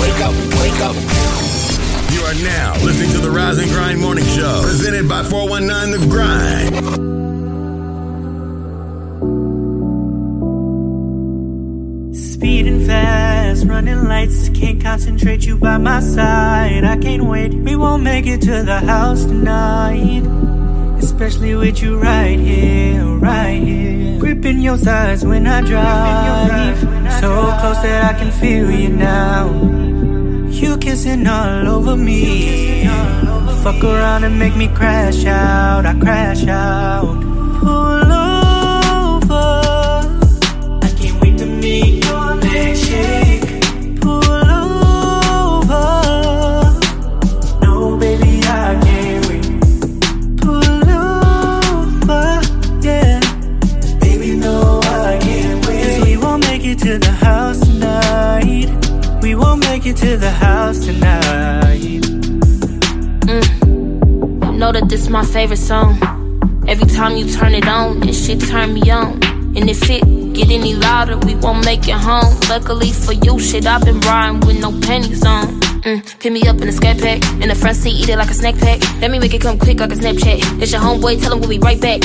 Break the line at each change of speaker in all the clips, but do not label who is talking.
Wake up, wake up.
You are now listening to the Rise and Grind Morning Show, presented by 419 The Grind.
Speeding fast, running lights, can't concentrate you by my side. I can't wait, we won't make it to the house tonight. Especially with you right here, right here. Gripping your thighs when I drive, so close that I can feel you now. You kissing all over me. Fuck around and make me crash out, I crash out. Pull over. I can't wait to meet your milkshake. Pull over. No, baby, I can't wait. Pull over, yeah. Baby, no, I can't wait. 'Cause we won't make it to the house tonight. We won't make it to the house tonight.
You know that this my favorite song. Every time you turn it on, this shit turn me on. And if it get any louder, we won't make it home. Luckily for you, shit, I've been riding with no panties on. Mm, pick me up in a scat pack, in the front seat, eat it like a snack pack. Let me make it come quick like a Snapchat. It's your homeboy, tell him we'll be right back.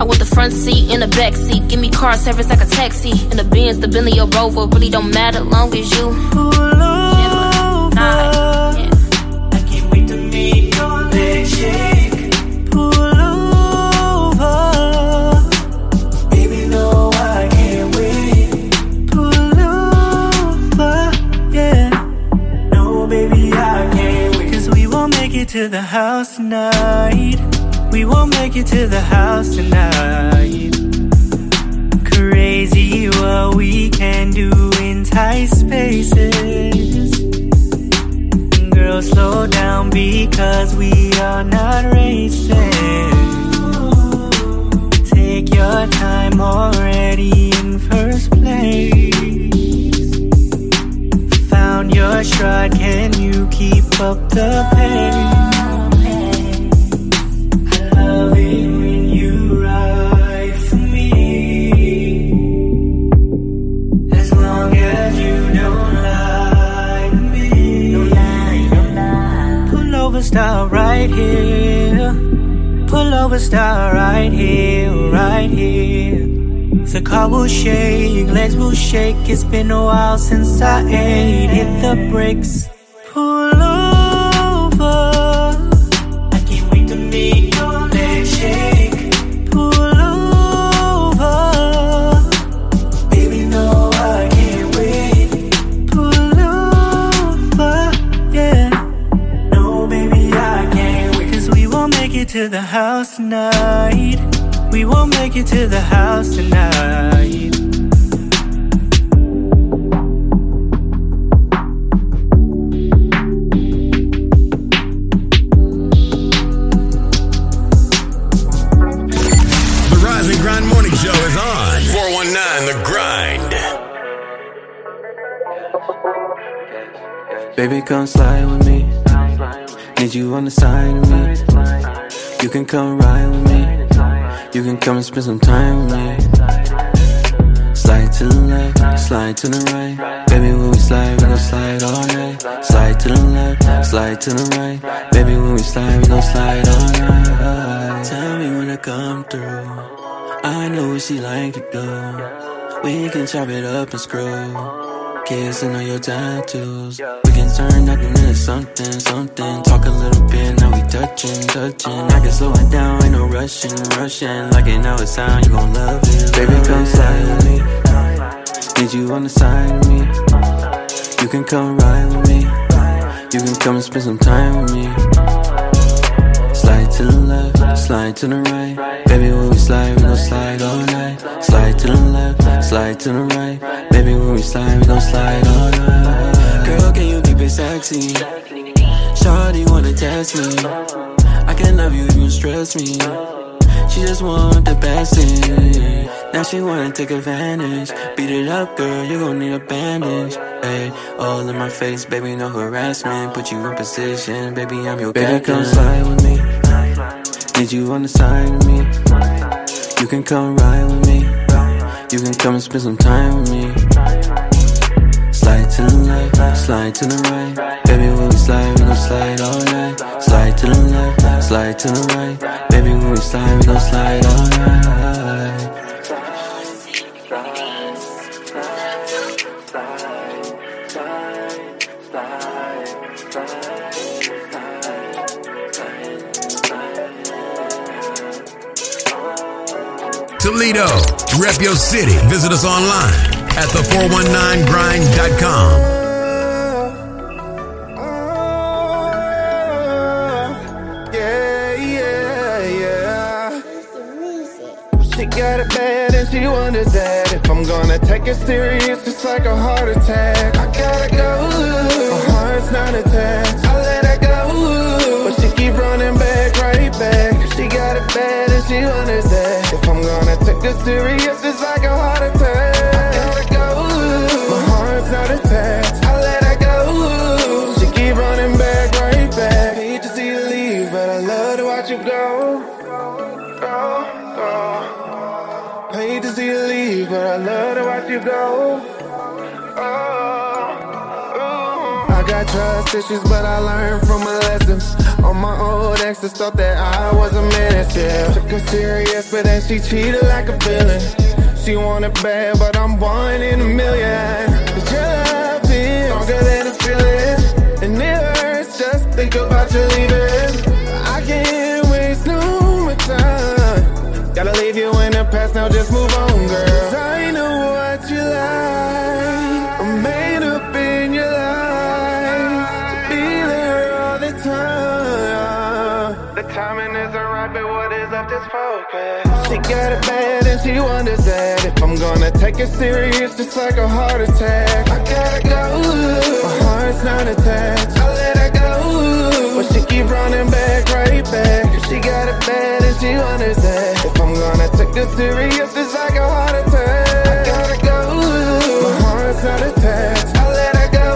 I want the front seat and the back seat. Give me car service like a taxi. In the Benz, the Bentley, or Rover, really don't matter long as you.
Pull over.
Nah, yeah.
I can't wait to meet your milkshake. Pull over. Baby, no, I can't wait. Pull over, yeah. No, baby, I can't wait. Cause we won't make it to the house tonight. We won't make it to the house tonight. Crazy what we can do in tight spaces. Girl, slow down because we are not racing. Take your time already in first place. Found your stride, can you keep up the pace? I love it when you ride for me. As long as you don't lie to me. Pull over, stop right here. Pull over, stop right here, right here. The car will shake, legs will shake. It's been a while since I ate. Hit the brakes. Pull over. I can't wait to meet your leg shake. Pull over. Baby, no, I can't wait. Pull over, yeah. No, baby, I can't wait. Cause we won't make it to the house tonight. We won't make it to the house tonight.
The Rise and Grind Morning Show is on 419 The Grind.
Baby, come slide with me. Need you on the side of me. You can come ride with me. You can come and spend some time with me. Slide to the left, slide to the right. Baby, when we slide, we gon' slide all night. Slide to the left, slide to the right. Baby, when we slide, we gon' slide all night. Tell me when I come through. I know what she like to do. We can chop it up and screw. Kissing on your tattoos. We can turn nothing into something, something. Talk a little bit, now we touching, touching. I can slow it down, ain't no rushing, rushing. Like it now it sound, you gon' love it. Baby, come slide with me. Need you on the side of me. You can come ride with me. You can come and spend some time with me. Slide to the left, slide to the right. Baby, when we slide, we gon' slide all night. Slide to the left, slide to the right. Baby, when we slide, we gon' slide all night. Girl, can you keep it sexy? Shawty wanna test me. I can love you if you stress me. She just want the best thing. Now she wanna take advantage. Beat it up, girl, you gon' need a bandage. Hey, all in my face, baby, no harassment. Put you in position, baby, I'm your Baby, come slide with me. Need you on the side of me. You can come ride with me. You can come and spend some time with me. Slide to the left, slide to the right. Baby, when we slide, we gon' slide all night. Slide to the left, slide to the right. Baby, when we slide, we gon' slide all night.
Toledo, rep your city. Visit us online at the419grind.com.
Yeah, yeah, yeah. She got it bad and she wonders that if I'm gonna take it serious, it's like a heart attack. I gotta go. My heart's not attached. I let her go. But she keep running back, right back. She got it bad and she wonders that if I'm gonna take it serious, it's like a heart attack. I gotta go. My heart's not attached. I let her go. She keep running back, right back. Hate to see you leave, but I love to watch you go. Go, go. Hate to see you leave, but I love to watch you go. Oh, I got trust issues, but I learned from my lessons. On my old exes, thought that I was a menace, yeah. Took her serious, but then she cheated like a villain. She wanted bad, but I'm one in a million. Cause your love is stronger than a feeling. And it hurts, just think about you leaving. I can't waste no more time. Gotta leave you in the past, now just move on, girl. 'Cause I know what you like. I'm made up in your life. To be there all the time. The timing isn't right, but what is up, just focus. She got it bad and she wonders that if I'm gonna take it serious, it's like a heart attack. I gotta go. My heart's not attached. I let her go. But she keep running back, right back. She got it bad and she wonders that if I'm gonna take it serious, it's like a heart attack. I gotta go. My heart's not attached. I let her go.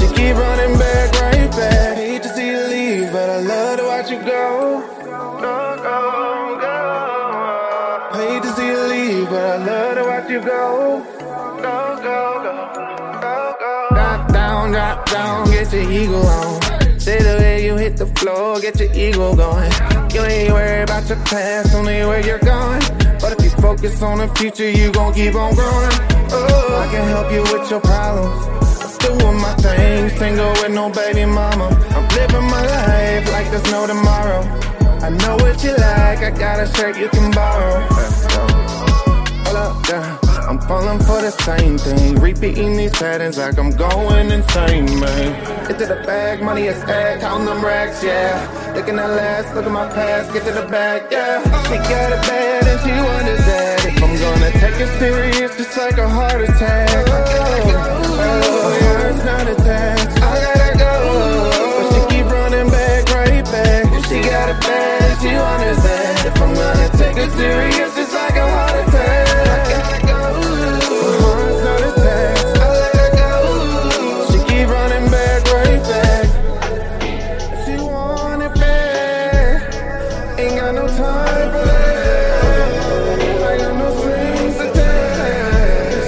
She keep running back, right back. Hate to see you leave, but I love to watch you go. Go, go, go. Hate to see you leave, but I love to watch you go. Go, go, go. Go, go. Drop down, drop down, get your ego on. Say the way you hit the floor, get your ego going. You ain't worried about your past, only where you're going. But if you focus on the future, you gon' keep on growing. Oh, I can help you with your problems. I'm doing my thing, single with no baby mama. I'm living my life like there's no tomorrow. I know what you like, I got a shirt you can borrow. Let's go. Hold up, girl. I'm falling for the same thing. Repeating these patterns like I'm going insane, man. Get to the bag, money is stacked, counting them racks, yeah. Looking at last, look at my past, get to the back, yeah. She got it bad and she wonders that if I'm gonna take it serious, it's like a heart attack. Oh, oh, my heart's not attached. I gotta go, but she keep running back, right back. She got it bad, she wonders that if I'm gonna take it serious, it's like a heart attack. I gotta go. My heart's not attached. I let her go. She keep running back, right back. She want it bad. Ain't got no time for that. I got no strings attached.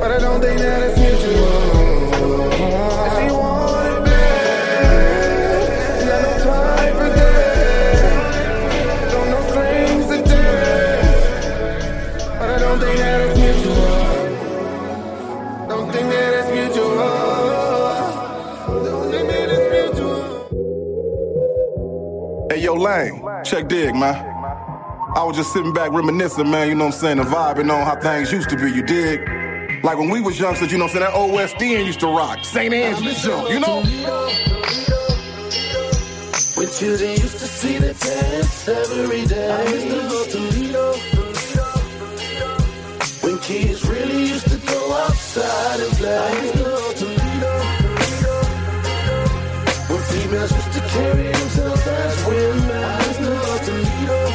But I don't think that it's mutual. And she want it bad. Ain't got no time for that. Don't no strings attached. But I don't think that it's mutual. Don't think that it's mutual. Don't think that it's mutual.
Hey, yo, Lane, check dig, man. I was just sitting back reminiscing, man, you know what I'm saying, and vibing on how things used to be, you dig? Like when we was youngsters, you know what I'm saying, that OSDN used to rock, St. Angeles jump, you know?
With you, they used to see the dance every day. I used to go to Lido. When kids really used to go outside and play. I used to go to Lido. When females used to carry themselves as women. I used to go to Lido.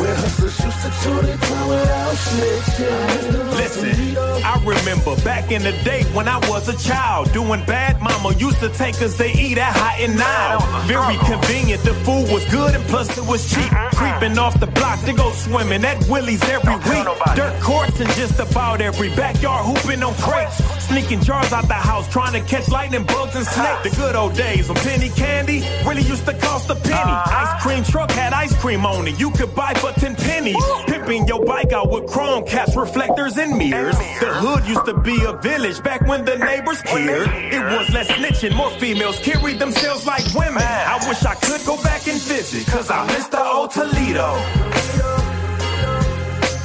Where hustlers used to tour the town without snitching. I used to go to
Listen,
Lido.
I remember back in the day when I was a child doing bad. Mama used to take us to eat at Hot and Now. Very convenient, the food was good and plus it was cheap. Creeping off the block to go swimming at Willie's every week. Dirt courts and just about every backyard hooping on crates. Sneaking jars out the house, trying to catch lightning bugs and snakes. The good old days when penny candy really used to cost a penny. Ice cream truck had ice cream on it. You could buy for 10 pennies. Pimping your bike out with chrome caps, reflectors, and mirrors. The hood used to be a village back when the neighbors cared. It was less snitching, more females carried themselves like women. I wish I could go back and visit, cause I miss the old Toledo.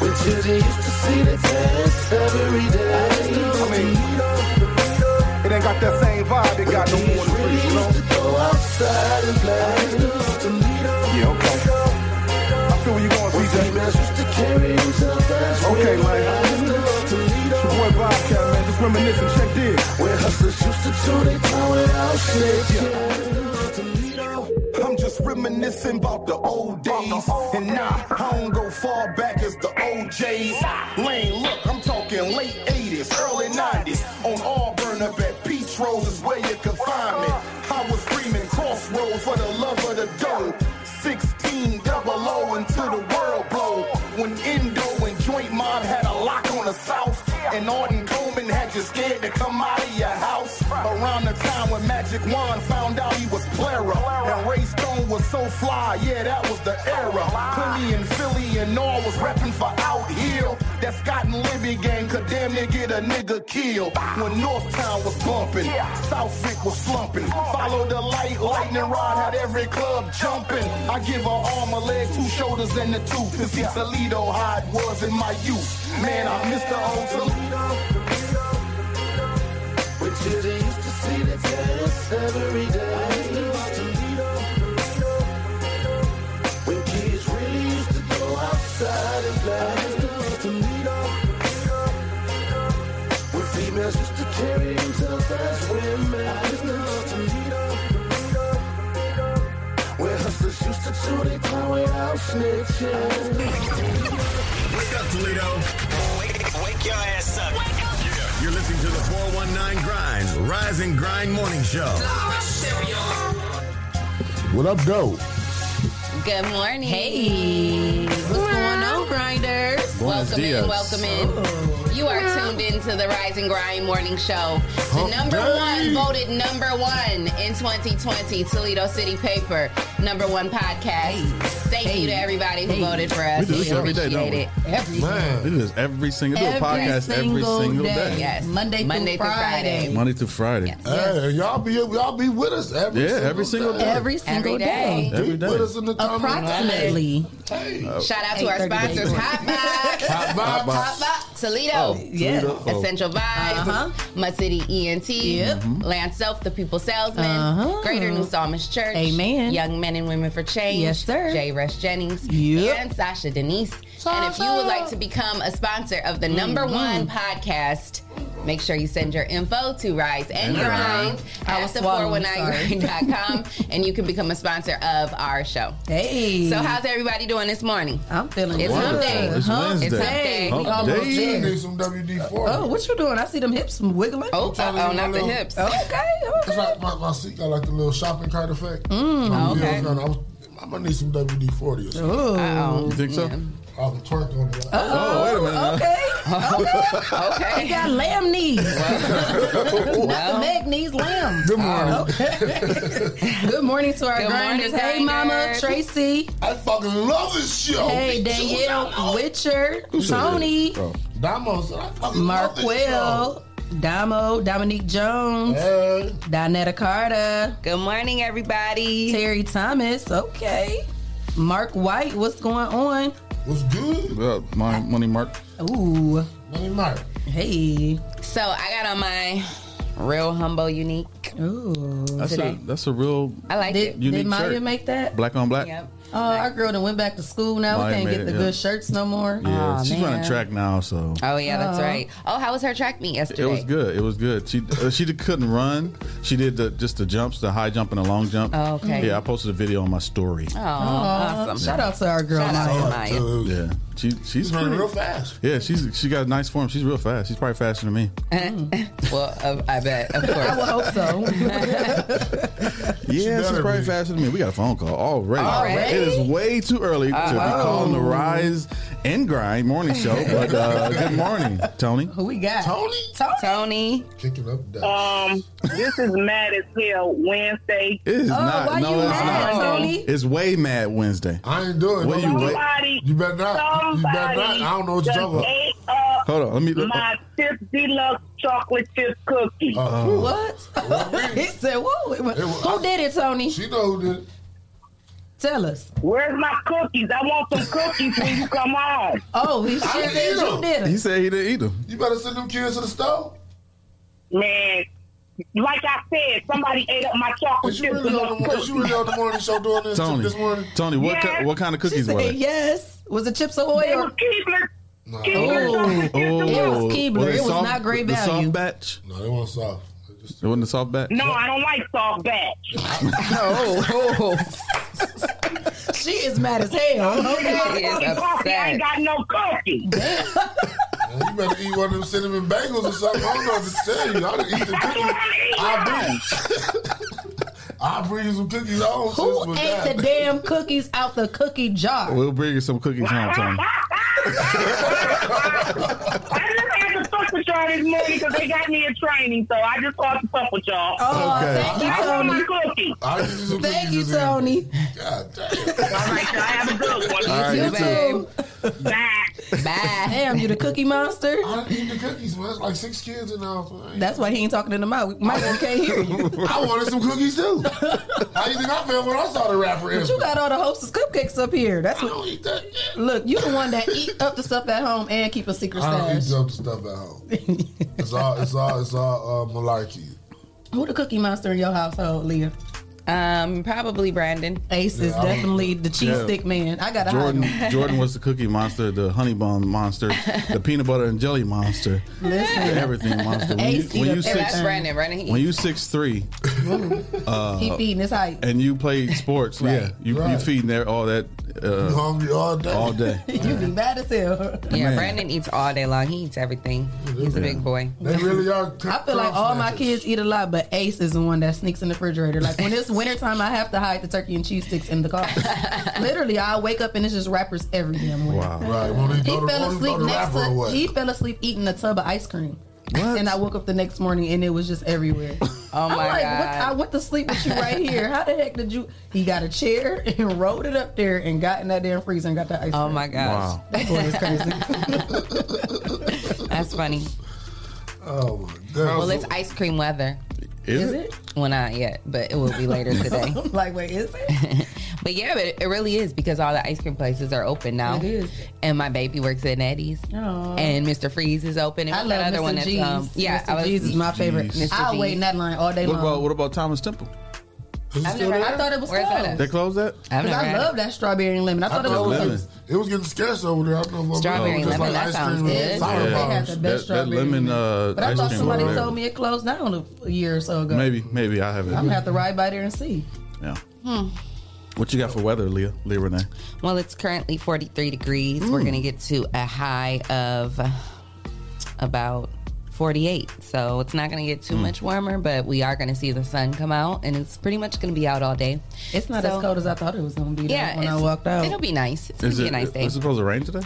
When children used to see the test every day. I mean,
It ain't got that same vibe it got no more.
really used to go outside and play.
Yeah, okay. I feel where you going, CJ.
Females used to carry themselves as
Okay,
women.
man.
I used to love Toledo.
Your boy Bobcat, man, just reminiscing. Check this.
Where hustlers used to chew their time without snitching.
I'm just reminiscing about the old days. And nah, I don't go far back as the OJs. Lane, look, I'm talking late 80s, early 90s. On Auburn up at Peach Rose is where you could find me. I was screaming crossroads for the love of the dough. 16 double O until the world blow. When Indo and Joint Mob had a lock on the South. And Arden Coleman had you scared to come out of your house. Around the time when Magic Wand found out he was plera. And Ray Stone was so fly, yeah, that was the era. Clinty and Philly and all was repping for Out Hill. That Scott and Libby gang could damn near get a nigga killed. When North Town was bumping, Southwick was slumping. Follow the light, lightning rod had every club jumping. I give her arm, a leg, two shoulders, and a tooth to see Toledo how it was in my youth. Man, I miss the old Toledo.
When children used to see the test every day. I used to love Toledo. When kids really used to go outside and play. I used to love Toledo. When females used to carry themselves as women. I used to love Toledo. Where hustlers used to chew their time without snitching.
Wake up, Toledo.
Wake, wake your ass up.
You're listening to the 419 Grinds Rise and Grind Morning Show.
What up, though?
Good morning. Hey. What's going on, grinders?
Buenos
welcome
dias.
in, welcome in.
Oh.
You are tuned into the Rise and Grind morning show. The
Hump
number
day.
one voted number one in 2020 Toledo City Paper, number one podcast. Thank you to everybody who voted for us.
We do this every day, don't
appreciate
we?
it.
Every
We do this every single do a
Every
podcast every
single
single
day.
day.
Yes.
Monday through
Monday through Friday.
Friday.
Monday through Friday.
Yes.
Hey, y'all be y'all be with us every yeah every single day.
Every single
day.
day.
Every day.
Put us in the time.
Approximately.
Oh.
Shout out to our
8:30 to
sponsors,
8:30.
Hot Box.
Hot box.
Hot Box, Toledo.
Yes.
Oh.
Essential Vibes,
Uh-huh.
My City E ENT,
Yep.
Mm-hmm.
Land Self, The People Salesman,
Uh-huh.
Greater New Psalmist Church,
Amen.
Young Men and Women for Change,
Yes, sir.
Jay Rush Jennings,
Yep.
and Sasha Denise. And if you would like to become a sponsor of the number
Mm-hmm.
one podcast, make sure you send your info to Rise and Grind
I
at
was
the
swallowing,
419grind.com and you can become a sponsor of our show.
Hey.
So, how's everybody doing this morning?
I'm feeling
It's
good.
hump day.
It's
Hump
Wednesday.
day.
Hump
We almost
day.
there.
Need some WD-40.
Oh, what you doing? I see them hips wiggling.
Oh, uh-oh, not the hips.
Okay.
It's
okay.
like my, my seat got like the little shopping cart effect. Mm,
okay.
I was, I'm gonna need some WD forty or something.
Oh.
Uh-oh.
You think so? I'll twerk on it. Oh, wait a minute. now.
Okay.
Okay.
You got lamb knees. Not the
Well.
Meg knees, lamb.
Good morning.
Good morning to our
Good
grinders.
morning,
hey, Mama,
grinders.
Tracy.
I fucking love this show.
Hey, Danielle, Witcher, Tony,
Damo said Oh, I fucking love this show.
Marquell, Damo, Dominique Jones,
Hey.
Donetta Carter,
Good morning, everybody.
Terry Thomas. Okay. Mark White, what's going on?
What's good? my money, Mark.
Ooh.
Money, Mark.
Hey.
So I got on my real humble unique.
Ooh.
That's
Today.
a that's a real
I like it.
Did,
Unique
did Maya
shirt.
make that?
black on black.
Yep.
Oh, our girl done went back to school now.
Maya
we can't
made
get
it,
the
yeah.
good shirts no more.
Yeah,
Aw,
she's running
man.
track now, so
Oh yeah, that's
Oh.
right. Oh, how was her track meet yesterday?
It was good. It was good. She uh, she did- couldn't run. She did the, just the jumps, the high jump and the long jump.
Oh, okay.
Yeah, I posted a video on my story.
Oh,
Aw,
awesome.
Shout out to our girl.
Shout out
Maya.
to Maya.
Yeah, she she's running real fast. Yeah, she's she got a nice form. She's real fast. She's probably faster than me.
Well, uh, I bet, of
I would
course.
hope so.
Yeah, she's probably faster than me. We got a phone call already.
Already?
It is way too early to be calling the rise and grind morning show. But uh, good morning, Tony.
Who we got?
Tony?
Tony. Tony.
Kick him up.
Um, this is mad as hell Wednesday.
It is
Oh,
not.
why
no,
you
it's
mad,
not.
Tony?
It's way mad Wednesday.
I ain't doing
What
it.
you wait?
Somebody,
You better not. You better not.
somebody
I don't know what you're
just
talking about.
ate up
Hold on. Let me. Let,
my Tiff Deluxe chocolate chip cookie.
Uh-huh.
Oh.
What? he said, "Whoa, it was- who did it, Tony?" She
know who did it.
Tell us.
Where's my cookies? I want some cookies when you come home.
Oh, he
I didn't said eat you them. did
he said he didn't eat them.
You better send them kids to the store.
Man, like I said, somebody ate up my chocolate
Is you
chip
really on the, is you really on the morning show doing this
Tony.
this morning?
Tony, what ki- what kind of cookies were? they?
yes. Was it Chips Ahoy? It was
Keebler.
No.
Oh, it was Keebler.
they
It was
soft-
not great
the
value.
soft batch.
No, they weren't soft.
It wasn't a soft batch.
No, I don't like soft batch.
no. she is mad as hell. Okay.
She is upset. I ain't got no cookie.
Man, you better eat one of them cinnamon bagels or something. I don't know what to tell you. I done eat the cookies. I bring. I bring you some cookies on.
Who ate the damn cookies out the cookie jar?
We'll bring you some cookies home, Tony.
I had to fuck with y'all this morning because they got me in training, so I just thought to fuck with y'all.
Oh,
Okay. thank you,
I want my cookie.
I give you some
Thank
cookies
you,
this evening.
Tony.
Have a good one.
All right, you too.
Bye.
Bye. Damn, you the cookie monster.
I done eat the cookies, man. It's like six kids in the house. man. I ain't-
That's why he ain't talking to the mic. Mike can't hear you.
I wanted some cookies too. How you think I felt when I saw the rapper?
But you got all the hostess cupcakes up here. That's
I don't
what.
eat that.
Look, you the one that eat up the stuff at home and keep a secret
I don't eat
stash.
dumb stuff at home. It's all, it's all, it's all uh, malarkey.
Who the cookie monster in your household, Leah? Um, probably Brandon. Ace
Yeah,
is
I don't-
definitely the cheese
Yeah.
stick man. I gotta
Jordan
hide him.
Jordan was the cookie monster, the honey bun monster, the peanut butter and jelly monster,
Listen.
the everything monster. When you,
Ace
when
eat
you
up
six,
That's Brandon. Brandon. He
when you six three, uh,
Keep eating his height.
and you played sports, yeah, you you
Right.
feeding there all that uh,
You hungry all day.
all day.
You be mad as hell.
Yeah,
Man.
Brandon eats all day long. He eats everything. He's a big boy.
They really are.
I feel like all my kids eat a lot, but Ace is the one that sneaks in the refrigerator. Like when it's wintertime, I have to hide the turkey and cheese sticks in the car. Literally, I wake up and it's just wrappers every damn morning.
Right. When they
He
throw the,
fell
when they throw
asleep
the
next
rapper
to
away.
he fell asleep eating a tub of ice cream. And I woke up the next morning and it was just everywhere.
Oh
I'm
my
like,
god.
What, I went to sleep with you right here. How the heck did you? He got a chair and rolled it up there and got in that damn freezer and got that ice.
Oh
cream.
my gosh.
Wow.
that boy is crazy.
That's funny.
Oh my goodness.
Well, it's ice cream weather.
Is,
Is
it?
it?
Well, not yet, but it will be later today.
I'm like, wait, is it?
But yeah, but it really is because all the ice cream places are open now.
It is.
And my baby works at Nettie's.
Aw.
And Mr. Freeze is open. And
I
what's that
love
other
Mr.
one
G's.
that's um, yeah,
Mr. G's is my favorite.
G's.
I'll
Mr.
wait in that line all day
What
long.
about what about Thomas Temple?
Is it
I've
still
never
there?
I thought it was
Where's that
closed.
They closed that?
I've
Cause
never
I
had
love that strawberry and lemon. I thought it was
lemon.
closed.
It was getting scarce over there. I don't know if I'm
Strawberry
just
lemon, that
ice
sounds
cream and
good.
sour
They
Yeah.
had
bombs.
the
That-
best
that
strawberry.
lemon, uh,
but I
ice
thought
cream
somebody
over there.
told me it closed down a, a year or so ago.
Maybe maybe I haven't.
I'm gonna have to ride by there and see.
Yeah.
Hmm.
What you got for weather, Leah? Leah Renee.
Well, it's currently 43 degrees. We're
Mm.
going to get to a high of uh, about 48. So it's not going to get
Mm.
too much warmer, but we are going to see the sun come out, and it's pretty much going to be out all day.
It's not
So-
as cold as I thought it was gonna be.
Yeah,
Yeah, when I
it's-
walked out.
It'll be nice. It's going
Is
to be a nice
it,
day.
it's supposed to rain today?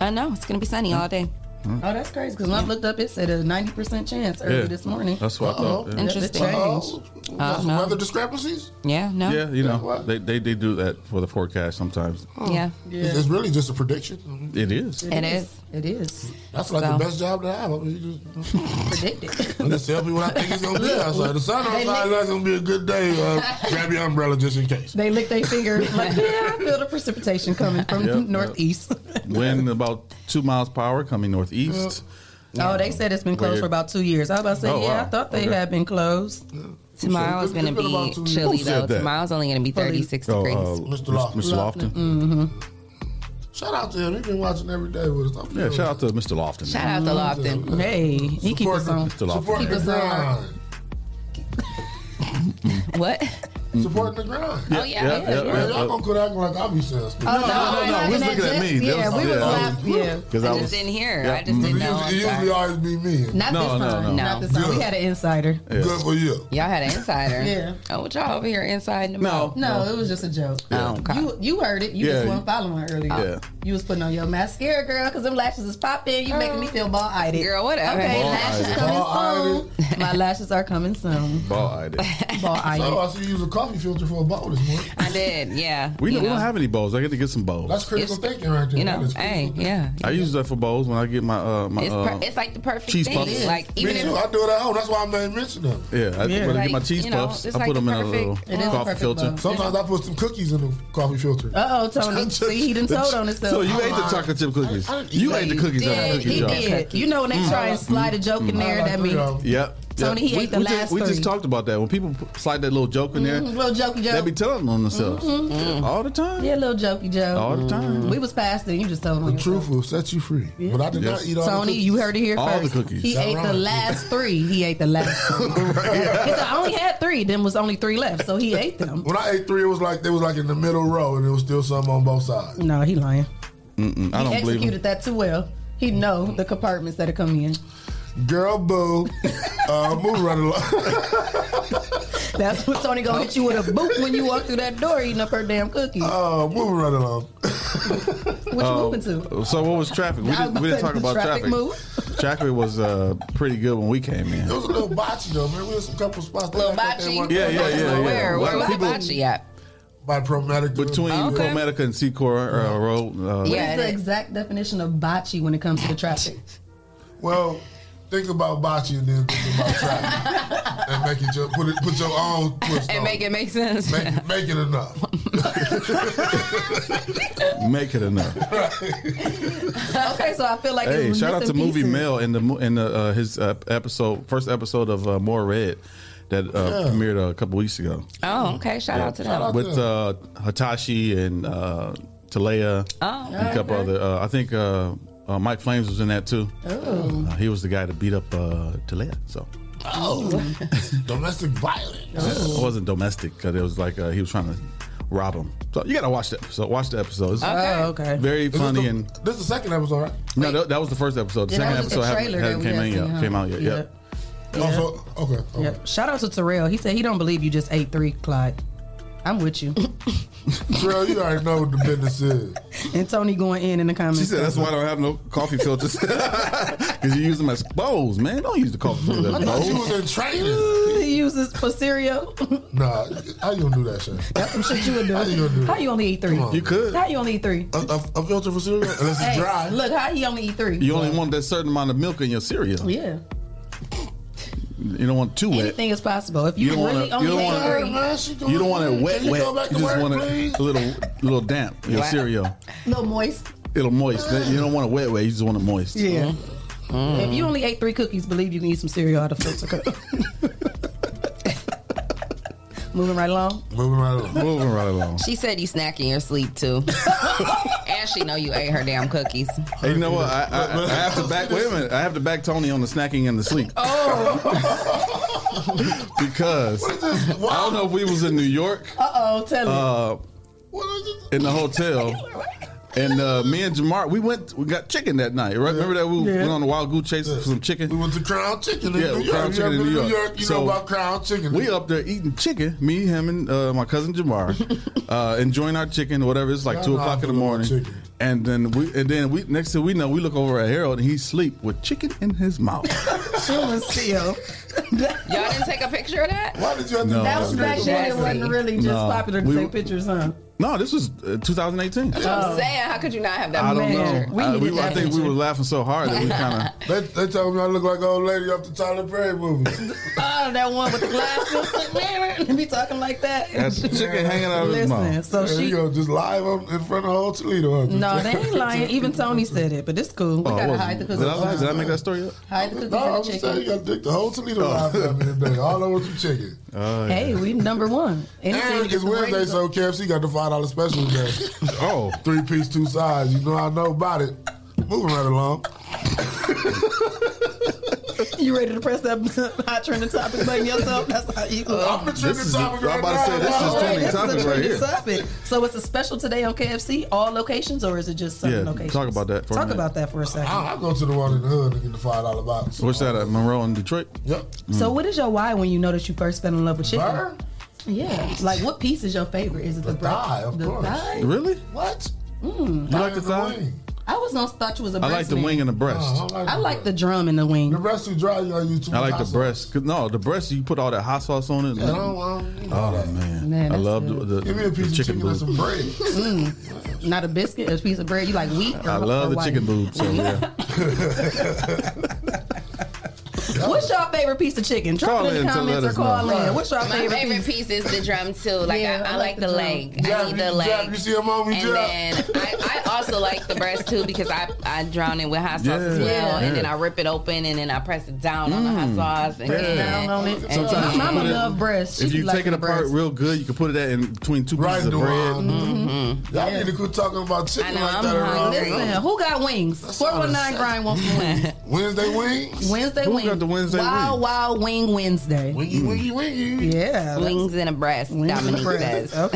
I know. It's going to be sunny all day.
Oh, that's crazy. Because when
Hmm.
I looked up, it said a 90% chance early this morning.
That's what I thought. yeah.
Interesting.
Oh, that's
no.
weather discrepancies.
Uh-huh. Yeah, no.
Yeah, you know,
What?
they, they, they do that for the forecast sometimes.
Oh.
Yeah.
It's, it's really just a prediction.
It is.
It is.
It is.
That's like
So-
the best job that I have. I mean, you just,
Predicted.
I just tell people what I think it's gonna be outside. The sun outside that's gonna be a good day. Uh, grab your umbrella just in case.
They licked their fingers like, yeah, I feel the precipitation coming from
Yep.
northeast.
Wind about two miles per hour coming northeast.
Oh, they said it's been closed
Weird.
for about two years. I was about to say,
Oh,
yeah,
wow.
I thought they
Okay.
had been closed.
Tomorrow
It's
is going to
been about two
be
years.
chilly,
Who said
though.
that?
Tomorrow's only going to be 36 degrees.
Mr.
Miss-
Lofton.
Mr. Oh, Lofton.
Mm-hmm.
Shout out to him. He's been watching every day with us. I'm
Yeah, shout out to Mr. Lofton.
Shout out to Lofton.
Hey, he keeps us on.
Mr. Lofton.
Support the
us on.
grind.
What?
supporting the grind.
Yeah, Oh, yeah, yeah, yeah,
Man,
yeah.
y'all gonna quit acting like I be sales.
Oh, no, no, no, we was looking at me. That was- yeah, I was-
yeah.
I just didn't hear. I just didn't know.
It usually always be me.
Not this time. Not this time. We had an insider.
Good for you.
Y'all had an insider.
Yeah.
Oh, what y'all over here inside the mouth?
No, it was just a joke.
Oh, okay.
You you heard it. You just
Yeah.
weren't following her earlier.
Yeah.
You was putting on your mascara, girl, because them lashes is popping. You making me feel bald-eyed.
Oh. Girl, whatever.
Okay,
Bald-eyed.
lashes coming soon. My lashes are coming soon.
Bald-eyed.
Bald-eyed.
So Oh, I see you use a coffee filter for a bottle this morning.
I did. Yeah.
We
you
don't, we
know.
don't have any bowls. I get to get some bowls.
That's critical
It's-
thinking right there.
You know,
That is
hey, yeah.
I use that for bowls when I get my uh my
It's,
uh,
per- it's like the perfect
cheese
thing.
puffs.
Like even
me
if
too. I do it at home. That's why I made mention of it.
yeah. I,
Yeah.
When I get my
Like,
cheese
you know,
puffs, I
it's
put
like
them
the
in a little
perfect- it is the
coffee
perfect
filter.
bowl. Sometimes I put some cookies in the coffee filter.
Uh oh, Tony. See, he done told on himself.
So you ate the chocolate chip cookies.
I didn't eat
you
that.
ate the cookies out of the
He
cookie jar.
did. You know when they try and slide a joke in there, that means
Yep.
Tony,
yep.
he ate the
just,
last
We just
three.
talked about that. When people p- slide that little joke in there,
Mhm, little jokey joke.
they be telling on themselves.
Mhm.
All the time.
Yeah, little jokey joke. Mm-hmm.
All the time.
We was past it. You just told him.
The truth will set you free. But I did
Yes.
not eat all
Tony,
the cookies.
you heard it here
All the
first.
cookies.
He
That
ate the
rhymes.
last three. He ate the last. three. He said, I only had three. Then was only three left, so he ate them.
When I ate three, it was like they was like in the middle row, and it was still some on both sides.
No, he lying.
Mm-mm, I don't
he
believe
executed
him.
that too well. He know the compartments that come in.
Girl, boo. uh, move right along.
That's what Tony gonna hit you with a boot when you walk through that door eating up her damn cookies.
Uh, moving right along.
what you moving to?
So what was traffic? We
I
didn't, we
was
didn't talk
about
about
to
traffic.
traffic
Traffic was uh, pretty good when we came in.
It was a little botchy though, man. We had some couple spots. that
Little
act like they
botchy?
weren't-
Yeah, yeah, yeah, yeah.
Where?
A lot
Where
of
was
people-
Hibachi at?
By Promatic.
Between
Okay.
Promatica and Secor uh, Road. Uh,
What is the exact definition of bocce when it comes to the traffic?
Well, think about bocce and then think about traffic, and make it your, put it put your own twist
And
on.
make it make sense.
Make it, make it enough.
Make it enough.
okay, so I feel like
hey,
it's
shout out to
missing
Movie
pieces.
Mel in the mo- in the uh, his uh, episode first episode of uh, More Red that uh,
Yeah.
premiered a couple weeks ago.
Oh, okay. Shout
Yeah.
out to them.
with uh, Hitachi and uh, Talea
Oh,
and a couple other. Uh, I think uh, uh, Mike Flames was in that too.
Oh.
Uh, he was the guy that beat up uh, Talea. So
Oh, domestic violence.
Oh.
it wasn't domestic because it was like uh, he was trying to rob him. So you gotta watch the episode. Watch the episode. It's
Okay. Oh, okay.
Very
Is this
funny
the-
and
This is the second episode, right?
no, that, that was the first episode. The
Yeah,
second
that was just the
episode hasn't,
trailer
hasn't
that we
came, in
had
yet,
seen, huh?
came out yet.
Yeah.
Yep.
Also, Oh, okay. okay.
Yep. Shout out to Terrell. He said he don't believe you just ate three, Clyde. I'm with you.
Terrell, you already know what the business is.
and Tony going in in the comments.
She said that's why I don't have no coffee filters because you use them as bowls, man. Don't use the coffee filters as
I thought you
bowls.
was in training.
he uses for cereal.
Nah, how you gonna do that shit?
That's some shit you would do.
How you gonna do
How
it?
you only eat three?
Come on, You man.
could.
How you only eat three?
A, a, a filter for cereal unless it's
Hey,
dry.
Look, how he only eat three?
You only want that certain amount of milk in your cereal.
Oh, yeah.
You don't want too wet.
Anything is possible. If
You
you,
don't wanna-
really
you don't
only
wanna-
ate three,
You don't want it wet,
Can you
wet.
go back to
You just
work,
want
please?
it a little, little damp. Your
Wow.
cereal,
little moist.
little moist. You don't want it wet, wet. You just want it moist.
Yeah.
Mm.
If you only ate three cookies, believe you can eat some cereal out of filter cup. Moving right along.
Moving right along.
Moving right along.
She said you snack in your sleep too, and she know you ate her damn cookies.
Hey, you know what? I, I, I have to back. Wait a minute. I have to back Tony on the snacking and the sleep. Oh. because I don't know if we was in New York.
Uh oh, tell it.
uh, in the hotel. And uh, me and Jamar, we went, we got chicken that night, right? Remember that we
Yeah.
went on the wild goose chase for some chicken. We
went to Crown Chicken in
yeah,
New York.
Crown
You
Chicken
ever
in
been
New
to
York.
New York, you know about Crown Chicken.
We up there eating chicken. Me, him, and uh, my cousin Jamar uh, enjoying our chicken, whatever. It's like
Y'all
two
know I
o'clock in the
love
morning.
chicken.
And then we, and then we, next thing we know, we look over at Harold and he sleep with chicken in his mouth.
Chewing seal.
Y'all didn't take a picture of that?
Why did you have
to No.
That was back then. It wasn't really just
No.
popular to
We-
take pictures, huh?
no, this was uh, 2018.
That's what
Oh.
I'm saying. How could you not have that
I don't
picture?
know. I- we- I think we were laughing so hard that we kind of.
They, they told me I look like an old lady off the Tyler Perry movie.
Oh, that one with the glasses. Like, man, let me talking like that.
That's the chicken hanging out of his
Listen,
mouth.
so
There
she-
you go, just live up in front of whole Toledo. huh?
No, they ain't lying. Even Tony said it, but it's cool. We
Oh,
gotta
was it?
hide the
Did
cookies.
I lie? Did I make that
story up?
Hide the cookies
No, I'm
and the
just
chicken.
saying you got to dig the whole Toledo live up in there, all over some chicken.
Oh,
Hey, we number one. Anything to
And
get
it's
the
Wednesday,
ratings up.
so KFC got the five dollar special today.
oh,
three piece, two sides. You know I know about it. Moving right along.
you ready to press that hot trending topic button yourself? That's how you.
Uh, I'm the This trending is- topic I'm right about to now. say, this is
All
trending
this is a
topic right
trending
here.
topic. So it's a special today on KFC, all locations, or is it just certain
Yeah,
locations?
talk about that for a
talk
minute.
about that for a second.
I, I go to the one in the hood and get the five dollar box.
What's that at Monroe in Detroit? Mm.
Yep.
So what is your why when you know that you first fell in love with chicken?
Burr?
Yeah, like what piece is your favorite? Is it the,
The thigh,
breast?
of
the
course.
thigh?
Really?
What? Mm.
You like the thigh?
I was gonna thought you was a
I
breast
like the
man. Oh,
wing
Oh,
and the breast.
I like the drum and the wing. The
breast too dry. You use
I like the breast. 'Cause- No, the breast you put all that hot sauce on it.
I don't want. you know
oh
that.
man,
Man,
I
that's
love the, the,
Give me a
the
piece of
chicken
chicken
boob.
and some bread.
Mm. Not a biscuit, a piece of bread. You like wheat? Or,
I love
or
the
white?
chicken boob. So yeah.
What's your favorite piece of chicken? Drop
Call
it in
in
the
to
comments
let
or
us
call
know.
in. What's your
My
favorite?
favorite piece is the drum too. Like
Yeah,
I, I, like the,
drum.
leg. I
Jab,
need
you
the
jab,
leg.
you see a mommy
and
jab.
then I, I also like the breast too because I I drown it with hot sauce as
Yeah.
well,
Yeah.
and then I rip it open and then I press it down on
Mm.
the hot sauce and
Press
then
down
on it.
and
Sometimes
then-
you put it- If you take it
the
apart
breast.
real good, you can put it that in between two
Right,
pieces of
Duane.
bread.
Mm-hmm.
Mm-hmm.
Mm-hmm.
Y'all need to quit talking about chicken like that around.
Listen, who got wings? Four one nine grind wants some wings.
Wednesday wings.
Wednesday wing. Wow, wow, wing Wednesday.
Wingy, wingy, wingy.
Yeah,
Mm. wings and a breast. Dominique says.
Right,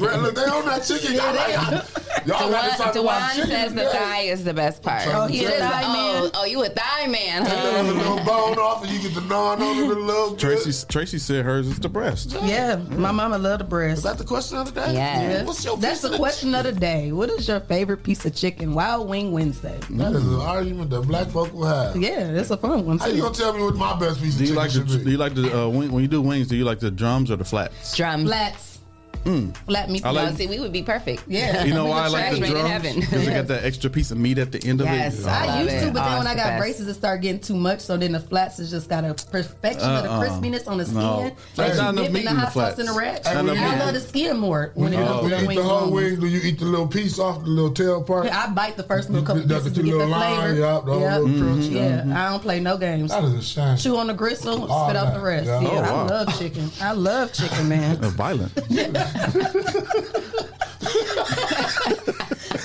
bread. Look, they on that chicken. Y'all like, y'all like to
Dewan,
talk about chicken
says the
today.
thigh is the best part.
Oh, he a
Just-
thigh
oh, Oh, you a thigh man?
Take
Huh?
that other little bone off, and you get the non on it a little.
Tracy Tracy said hers is the breast.
Yeah, my mama loved the breast. Is that
the question of the day?
Yeah.
What's your
That's
piece
the
of the
question of the day. What is your favorite piece of chicken? Wild Wing Wednesday.
That is an argument that black folk will have.
Yeah, that's a fun one.
How you gonna tell me what my best piece
Do
of
you
chicken
like the
should
do you like the uh, wing, when you do wings? Do you like the drums or the flats?
Drums.
Flats.
Mm.
Flat meat.
I like-
no, see, we would be perfect.
You know why I like the
Trash man in
drums?
heaven.
Because they got that extra piece of meat at the end of
Yes,
it.
I
I used to, but
Oh,
then when
it's
I
the
got
best.
braces, it started getting too much. So then the flats is just got a perfection
Uh-uh.
of the crispiness on the skin.
No. There's
And
not
you
enough
dip
meat
in the
in the
hot sauce
flats.
and the ranch.
Ain't no
I
meat.
love the skin more
When
when it comes to
Oh, you
the
eat the
wings.
whole
on.
wing, do you eat the little piece off the little tail part?
I bite the first little couple
That's
pieces
the
to get
little
the
line,
flavor.
yeah, the whole
Yeah. Mm-hmm.
little crunch,
Yeah,
yeah.
I don't play no games.
That is a shame.
Chew on the gristle,
All
spit out
that,
the rest.
yeah.
Yeah,
Oh,
I
wow.
love chicken. I love chicken, man.
Uh, violent.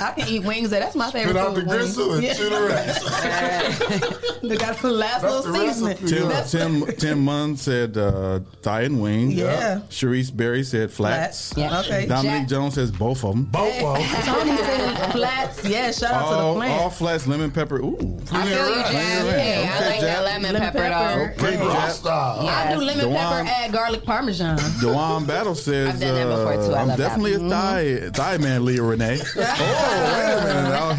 I can eat wings. That's my favorite.
Spit out
food,
the gristle and
wings.
chew the
Yeah. they got the last
That's
little
the
seasoning.
recipe.
Tim
That's-
Tim Tim Munn said uh, thigh and wing.
Yeah.
Sharice Berry said flats.
Flats. Yeah. Okay.
Dominique
Jack-
Jones says both of them.
Both of them.
Tony said flats. Yeah, shout out to the
all,
plant.
all flats, lemon pepper. Ooh.
I feel you, Jazz. Hey, I like that lemon, pepper, though.
Okay, Jap.
I do lemon
Dewan-
pepper, add garlic parmesan.
Dewan Battle says,
I've done that before, too.
uh,
I
I'm
love that. Mm-hmm.
definitely a thigh, thigh man, Leah Renee. oh, wait a minute. Now,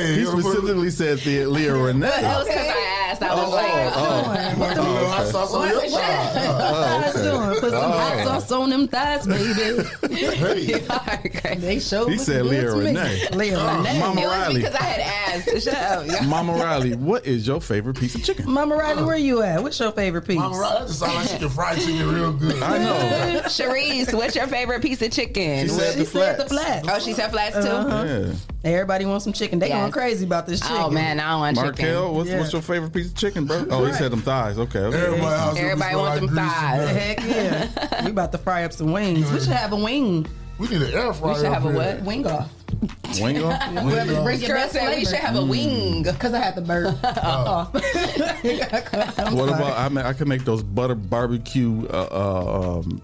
he, he specifically said the Leah Renee.
But that was because I asked.
Oh,
I was like,
Put the little hot
okay.
sauce on your side.
Thighs doing? Put some hot
Oh.
sauce on them thighs, baby. They showed.
He
look
said
good
Leah
to me.
Renee.
Leah
Uh,
Renee.
Mama
it was
Riley.
because I had asked. Shut up. y'all.
Mama Riley, what is your favorite piece of chicken?
Mama Riley, where you at? What's your favorite piece?
Mama Riley, that just sound like she can fry chicken real good.
I know.
Sharice, what's your favorite piece of chicken?
She said She the
said the flats.
Oh, she said flats too.
Uh-huh. Everybody wants some chicken. They
Yes.
going crazy about this chicken.
Oh man, I want chicken.
Markel, what's, what's your favorite piece of chicken, bro? Oh, he said them thighs. Okay. okay.
Everybody else
Everybody wants them thighs.
Heck yeah. we about to fry up some wings. We should have a wing.
We need an air fryer.
We should have a
up here.
what? Wing off.
Wingo?
Whoever
off.
brings your
Girl
best
said we
flavor.
should have a Mm. wing.
Because I had the bird.
Oh. What about, I, mean, I can make those butter barbecue, uh, uh, um,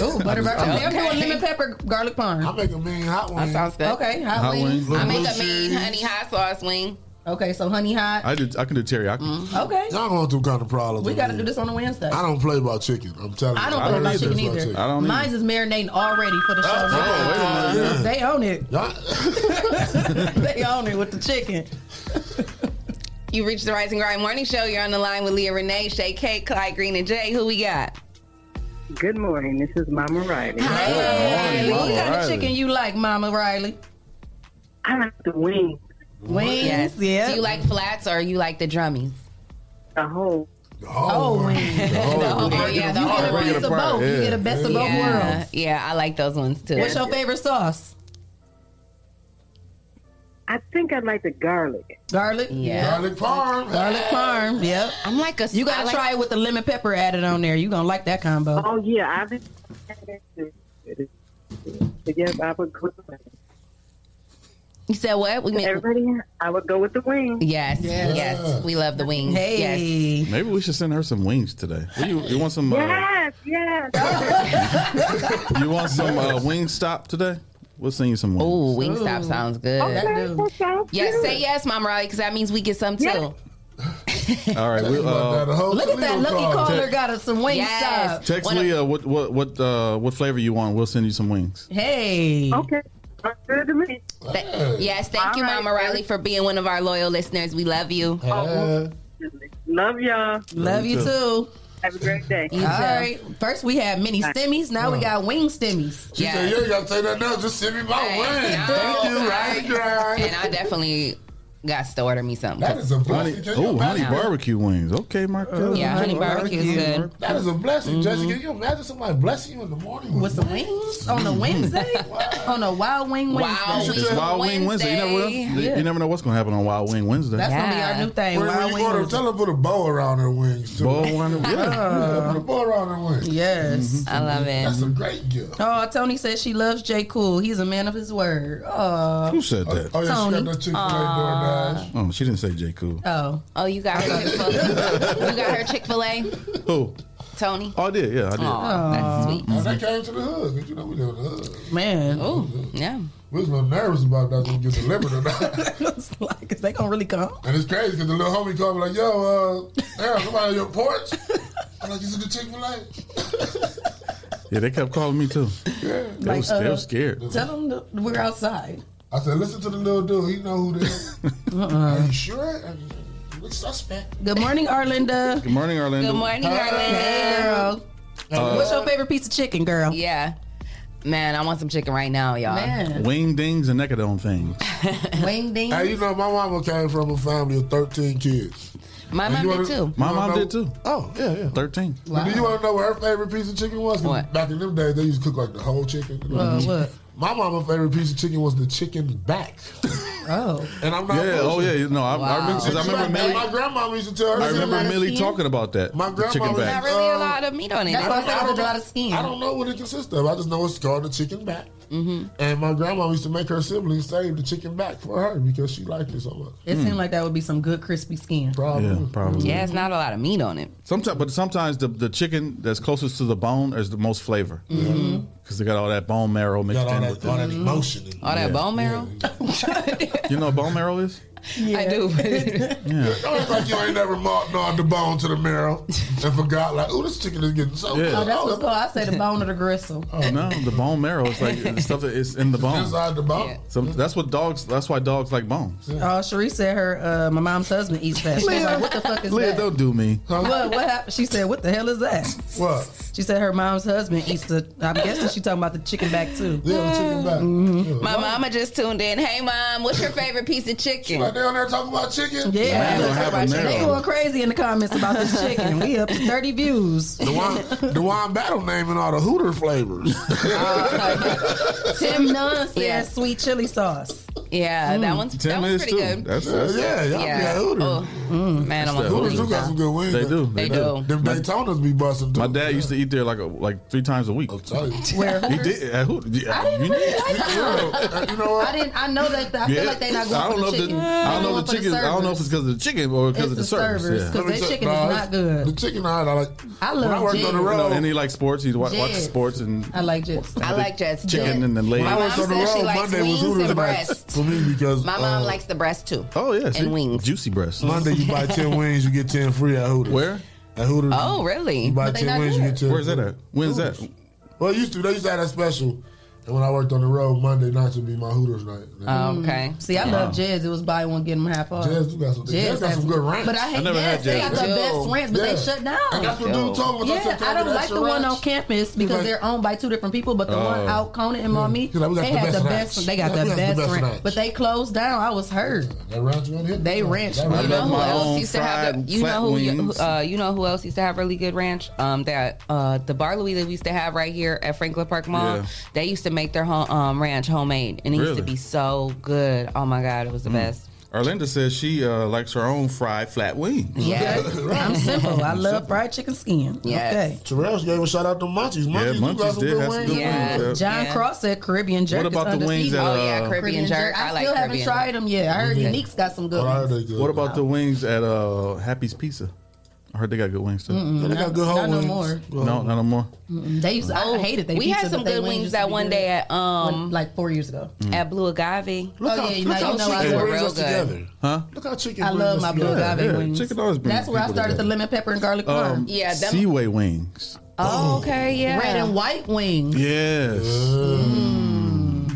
Ooh, butter burger. Okay, I'm doing lemon pepper garlic parm. I'll
make a mean hot
That sounds good.
Okay, hot,
Hot
wings.
wings. I make
a mean honey hot sauce wing.
Okay, so honey hot.
I, did, I can do teriyaki.
Mm-hmm. Okay.
Y'all going through kind of problems.
We
over
got to
here.
do this on a Wednesday.
I don't play about chicken. I'm telling you.
I don't play about chicken either. Mine's is marinating already for the show.
oh, wait a minute.
They own it. they own it with the chicken.
You reached the Rising Grind Morning Show. You're on the line with Leah Renee, Shay K, Clyde Green, and Jay. Who we got?
Good morning. This is Mama Riley.
Hey, what
Mama
kind of
Riley.
chicken you like, Mama Riley?
I like the wings.
Wings,
Yes.
yeah.
Do you like flats or you like the drummies?
The whole.
Oh,
whole-
whole-
yeah, the
you
whole
get a
wing.
piece of both. You get a best of both
Yeah,
worlds.
Yeah, I like those ones too.
What's your favorite sauce?
I think I like the garlic.
Garlic?
Yeah. Garlic
parm.
Garlic parm, yep.
I'm like a.
You gotta
I like-
try it with the lemon pepper added on there. You gonna like that combo.
Oh yeah, I've been. Yes, I would.
You said what? We meant,
everybody. I would go with the wings.
Yes, yes, we love the wings. Yes.
Maybe we should send her some wings today. What you, you want some? Uh,
Yes, yes.
you want some uh, wing stop today? We'll send you some wings.
Oh, Wingstop sounds good. Yes, say yes, Mom Riley, because that means we get some too.
All right, we'll, uh,
Look at that
Toledo
lucky
card.
caller got us some wings.
Yes.
text
One of-
Leah what what what uh, what flavor you want. We'll send you some wings.
Hey.
Okay. Good to me.
yes, thank you, Mama Riley, for being one of our loyal listeners. We love you.
Oh, Love y'all.
Love you too.
Have a great day.
All right. First we had mini stimmies. Now we got wing stimmies.
She said, "You ain't gotta say that now. Just send me my
Hey,
wings."
no.
Thank you, right, girl.
And I definitely got to order me something.
That is a blessing. Can you
Oh, honey
imagine?
barbecue wings. Okay, Mark.
Yeah, honey barbecue is good.
Uh, That is a blessing,
Mhm.
Jesse. Can you imagine somebody blessing you in the morning
with some wings on a Wednesday? on a Wild Wing Wednesday.
It's Wild Wing Wednesday. You never, know,
Yeah.
you never know what's going to happen on Wild Wing Wednesday.
That's gonna be our new thing.
When,
Wild
when you
Wing
order,
Wednesday.
tell her to put a bow around her wings. Too.
Bow around her- yeah. Mm-hmm.
Yeah, put a bow around her wings.
Yes,
I love it.
That's a great gift.
Oh, Tony says she loves J. Cool. He's a man of his word. Oh,
Who said that?
Oh, yeah, she
Tony.
got no Chick-fil-A
Aw.
DoorDash.
Oh, she didn't say J. Cool.
Oh,
oh, you got her. Chick-fil-A? you got her Chick Fil A,
Who?
Tony.
Oh, I did. Yeah, I did.
Aw, that's sweet.
Now, they came to the hood, 'cause you know we live in the hood.
Man.
Oh, yeah.
We was a little nervous about that when we get delivered or not.
like, is they gonna really come?
And it's crazy because the little homie called me like, yo, uh, damn, somebody on your porch? I'm like, you took the Chick-fil-A?
Yeah, they kept calling me too. They,
Like,
was, they
uh,
was scared.
Tell them that we're outside.
I said, listen to the little dude. He know who this
Uh-huh.
Uh-uh.
Are you sure? I mean, we suspect.
Good morning, Arlinda.
Good morning, Arlinda.
Good morning, Arlinda. Hey, girl.
Uh,
What's your favorite piece of chicken, girl?
Yeah. Man, I want some chicken right now, y'all.
Wing dings and neckadone things.
Wing ding.
Hey, you know, my mama came from a family of 13 kids.
My
And
mom
you
did
wanna-
too.
you
My
wanna
mom
know-
did too.
Oh, yeah, yeah.
13.
But do you want to know what her favorite piece of chicken was? 'Cause Back in them days, they used to cook like the whole chicken.
Uh, what?
My mama's favorite piece of chicken was the chicken back.
Oh.
And I'm not.
Yeah, oh, yeah, you know, I- I Wow. remember- 'cause I
She
remember
like,
Millie-
My grandma used to
I
tell her. she said,
remember
like,
Millie talking about that.
My
the
grandma
chicken
was
back.
like,
Really a
um,
lot of meat on it.
That's why I said
I
it was a
don't-
lot of skin.
I don't know what it consists of. I just know it's called the chicken back. And my grandma used to make her siblings save the chicken back for her because she liked it so much.
It
Hmm.
seemed like that would be some good crispy skin.
Probably.
Yeah, probably.
Yeah, it's not a lot of meat on it.
Sometimes, but sometimes the, the chicken that's closest to the bone is the most flavor because
Mm-hmm.
they got all that bone marrow mixed
all
in
that-
with
all
it.
that emotion in it.
All that
Yeah.
bone marrow?
You know what bone marrow is?
I do.
Yeah.
Don't act like you ain't never marked on the bone to the marrow and forgot, like, oh, this chicken is getting so
Yeah.
good.
Oh, that's what's called. I say the bone of the gristle.
Oh no, the bone marrow is like the stuff that is in the bone.
Inside the bone.
So that's what dogs. That's why dogs like bones.
Oh, Cherie said her uh, my mom's husband eats that. She was like, what the fuck is
Leah,
that?
don't do me.
What, what happened? She said, "What the hell is that?"
What?
She said her mom's husband eats the. I'm guessing she talking about the chicken back too. Mm-hmm.
Yeah, the chicken back.
My mama just tuned in. Hey, mom, what's your favorite piece of chicken?
Right down there talking about chicken?
Yeah.
You don't have a
They
marrow.
going crazy in the comments about this chicken. We up to 30 views.
Dewan, Dewan Battle naming all the Hooter flavors.
Tim Nunn said
Yeah.
sweet chili sauce.
Yeah, that one's that
Hmm. Tim
one's
is
pretty
too.
good.
That's, that's
yeah, y'all
Yeah.
got Hooters.
Oh,
mm,
man, I want
that
some
Hooters do
Hooters
got
now.
some good wings.
They do. They,
They
do.
do.
Them Daytonas be busting
My
too.
dad used to eat there like a, like three times a week.
Tell you.
Where
He did. At who? Yeah, you need-
Oh, uh, You know
I
what?
didn't. I know that. I
Yeah.
feel like they not going
I don't
for
know
the
if the,
chicken.
I don't know
They going
if the
for the
chicken. I don't know if it's because of the chicken or because
It's
of the,
the
service.
servers,
Yeah.
'cause they
Nah,
chicken is
it's-
not good.
The chicken, I like.
I
When I
love
worked on the
Jed.
road,
And he likes sports. He watch,
Yes.
sports and
I like jets.
I like Jets.
chicken and then
I
legs.
worked on
mom
the
said she
road.
likes
Monday was
wings
Hooters
and
night
breasts.
for me because
My mom
uh,
likes the breast too.
Oh yeah, see?
and wings.
juicy breasts.
Monday. You buy ten wings, you get ten free at Hooters.
Where?
At Hooters.
Oh, really?
You buy
But they
ten
not
wings, you
good.
get ten.
Where's that
free.
at? When's that?
Well, used to they used to have that special, and when I worked on the road, Monday nights would be my Hooters night.
Oh, okay.
See, I love Jez. It was buy one get them half off.
Jazz, you got some. Jazz got
has-
some good ranch.
But I hate
I never
yes,
had
They
Jez.
got the
Yo.
best ranch, but they
Yeah.
shut down.
And that's what dude told me.
Yeah, I don't like the one on campus because they're owned by two different people, but the
Oh.
one out Conan and Mommy,
He's like, we got
they
the
had
best
the
ranch.
best. They got
Yeah,
the
we got the
best
best
ranch,
ranch.
but they closed down. I was hurt.
That ranch one here.
They ranch.
That
I
You know
love
who
my own
else used to have?
fried
The, you
flat
know who? you-
wings.
Uh, you know who else used to have really good ranch? Um, that uh, the Bar Louie that we used to have right here at Franklin Park Mall.
Yeah.
They used to make their home, um, ranch homemade, and it used
Really? Mm.
to be so good. Oh my god, it was the best.
Arlinda says she uh, likes her own fried flat wings.
Yes. I'm simple. I love fried chicken skin.
Yes.
Okay.
Terrell's gave a shout out to Munchies. Munchies, you
Munchies
got some
did
good
have some
wings.
good Yeah. wings, yeah.
John
Yeah.
Cross said Caribbean jerk.
What about
is
the wings
undefeated.
at, Oh, yeah, uh, Caribbean
jerk. I
I,
like
still haven't
Caribbean
tried them yet. I heard
Yeah.
Unique's got some good ones.
Mm-hmm. What about the wings at uh, Happy's Pizza? I heard they got good wings too.
Mm-mm, Yeah, they got not- good whole not no wings. more.
No, not no more.
Mm-mm. They used to, I hated they
Oh, We
pizza,
had some
but they
good
wings
wings
used to
that
be
one
good.
day at um
like four years ago
at Blue Agave.
Look Oh, how- yeah, look now how you know I
wings
chicken
were
brings
real
us
good.
together.
Huh?
Look how chicken.
I
wings
love
is
my
good.
blue agave
yeah,
wings.
chicken always brings
That's where I
people
started the
together.
lemon pepper and garlic
Um,
parm. Yeah, them-
Seaway wings.
Oh, okay, yeah.
Red and white wings.
Yes.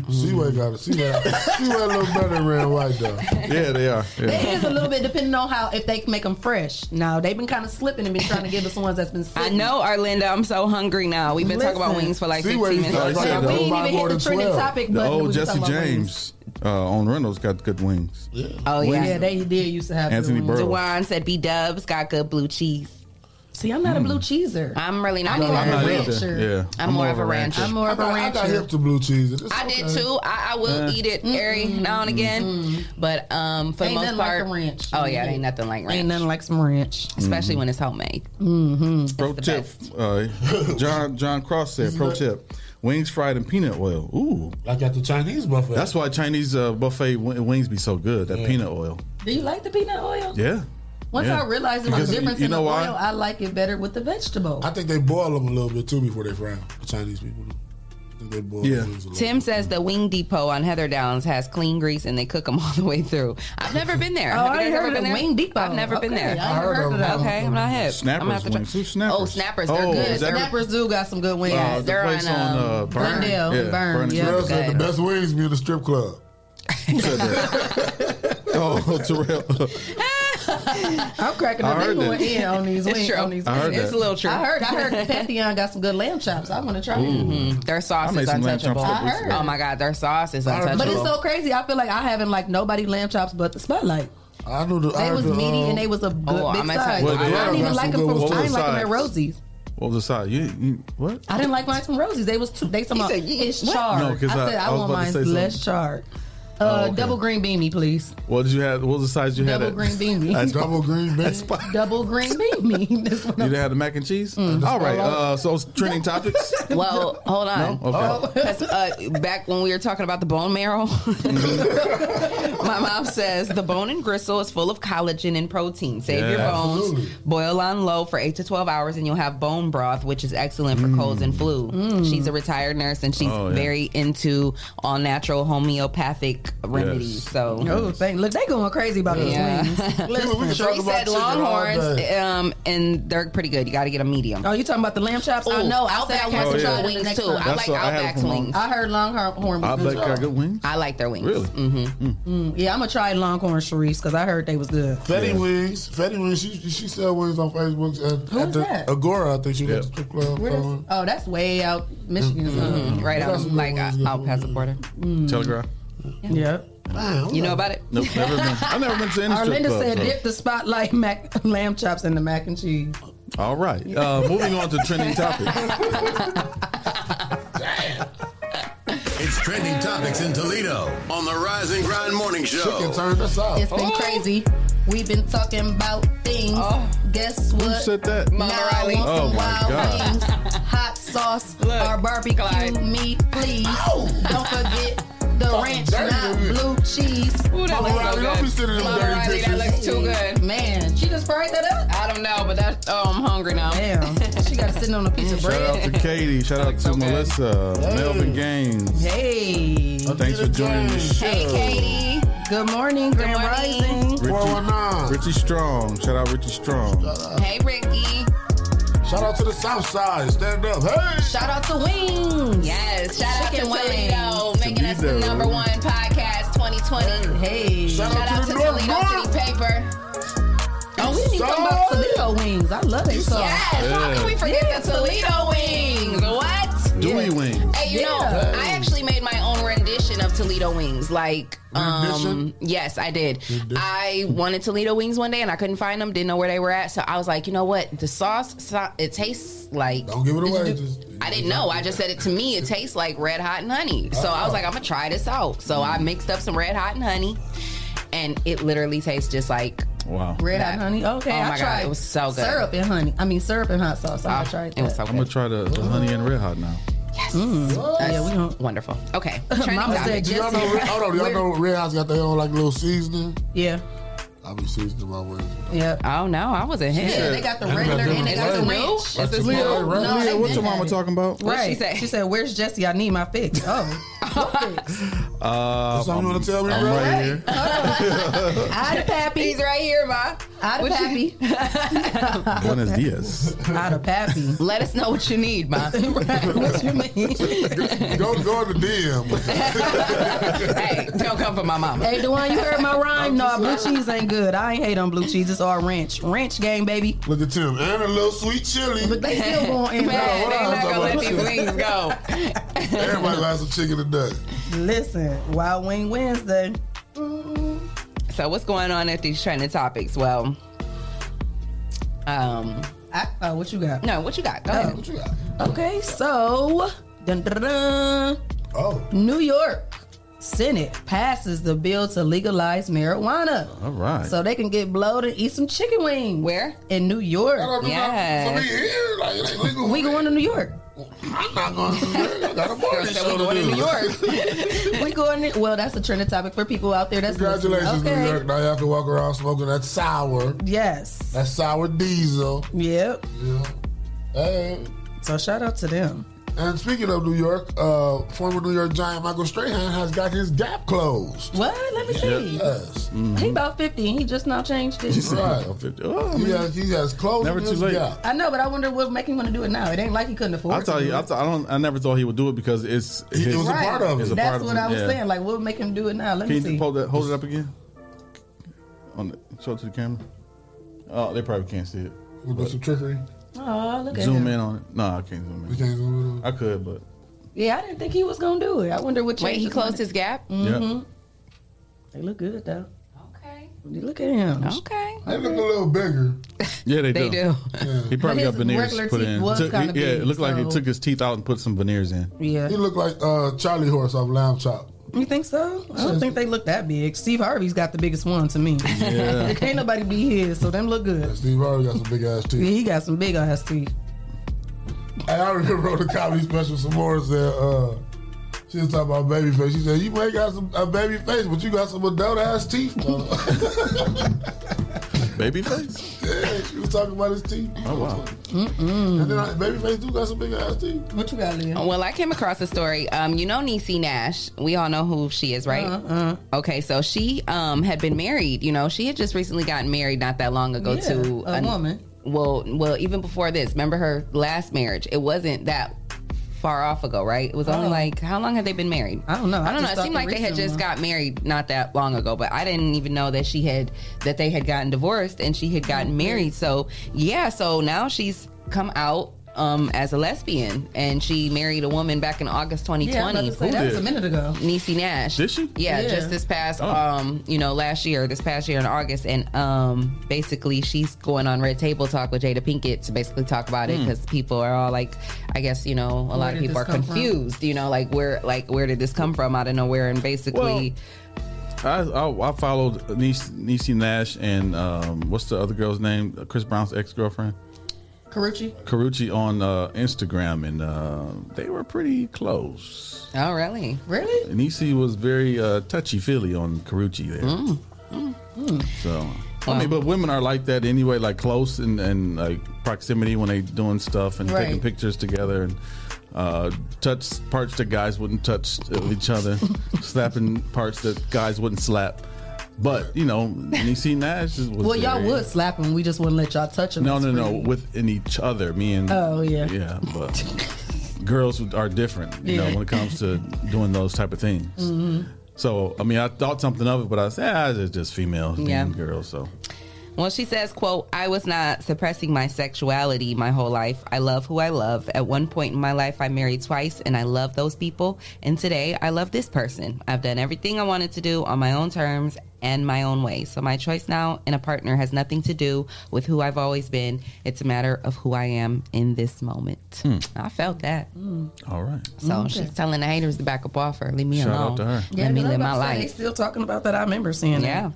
Seaway got it. Seaway, Seaway a little better than red white though.
Yeah, they are.
They is a little bit depending on how if they can make them fresh. Now they've been kind of slipping and been trying to give us ones that's been.
I
sitting.
know, Arlinda. I'm so hungry now. We've been talking about
Listen.
wings for like
See
15
where
minutes.
Oh, you started.
the
We didn't
old-
even hit the trending topic
The
button. We
old
was
Jesse
talking about
James uh, on Reynolds got good wings. Yeah.
Oh yeah,
they did used to have
good Anthony ones. Burrows.
Dewan said B Dubs got good blue cheese.
See, I'm not a blue cheeser.
I'm really not.
I'm more
either.
of a rancher.
Yeah.
I'm, more of a rancher.
I'm more of a
I got
rancher.
hip to blue cheese.
I did too. I, I will
Yeah.
eat it every now and again, but um, for
Ain't
the most
nothing like
part,
the ranch.
oh yeah, it ain't nothing like ranch. Ain't nothing
like some ranch,
especially when it's homemade.
Mm-hmm.
Pro tip, uh, John John Cross said. Pro tip: wings fried in peanut oil. Ooh,
like at the Chinese buffet.
That's why Chinese uh, buffet w- wings be so good. That peanut oil.
Do you like the peanut oil?
Yeah.
Once
Yeah.
I realized there was
Because
a
you-
difference
you
in the
know why?
oil, I like it better with the vegetable.
I think they boil them a little bit too before they fry them. The Chinese people do. I think they boil
Yeah.
the wings a little.
Tim says the Wing Depot on Heather Downs has clean grease and they cook them all the way through. I've never been there.
Oh,
Have
I
you guys
ain't
ever
heard
been
of
there?
Wing Depot.
I've never been
Okay,
there.
I ain't heard of that.
Okay, I'm not hip. I'm gonna
Snappers
have to try-
wings. Who's snappers?
Oh, snappers. They're
Oh,
good. um,
is that-
Snappers do got some good wings.
Uh, the
They're
place
on, um,
on, uh, Burn.
Glendale
Yeah,
and Burn.
Burn is
Yeah,
good.
Terrell said the
good.
best wings be in the strip club.
Oh, Terrell.
I'm cracking
I
up. They
heard
going
that.
in on these
It's
wings.
true.
On these
I heard
wings.
that. It's a little true.
I heard. I heard Pantheon got some good lamb chops. I want to try them.
Mhm. Their sauce
I made
is
some lamb
untouchable.
chops
I heard.
Oh my god, their sauce is untouchable.
But it's so crazy. I feel like I haven't like nobody lamb chops but the spotlight.
I knew the.
They was meaty
uh,
and they was a good
Oh,
big
I'ma
size.
tell you,
I
I
didn't even
got
like
some good
them from.
ones.
I didn't like them at
Sides.
Rosie's.
What was the side? You, you what?
I didn't like mine from Rosie's. They was too, they some it's charred.
No, 'cause
I said
I-
I,
I was
want
about to
mine
say
less charred. Uh,
Oh, okay.
Double green beanie, please.
What did you have? What was the size you
Double
had?
green beanie.
double green beanie.
Double green beanie. That's what
You didn't have the mac and cheese.
Mm.
All right. Uh, so trending topics.
Well, hold on.
No? Okay.
'Cause, uh, back when we were talking about the bone marrow,
Mm-hmm.
my mom says the bone and gristle is full of collagen and protein. Save your
Yeah.
bones.
Absolutely.
Boil on low for 8 to 12 hours and you'll have bone broth, which is excellent for colds
Mm.
and flu.
Mm.
She's a retired nurse and she's
Oh, yeah.
very into all natural homeopathic remedies. So.
Oh, thank, look, they going crazy about
Yeah.
those wings. Listen,
Bree said longhorns, um, and they're pretty good. You got to get a medium.
Oh, you talking about the lamb chops? I
Ooh,
know.
Outback
Oh, Outback
has
has
some
to try
good
them
wings,
next
too. I
time.
That's
like
what I had
Outback's
from mom.
wings.
I heard longhorn was
Outback
good.
got good wings.
I like their wings.
Really?
Mm-hmm.
Mm, yeah, I'm gonna try longhorn Sharice because I heard they was good.
Fetty Wings. Fetty Wings. She she sell wings on Facebook at,
Who
at
is
the
that?
Agora. I think she was at the strip club. uh,
Where does- oh, that's way out Michigan,
Mhm. Right
They got
out,
some good
like out, out past the border.
Mm.
Telegraph.
Yeah.
You know about it?
Nope. Never been. I never been to any strip
Arlinda
club,
said,
so-
"Dip the spotlight mac lamb chops in the mac and cheese."
All right. Uh, moving on to trending topics.
It's trending topics in Toledo on the Rise and Grind Morning Show.
Chicken turned us out.
It's
Oh.
been crazy. We've been talking about things. Guess what?
said that?
Now
Mama
I
Riley.
want
Oh, my
some wild
God.
wings, hot sauce, or barbecue meat, please.
Oh.
Don't forget the ranch, not blue cheese.
Oh,
Ooh, that Mama looks so Riley, don't good. be sending them Mama dirty Riley, that pictures. looks too good.
Man, she just fried that up.
I don't know, but that's oh, I'm hungry now.
Damn, she got to sit on a piece of
Shout out to
bread.
Katie. Shout out to Melissa. Melvin Gaines.
Hey.
Thanks for joining the show.
Hey, Katie. Good morning, Grand Rising.
Richie, Richie Strong. Shout out Richie Strong.
Hey, Ricky.
Shout out to the South Side. Ah, Stand up. Hey.
Shout out to Wings.
Yes, shout out
Chicken
to
wings.
Toledo, making us the
Toledo.
number one podcast 2020.
Hey,
shout, out, to, Toledo City Paper.
Oh, we didn't even talk about Toledo wings. I love it. So
Yes, how can we forget the Toledo wings? What?
Dewey Wing.
Hey, you know,
Yeah.
I actually made my own rendition of Toledo wings. Like, um,
Rendition?
yes, I did. I wanted Toledo wings one day and I couldn't find them, didn't know where they were at. So I was like, you know what? The sauce, so- it tastes like.
Don't give it away. Just-
I didn't know. I just said it to me. It tastes like red hot and honey. So I was like, I'm gonna try this out. So I mixed up some red hot and honey. and it literally tastes just like
wow.
Red hot honey. Okay,
Oh
I
my God,
tried.
it was so good.
Syrup and honey. I mean syrup and hot sauce. I tried that.
I'm gonna try the, the honey and red hot now.
Yes.
Oh, yeah, we don't.
Wonderful. Okay.
Mama said
Do y'all
just
know, hold on, y'all
We're-
know Red House got their own like little seasoning.
Yeah.
I be seasoning my wings.
Yep.
Oh no, I wasn't here.
Yeah, they got the regular and they got the
It's
ranch.
a Leah, small- Leah,
they've
what
been
your mama
at it.
talking about?
Right.
What'd she
She said, she said, "Where's Jesse? I need my fix." Oh,
Uh,
all you
I'm-
wanna tell me,
I'm
bro?
right here.
out of pappy. He's
right here, ma.
Out of
What
pappy.
Buenos dias.
Out of pappy.
Let us know what you need, ma.
what you mean?
go go to DM.
hey, don't come for my mama.
Hey, Dewan, you heard my rhyme? No, blue cheese ain't good. I ain't hate on blue cheese. It's all ranch. Ranch game, baby.
Look at Tim and a little sweet chili.
But they still going in.
Man,
Hold
they
on,
not
hold
gonna
on,
let
hold
these
on.
wings go.
Everybody got some chicken and duck.
Listen, Wild Wing Wednesday.
So what's going on at these trending topics? Well, um,
I, oh, what you got?
No, what you got? Go ahead. What
you got?
Okay, so dun, dun, dun.
oh,
New York Senate passes the bill to legalize marijuana.
All right.
So they can get blowed and eat some chicken wings.
Where?
In New York.
That'll be my- for me here, like, it ain't legal.
We going to New York.
I'm not going to New York. I got a party
So
show to
we going to
do.
New York.
we going. To, well, that's a trending topic for people out there. That's listening.
Congratulations, New York. Now you have to walk around smoking that sour,
Yes.
that sour diesel.
Yep.
Yeah. Hey.
So shout out to them.
And speaking of New York, uh, former New York Giant Michael Strahan has got his gap closed.
What? Let me see. Mm-hmm.
Yes.
He about fifty and he just now changed it.
Right.
Oh,
He has, he has closed
Never
his
too late.
gap.
I know, but I wonder what make him want to do it now. It ain't like he couldn't afford.
I thought
to
you,
do
I thought I don't. I never thought he would do it because it's. His,
it was a part of it.
it's a
That's
part of
what
it,
I was
yeah.
saying. Like, what make him do it now? Let me
Can you
see.
hold that? Hold it up again. On the, show it to the camera. Oh, they probably can't see it.
We do some trickery.
Oh, look at
Zoom
him.
in on it. No, I can't zoom in.
You can't zoom
I could, but
Yeah, I didn't think he was gonna do it. I wonder what.
Wait,
changed
he
his
closed
mind.
his gap.
Mhm. They look good though. Okay. Look at him.
Okay.
They look a little bigger.
yeah, they,
They
do. He probably
But
got
his
veneers
regular
put
teeth
in.
was
Took- he-
kinda
yeah,
big,
it looked like he
so-
took his teeth out and put some veneers in.
Yeah.
He looked like uh, Charlie Horse off Lamb Chop.
You think so? I don't think they look that big. Steve Harvey's got the biggest one to me.
Yeah.
Can't nobody be his, so them look good.
Steve Harvey got some big ass
Yeah,
teeth.
he got some big ass teeth.
Hey, I remember on the comedy special, Samora said, uh, she was talking about baby face. She said, You may got some a baby face, but you got some adult ass teeth. though."
Baby face.
yeah, she was talking about his teeth.
Oh wow.
Mm-hmm. And then I, baby face do got some big ass teeth.
What you got, Leah?
Well, I came across a story. Um, you know Niecy Nash. We all know who she is, right?
Uh-uh.
Okay, so she um had been married. You know, she had just recently gotten married not that long ago
Yeah,
to
a woman.
Well, well, even before this, remember her last marriage? It wasn't that far off ago, right? It was only
Oh.
like how long had they been married?
I don't know.
I don't know.
just
It
thought
seemed
the
like they had
recent
just
one.
got married not that long ago, but I didn't even know that she had that they had gotten divorced and she
Oh,
had gotten married. So yeah, so now she's come out um, as a lesbian and she married a woman back in August
Yeah, I'm about
2020.
to say, that was a minute ago.
Niecy Nash.
Did she?
Yeah,
Yeah.
just this past,
Oh.
um, you know, last year, this past year in August, and um, basically she's going on Red Table Talk with Jada Pinkett to basically talk about it because people are all like, I guess you know, a lot of
Hmm. did
people are
this come from?
confused, you know, like where, like where did this come from out of nowhere, and basically,
I, I, I followed Niecy, Niecy Nash and um, what's the other girl's name? Chris Brown's ex girlfriend.
Karuchi.
Carucci on uh, Instagram, and uh, they were pretty close.
oh really?
Really?
Nisi was very uh, touchy feely on Carucci there.
Hmm.
So, I mean, but women are like that anyway, like close and, and like proximity when they doing stuff and
Right.
taking pictures together and uh, touch parts that guys wouldn't touch of each other, slapping parts that guys wouldn't slap. But you know, Nisi Nash was
Well, y'all
very-
would slap him. We just wouldn't let y'all touch him.
no,
That's
no, no.
crazy.
Within each other, me and
Oh, yeah.
yeah. But girls are different, you know,
Yeah.
when it comes to doing those type of things.
Mm-hmm.
So, I mean, I thought something of it, but I said, ah, it's just females
Yeah.
being girls. So,
Well, she says, quote, I was not suppressing my sexuality my whole life. I love who I love. At one point in my life, I married twice and I love those people. And today I love this person. I've done everything I wanted to do on my own terms and my own way. So my choice now in a partner has nothing to do with who I've always been. It's a matter of who I am in this moment. I felt that.
Hmm.
Hmm.
All right.
So she's telling the haters to back up off her. Leave me
Shout
alone.
out to her.
Let me
but I was
live my
about to say, They
life.
still talking about that. I remember seeing that.
Yeah.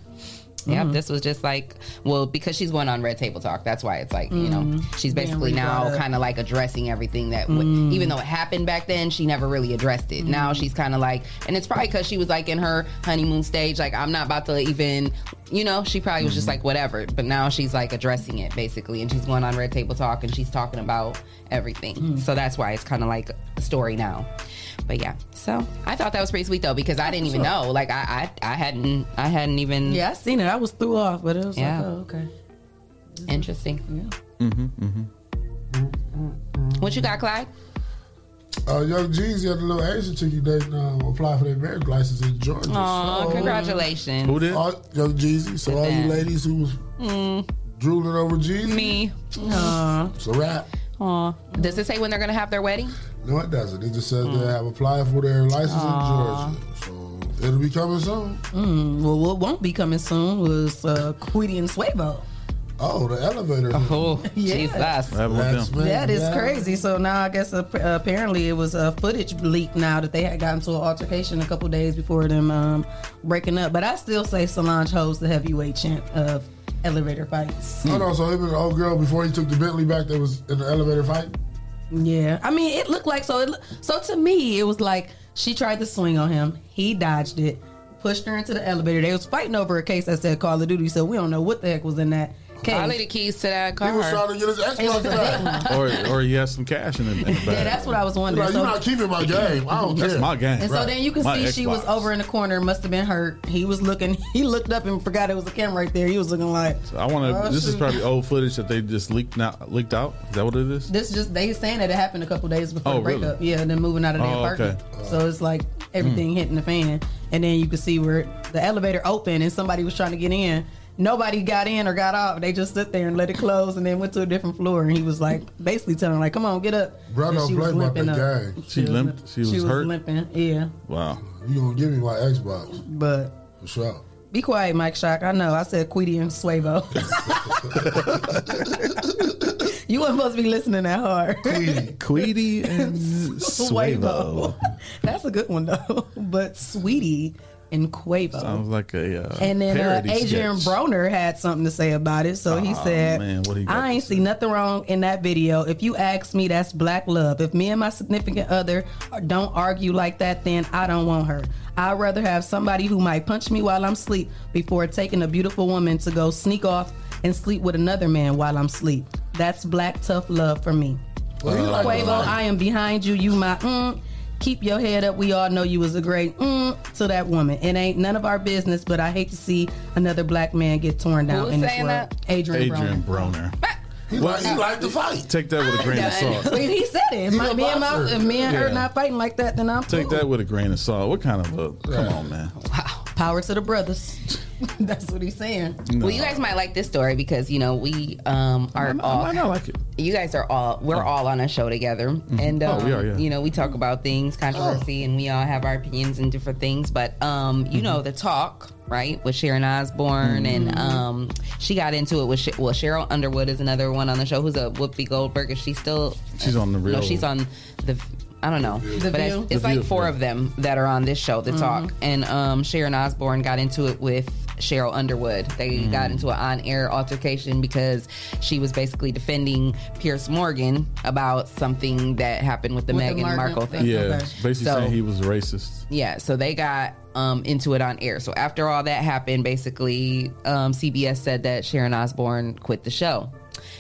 Yeah,
Mhm.
this was just like, well, because she's going on Red Table Talk, that's why it's like, you know,
Mhm.
she's
Being
basically now
rebrought up.
kind of like addressing everything that, w-
Mm. Mm-hmm.
even though it happened back then, she never really addressed it. Now she's kind of like, and it's probably because she was like in her honeymoon stage, like, I'm not about to even, you know, she probably was
Mm-hmm.
just like, whatever. But now she's like addressing it basically, and she's going on Red Table Talk and she's talking about everything.
Mm.
So that's why it's kind of like a story now. But yeah, so I thought that was pretty sweet though because I didn't even
Sure.
know, like I, I, I hadn't, I hadn't even.
Yeah, I seen it. I was threw off, but it was
Yeah.
like, oh, okay.
Interesting.
Mm-hmm. Mm-hmm.
Mm-hmm.
What you got, Clyde?
Uh, young Jeezy had a little Asian chick he dating um, apply for their marriage license in Georgia.
Aw,
Oh.
congratulations. Who did?
All, young Jeezy. So all you ladies who was
Mm,
drooling over Jeezy.
Me.
Uh, it's a wrap.
Aw. Does it say when they're gonna have their wedding?
No, it doesn't. It just says they have applied for their license
Mm. Aw.
in Georgia. So it'll be coming soon.
Mm, well, what won't be coming soon was uh, Quiddy and Suevo.
Oh, the elevator.
Oh,
Yeah. Jesus.
That's man,
that is
yeah.
crazy. So now I guess ap- apparently it was a footage leak now that they had gotten to an altercation a couple days before them um, breaking up. But I still say Solange holds the heavyweight champ of elevator fights.
Mm.
Hold on, so him and the old girl before he took the Bentley back that was in the elevator fight?
Yeah, I mean, it looked like so. It, loo- so to me, it was like she tried to swing on him. He dodged it, pushed her into the elevator. They was fighting over a case that said Call of Duty. So we don't know what the heck was in that case.
Probably the keys to that car.
was trying to get his
It was a big one.
or or you have some cash in the, in the bag.
Yeah, that's what I was wondering.
Like,
so,
you're not keeping my game. I don't
That's
care.
my game.
And so then you can
My
see she was
Xbox.
over in the corner, must have been hurt. He was looking, he looked up and forgot it was a camera right there. He was looking like,
So I want to.
Oh,
this is
shoot.
probably old footage that they just leaked out. Leaked out. Is that what it is?
this just, they saying that it happened a couple days before
Oh,
the breakup.
really?
Yeah, and then moving out of the
Oh,
apartment.
okay. Mm.
So it's like everything hitting the fan. And then you can see where the elevator opened and somebody was trying to get in. Nobody got in or got off. They just stood there and let it close and then went to a different floor. And he was like, basically telling her, like, come on, get up.
Bro,
And
don't
she
play
was
about
limping up.
that game.
She limped. She was hurt.
limping. Yeah.
Wow.
You gonna give me my Xbox.
But
For sure.
Be quiet, Mike Shock. I know. I said Queedy and Suavo. you weren't supposed to be listening that hard.
Queedy and Suevo.
That's a good one, though. But Sweetie and Quavo.
Sounds like a uh,
and then uh,
parody
Adrian
sketch.
Broner had something to say about it. So he
Aw,
said,
man, what he got
I ain't see nothing wrong in that video. If you ask me, that's black love. If me and my significant other don't argue like that, then I don't want her. I'd rather have somebody who might punch me while I'm asleep before taking a beautiful woman to go sneak off and sleep with another man while I'm asleep. That's black tough love for me.
Well, he like
Quavo,
the light.
I am behind you. You my mm. Keep your head up. We all know you was a great mm to that woman. It ain't none of our business, but I hate to see another black man get torn down
Who's
in this
saying
world.
that?
Adrian,
Adrian Broner.
He like- he like to fight.
Take that with a grain of salt.
Broner. he said it.
He
My,
a
me and my,
boxer.
if me and her
Yeah.
not fighting like that, then I'm
Take that with a grain of salt. What kind of a? Come on, man.
power to the brothers. That's what he's saying.
Well, you guys might like this story because you know we um, are all.
might not like it.
You guys are all. We're all on a show together, and
Oh,
um,
we are, yeah. Oh.
you know we talk about things, controversy, and we all have our opinions and different things. But um, you
Mm-hmm.
know the talk, right, with Sharon Osbourne, and um, she got into it with Sh- well Cheryl Underwood is another one on the show who's a Whoopi Goldberg, and she's still
She's on the real.
no, she's on the. I don't know,
The
but it's,
View.
it's
The
like
View,
four
yeah.
of them that are on this show, The Talk, and um, Sharon Osbourne got into it with Cheryl Underwood. They
Mm.
got into an on-air altercation because she was basically defending Pierce Morgan about something that happened with the
With the
Meghan
Markle
Markle thing.
Yeah, basically
So-
saying he was racist.
yeah, so they got um, into it on air. So after all that happened, basically, um, CBS said that Sharon Osbourne quit the show,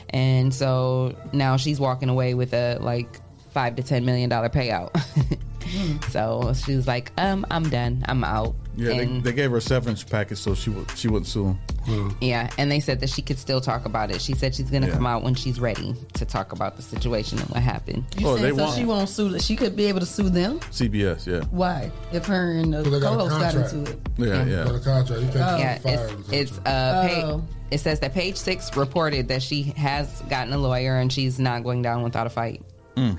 and so now she's walking away with a like five to ten million dollar payout.
Hmm.
so she was like, um, "I'm done. I'm out."
Yeah,
and,
they, they gave her a severance package so she would she wouldn't sue him.
yeah, and they said that she could still talk about it. She said she's going to
Yeah.
come out when she's ready to talk about the situation and what happened.
Oh,
You said so she won't sue. She could be able to sue them.
CBS, yeah.
Why? If her and the
'Cause they got a
co-host got
contract.
into it.
Yeah, yeah.
Got a contract. You can't
Oh.
just
Yeah,
fire him.
it's, it's uh, pa-
Oh.
it says that page six reported that she has gotten a lawyer and she's not going down without a fight.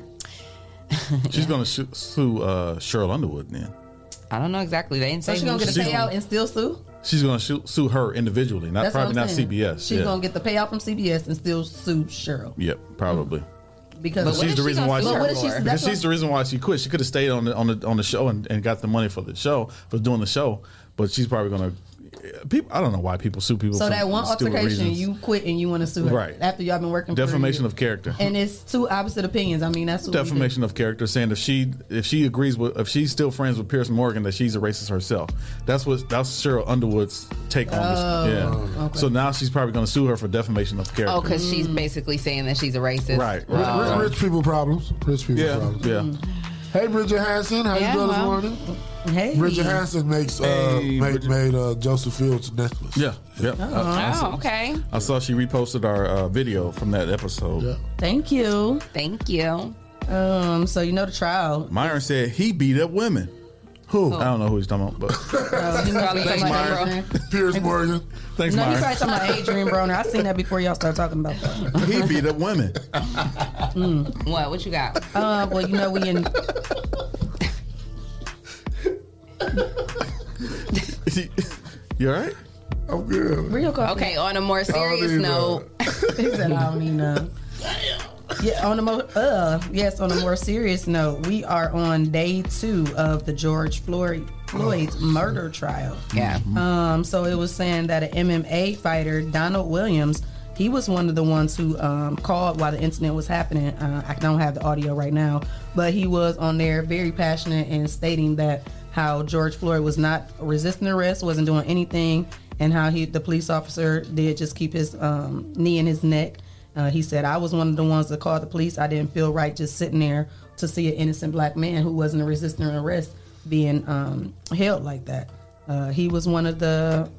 Mm. She's gonna sue, sue uh, Cheryl Underwood then.
I don't know exactly. They didn't
So
say
she
who
gonna get a
she's
payout and still sue?
She's going to sue, sue her individually, not
That's what
probably
I'm
not
saying.
CBS.
She's
yeah.
gonna get the payout from CBS and still sue Cheryl
Yep, probably.
because
Because she's the reason why.
But what is she?
She, because
That's
she's the reason why she quit. She could have stayed on the on the on the show and, and got the money for the show for doing the show. But she's probably gonna. People, I don't know why people sue people.
so
for
that one
stupid
altercation,
reasons.
you quit and you want to sue her
Right.
after y'all been working. for a
defamation
year.
of character.
And it's two opposite opinions. I mean, that's what we do.
defamation of character, saying if she if she agrees with if she's still friends with Pierce Morgan that she's a racist herself. That's what that's Cheryl Underwood's take on
Oh,
this. Yeah.
okay.
So now she's probably going to sue her for defamation of character.
Oh, because she's
Mm.
basically saying that she's a racist.
Right,
Ri- ri-
Wow.
Rich people problems. Rich people
Yeah,
problems.
yeah.
Hey, Bridget Hanson, how
Yeah,
you doing
well,
this morning? Bridget Hanson makes uh,
Hey,
made, made uh, Joseph Fields necklace.
Yeah, yeah. I, I
Oh,
saw,
okay.
I saw she reposted our uh, video from that episode.
Thank you.
Thank you.
Um. So you know the trial.
Myron said he beat up women. Who? I don't know who he's talking about, but
Uh, he must be
Thanks,
talking about
Myron.
Adrian.
Pierce Morgan.
Thanks,
no, he's
Myron.
probably talking about Adrian Broner. I seen that before y'all start talking about that. Mm.
he beat up women.
What? What you got?
Uh, well, you know we in.
you all right?
I'm good.
Real coffee.
Okay. On a more
I don't
serious
need
note,
He said, I don't even know. Yeah, on a mo- uh, yes, on a more serious note, we are on day two of the George Floyd Floyd's murder trial.
Yeah.
Um. So it was saying that an MMA fighter, Donald Williams, he was one of the ones who um, called while the incident was happening. Uh, I don't have the audio right now, but he was on there very passionate and stating that how George Floyd was not resisting arrest, wasn't doing anything, and how he the police officer did just keep his um, knee in his neck. Uh, he said, I was one of the ones that called the police. I didn't feel right just sitting there to see an innocent black man who wasn't resisting arrest being um, held like that. Uh, he was one of the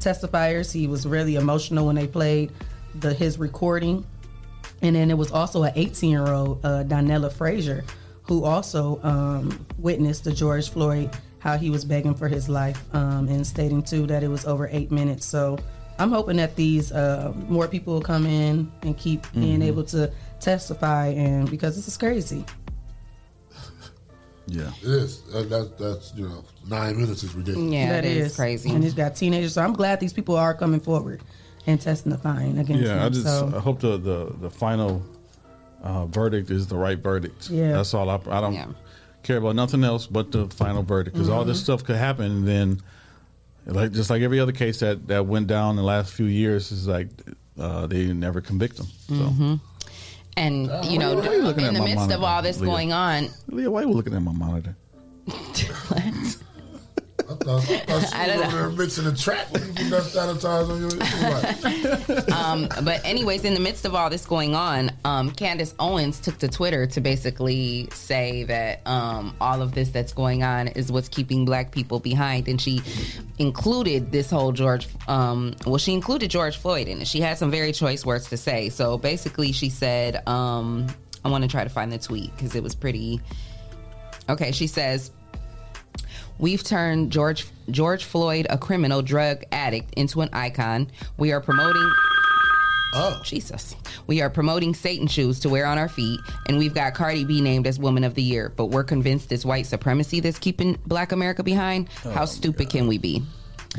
testifiers. He was really emotional when they played the his recording. And then it was also an 18 year old, uh, Donella Frazier, who also um, witnessed the George Floyd, how he was begging for his life um, and stating too that it was over eight minutes. So I'm hoping that these uh, more people will come in and keep being
Mhm.
able to testify and because this is crazy.
Yeah.
It is. Uh, that's, that's, you know, nine minutes is ridiculous.
That And it's got teenagers. So I'm glad these people are coming forward and testifying against
Yeah,
him.
I just uh,
so.
I hope the the, the final uh, verdict is the right verdict.
Yeah.
that's all. I, I don't care about nothing else but the final verdict because all this
Mm-hmm.
Mhm.
stuff could happen, and then like just like every other case that that went down in the last few years is like uh, they never convict them. So.
Mhm. and you know,
why are you looking
in
at
the
my
midst of
monitor,
all this
Leah?
going on,
Leah, why are you looking at my monitor?
I don't know. mixing the track when you put that sanitizer on your it's like,
um, but anyways, in the midst of all this going on, um, Candace Owens took to Twitter to basically say that um, all of this that's going on is what's keeping Black people behind, and she included this whole George. Um, well, she included George Floyd in it. She had some very choice words to say. So basically, she said, um, "I want to try to find the tweet because it was pretty." Okay, she says. We've turned George George Floyd, a criminal drug addict, into an icon. We are promoting Oh, Jesus. We are promoting Satan shoes to wear on our feet, and we've got Cardi B named as Woman of the Year, but we're convinced it's white supremacy that's keeping black America behind. How stupid can we be?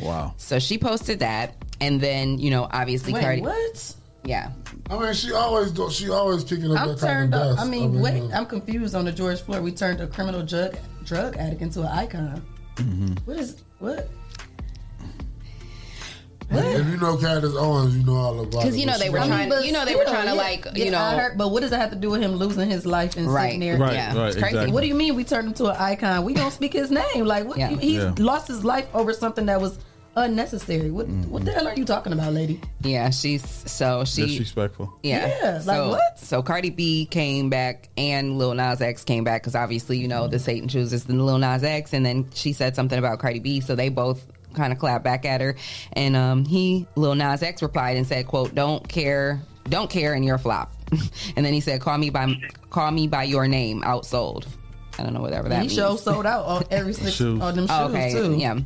Oh Wow.
So she posted that, and then, you know, obviously
Wait,
Cardi.
what?
Yeah.
I mean, she always do, she always picking up
I'm
that type of
turned up.
dust.
I mean, wait,
uh,
I'm confused on the George Floyd. We turned a criminal drug drug addict into an icon.
Mm-hmm.
What is what?
If you know Candace Owens, you know all about it.
Because, you know,
But
they
she
were
don't-
trying-
But
you know, they were
still,
trying to,
yeah,
like,
yeah,
you know-
I heard- but what does that have to do with him losing his life and
Right,
sitting there?
right, Yeah, right, it's crazy. exactly.
What do you mean we turned him to an icon? We don't speak his name. Like what?
Yeah.
you- He
Yeah.
lost his life over something that was unnecessary. What? What the hell are you talking about, lady?
Yeah, she's so she
Disrespectful.
Yeah,
Yeah, like
so,
what?
So Cardi B came back and Lil Nas X came back because obviously you know the Satan shoes is the Lil Nas X, and then she said something about Cardi B, so they both kind of clapped back at her, and um, he Lil Nas X replied and said, "quote Don't care, don't care, and you're a flop," and then he said, "Call me by call me by your name, outsold." I don't know whatever that
he
means.
show sold out on every six
Shoes.
on them shoes
okay,
too.
yeah.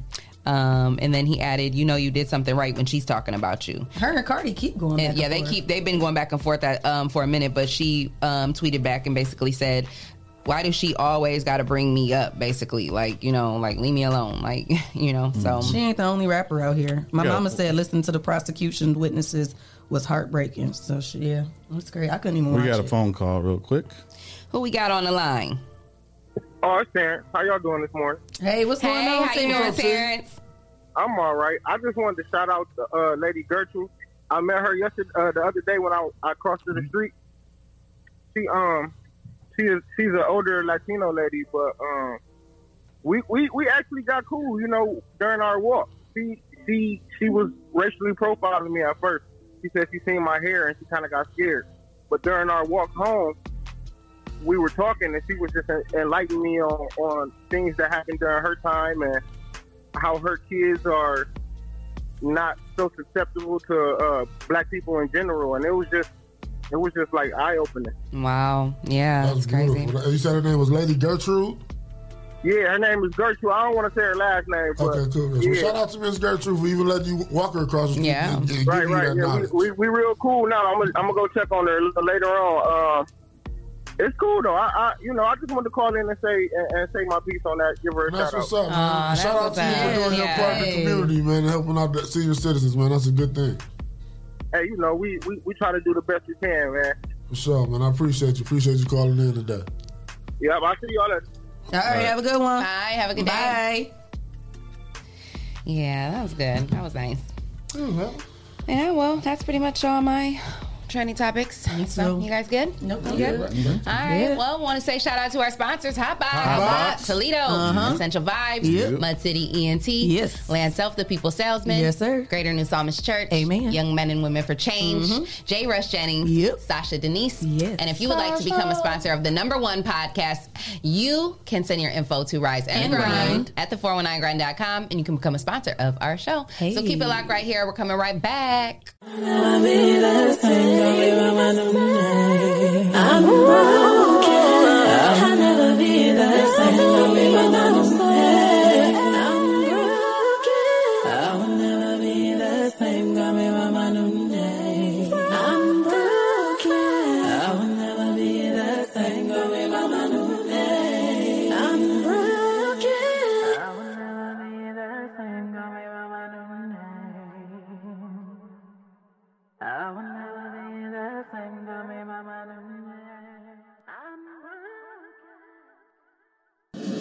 Um, and then he added, "You know, you did something right when she's talking about you."
Her and Cardi keep going.
And
back
yeah,
and
they
forth.
uh, keep they've been going back and forth at, um, for a minute, but she um, tweeted back and basically said, why does she always got to bring me up? Basically, like you know, like leave me alone, like you know. So
She ain't the only rapper out here. My
Yeah.
mama said listening to the prosecution witnesses was heartbreaking. So she, yeah, it's great. Oh, I couldn't even
We
watch
got a
it.
phone call real quick.
who we got on the line?
Oh, it's Terrence. How y'all doing this morning?
Hey, what's
Hey,
going on,
how you doing,
Terrence?
Terrence?
I'm all right. I just wanted to shout out to uh, Lady Gertrude. I met her yesterday, uh, the other day when I, I crossed through
Mm-hmm.
the street. She um, she is she's an older Latino lady, but um, we, we we actually got cool, you know, during our walk. She she she was racially profiling me at first. She said she seen my hair and she kind of got scared. But during our walk home, we were talking and she was just en- enlightening me on, on things that happened during her time and how her kids are not so susceptible to uh, black people in general. And it was just it was just like eye opening.
Wow, yeah, that's crazy.
Beautiful. You said her name was Lady Gertrude.
Yeah, her name is Gertrude. I don't want to say her last name, but
Okay, cool. Well,
yeah.
shout out to Miss Gertrude for even letting you walk her across the street.
Yeah.
and- and
right,
giving you
right.
that
Yeah,
knowledge.
we, we, we real cool now. I'm gonna, I'm gonna go check on her l- later on. Um, it's cool though. I, I, you know, I just wanted to call in and say and, and say my piece on that. Give her a
That's
shout
what's
out.
up, man. Shout out to you for doing your part in the community, man, and helping out the senior citizens, man. That's a good thing.
Hey, you know, we, we we try to do the best we can, man.
For sure, man. I appreciate you. Appreciate you calling in today.
Yep, I'll see y'all later.
All right, have a good one. Bye.
Have a good day. Yeah, that was good. That was nice.
Mm-hmm.
Yeah, well, that's pretty much all my trending topics. So,
too.
you guys good? Nope. You good? All right. Well, want to say shout out to our sponsors: Hot Box,
Hot Box.
Toledo,
Uh-huh.
Essential Vibes,
Yep.
Mud City ENT,
Yes.
Land Self, the People Salesman,
Yes,
sir. Greater New Psalmist Church, Amen. Young Men and Women for Change, J. Rush Jennings, Sasha Denise. Yes. And if you would like to become a sponsor of the number one podcast, you can send your info to Rise and,
And
Grind at the 419grind.com and you can become a sponsor of our show. So keep it locked right here. We're coming right back.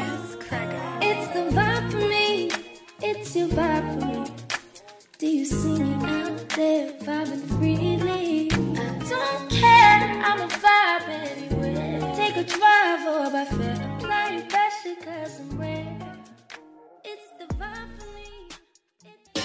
It's the vibe for me. It's your vibe for me. Do you see me out there vibing freely? I don't care. I'm a vibe anywhere. Take a drive or by fair. Applying pressure cause I'm rare. It's the vibe for me.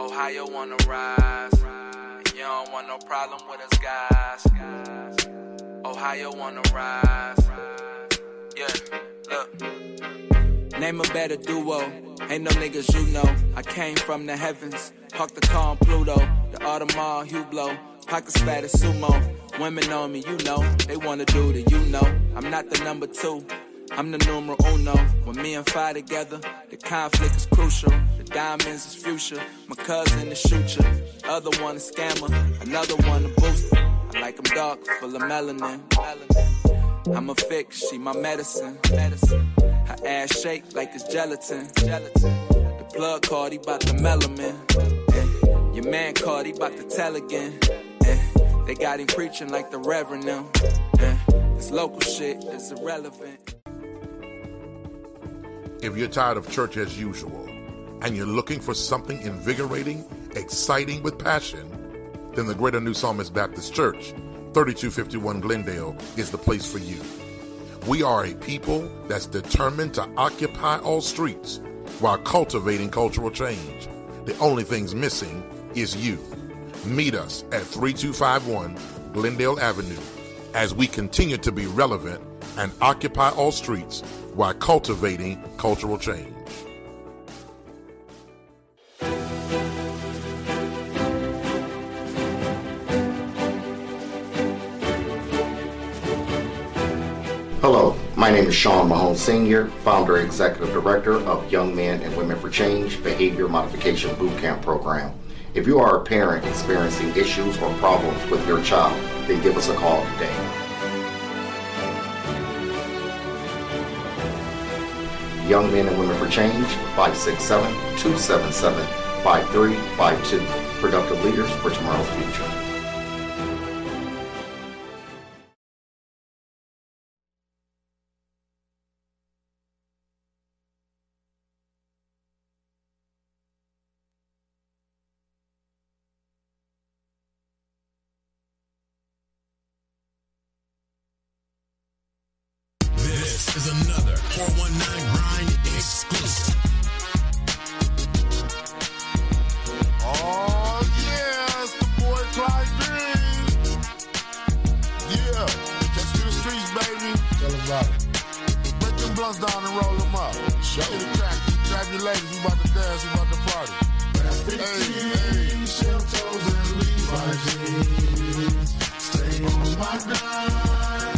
Ohio on the rise. And you don't want no problem with us guys. Ohio on the rise. Yeah, look. Name a better duo. Ain't no niggas you know. I came from the heavens. Parked the car on Pluto. The Audemars Hublot. Pockets fat as sumo. Women on me, you know. They wanna do the you know. I'm not the number two. I'm the numero uno. When me and Fi together, the conflict is crucial. The diamonds is future. My cousin is shooter. Other one a scammer. Another one a booster. I like 'em dark, full of melanin.
I'm a fix, she my medicine. medicine. Her ass shake like it's gelatin. gelatin. The plug card, he bout the melanin. Eh. Your man called, he bout to tell again. Eh. They got him preaching like the reverend now. Eh. This local shit is irrelevant.
If you're tired of church as usual and you're looking for something invigorating, exciting with passion, then the Greater New Psalmist Baptist Church, 3251 Glendale, is the place for you. We are a people that's determined to occupy all streets while cultivating cultural change. The only things missing is you. Meet us at 3251 Glendale Avenue as we continue to be relevant and occupy all streets while cultivating cultural change.
Hello, my name is Sean Mahone Sr., founder and executive director of Young Men and Women for Change Behavior Modification Bootcamp Program. If you are a parent experiencing issues or problems with your child, then give us a call today. Young Men and Women for Change, 567 277 5352. Productive leaders for tomorrow's future.
This is another 419 Grind exclusive.
Oh yeah, it's the boy Clyde Green. Yeah, catch me in the streets, baby. Tell about it. Break them blunts down and roll them up. Show the crack, trap your ladies, we about to dance, we about to party. Hey, hey. Shell toes and Levi's jeans. Stay on my grind,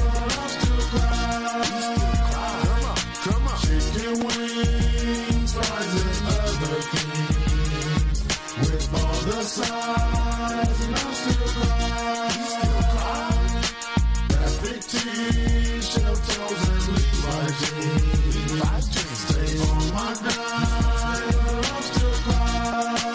or I'm still crying. Come on, come on. Chicken wings, fries, and other things. With all the size, and I'm still crying. Still crying. That's big T, shell toes, and Levi's jeans. Levi's jeans. Stay on my grind, or I'm still crying.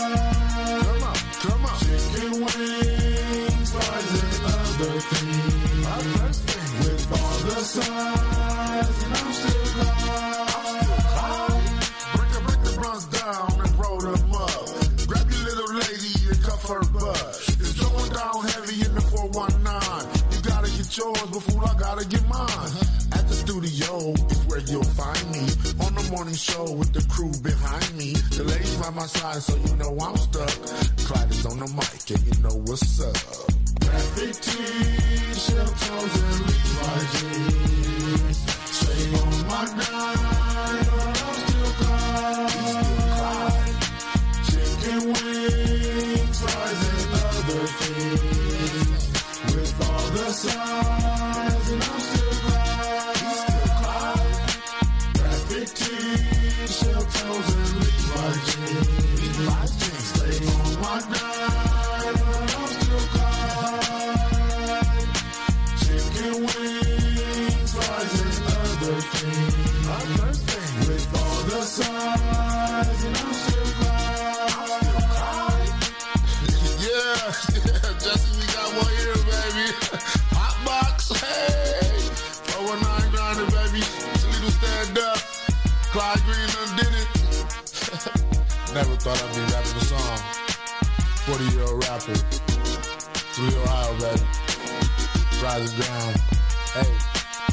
Come on, come on. Chicken wings, fries, and other things. Other things. With all the size, and I'm still crying. I'm still crying. Break the, break the buns down and roll them up. Grab your little lady and cuff her butt. It's going down heavy in the 419. You gotta get yours before I gotta get mine. At the studio is where you'll find me. On the morning show with the crew behind me. The ladies by my side, so you know I'm stuck. Clyde is on the mic and you know what's up. Graphic tees, shell toes, and Levi's jeans. Stay on my grind, or I'm still Clyde. Still Clyde. Chicken wings, fries, and other things. With all the size, and I'm still Clyde. Still Clyde. Graphic tees, shell toes, and Levi's jeans. Levi's jeans. Stay on my grind, or I'm still Clyde. Chicken wings, fries, and other things. Other things. With all the size, and I'm still Clyde. I'm still Clyde. yeah, yeah, Jesse, we got one here, baby. Hot box, hey. 419 grinding, baby. Toledo stand up. Clyde Green done did it. Never thought I'd be rapping a song. 40 year old rapper. Toledo, Ohio, baby. Rise and ground. Hey,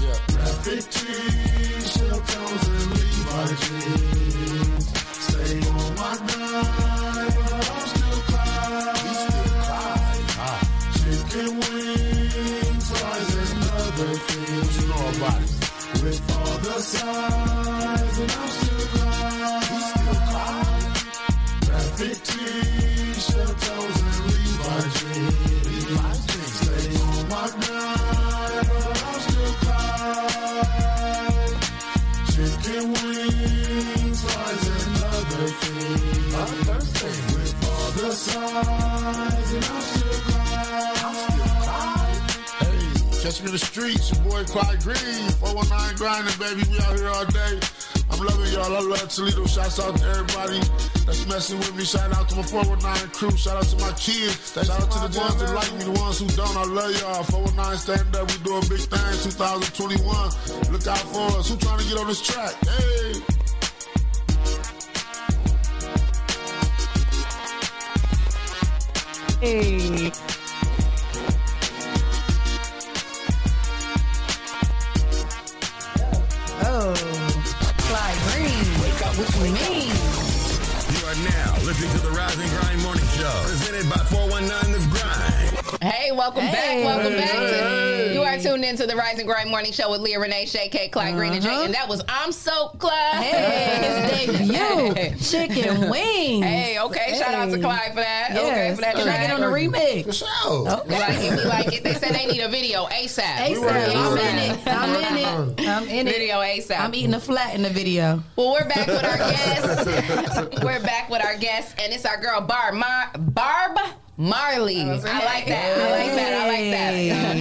yeah. Graphic tees, shell tones, and Levi's jeans. Stay on my grind, but I'm still Clyde. He's still Clyde. Ah. Chicken wings, fries, and other things. You know about it. With all the size, and I'm still Clyde. He's still Clyde. Graphic tees, shell toes, and Levi's jeans. Levi's jeans. Stay on my grind, but I'm still Clyde. Chicken wings, fries, and other things. Other things. With all the size, and I'm still Clyde. I'm still Clyde. Hey, Catch me in the streets, your boy Clyde Green, 419 grinding, baby. We out here all day. I'm loving y'all. I love Toledo. Shouts out to everybody that's messing with me. Shout out to my 419 crew. Shout out to my kids. Shout out to the ones that like me, the ones who don't. I love y'all. 419 stand up. We doing big things 2021. Look out for us. Who trying to get on this track? Hey.
Hey. Oh, Fly Green. Wake up with me.
You are now listening to the Rise and Grind Morning Show, presented by 419 The Grind.
Hey, welcome
Hey.
back. Welcome back.
Hey.
To, you are tuned into the Rise and Grind Morning Show with Leah Renee, Shay, K, Clyde Green, and Jay. And that was I'm So Clyde.
Uh-huh. Hey, his debut, Chicken Wings.
Hey, okay. Shout out to
Hey.
Clyde for that. Okay,
Yes.
for that.
Can I
track.
get on the remix? For
sure.
We like it. We like it. They said they need a video ASAP.
ASAP. I'm in it. I'm in it. I'm in it.
Video ASAP.
I'm eating a flat in the video.
Well, we're back with our guest. we're back with our guest, and it's our girl Barb Mar- Barb Marley. I like that. I like that. I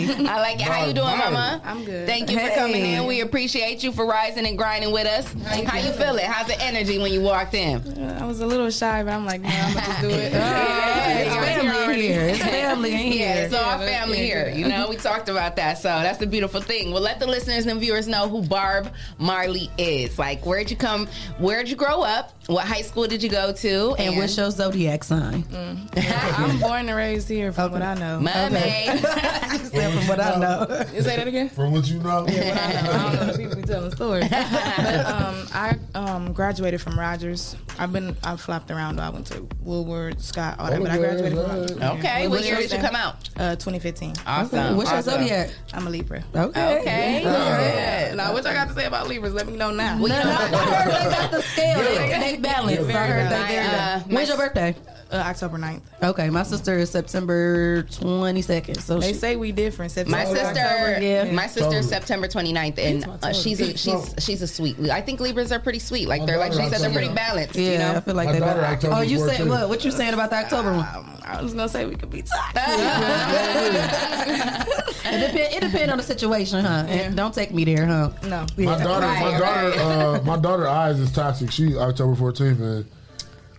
like that. I like it. How you doing,
Barb
Mama?
Marley. I'm good.
Thank you for
Hey.
coming in. We appreciate you for rising and grinding with us. How you feeling? How's the energy when you walked in?
Uh, I was a little shy, but I'm like, nah, I'm gonna just do it.
it's
family here. It's family in
Yeah,
here.
it's all
Yeah,
family
yeah,
here.
yeah.
You know, we talked about that, so that's the beautiful thing. Well, let the listeners and viewers know who Barb Marley is. Like, where'd you come? Where'd you grow up? What high school did you go to?
And, what's your zodiac sign?
I'm born and raised here, from what I know.
Mommy.
from what I know.
You say that again?
From what you know.
Yeah, what I know. I don't know the people be telling stories. But um, I um, graduated from Rogers. I've been I've flopped around. though. I went to Woolward, Scott, all that. But I graduated from Rogers.
Okay, what
Woolworth
year did you
Scott.
come out?
Uh, 2015.
Awesome, What's your awesome. zodiac?
I'm a Libra.
Okay. Okay.
Yeah. Now, what I got to say about Libras? Let me know now.
No, no, I heard they got the scale. They, they balance. I heard that they're
Uh,
When's your birthday?
Uh, October 9th.
Okay, my sister is September 22nd. So
They
she-
say we different. September,
My sister,
October, yeah.
my sister's September 29th, and uh, she's a,
Totally.
she's she's a sweet. I think Libras are pretty sweet. Like
My
they're like she
daughter
said, they're pretty
October.
balanced.
Yeah,
you know?
I feel like My they daughter balance. October
Oh,
is
you
born
said
too.
what?
What you saying about the October one?
Um, I was gonna say we could be tied.
it depend. It depend on the situation, huh? And don't take me there, huh?
No.
My daughter, my daughter, uh, my daughter eyes is toxic. She October fourteenth, and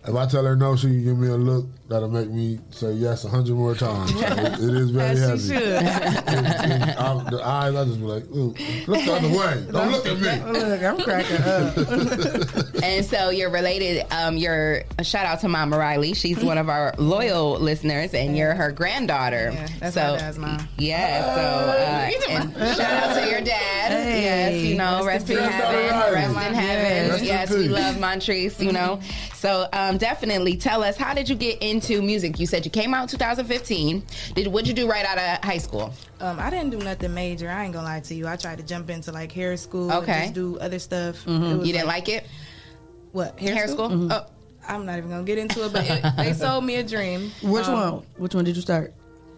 if I tell her no, she can give me a look that'll make me say yes a hundred more times. So it- it is very
As
heavy.
you
And I- the eyes, I just be like, ooh, look the other way. Don't look at me.
Look, I'm cracking up.
and so you're related. Um, you're a shout out to Mama Riley. She's one of our loyal listeners, and you're her granddaughter.
that's
so,
my dad's mom.
Yeah. So uh, and shout out to your dad.
Hey.
yes, you know,
Rest
rest
in
in
peace.
heaven.
Granddaughter
Rest in
Riley.
heaven.
Yeah. Rest in
yes, we
peace.
love Montrese. You know, so um, definitely tell us how did you get into music? You said you came out in 2015. Did what'd you do right out of high school?
Um, I didn't do nothing major. I ain't gonna lie to you. I tried to jump into like hair school. and
Okay.
just do other stuff.
Mm-hmm.
Mhm.
It was
You didn't like it?
What hair,
Hair
school?
school? Mhm.
Oh, I'm not even gonna get into it. But it, they sold me a dream.
Which
Um,
one? Which one did you start?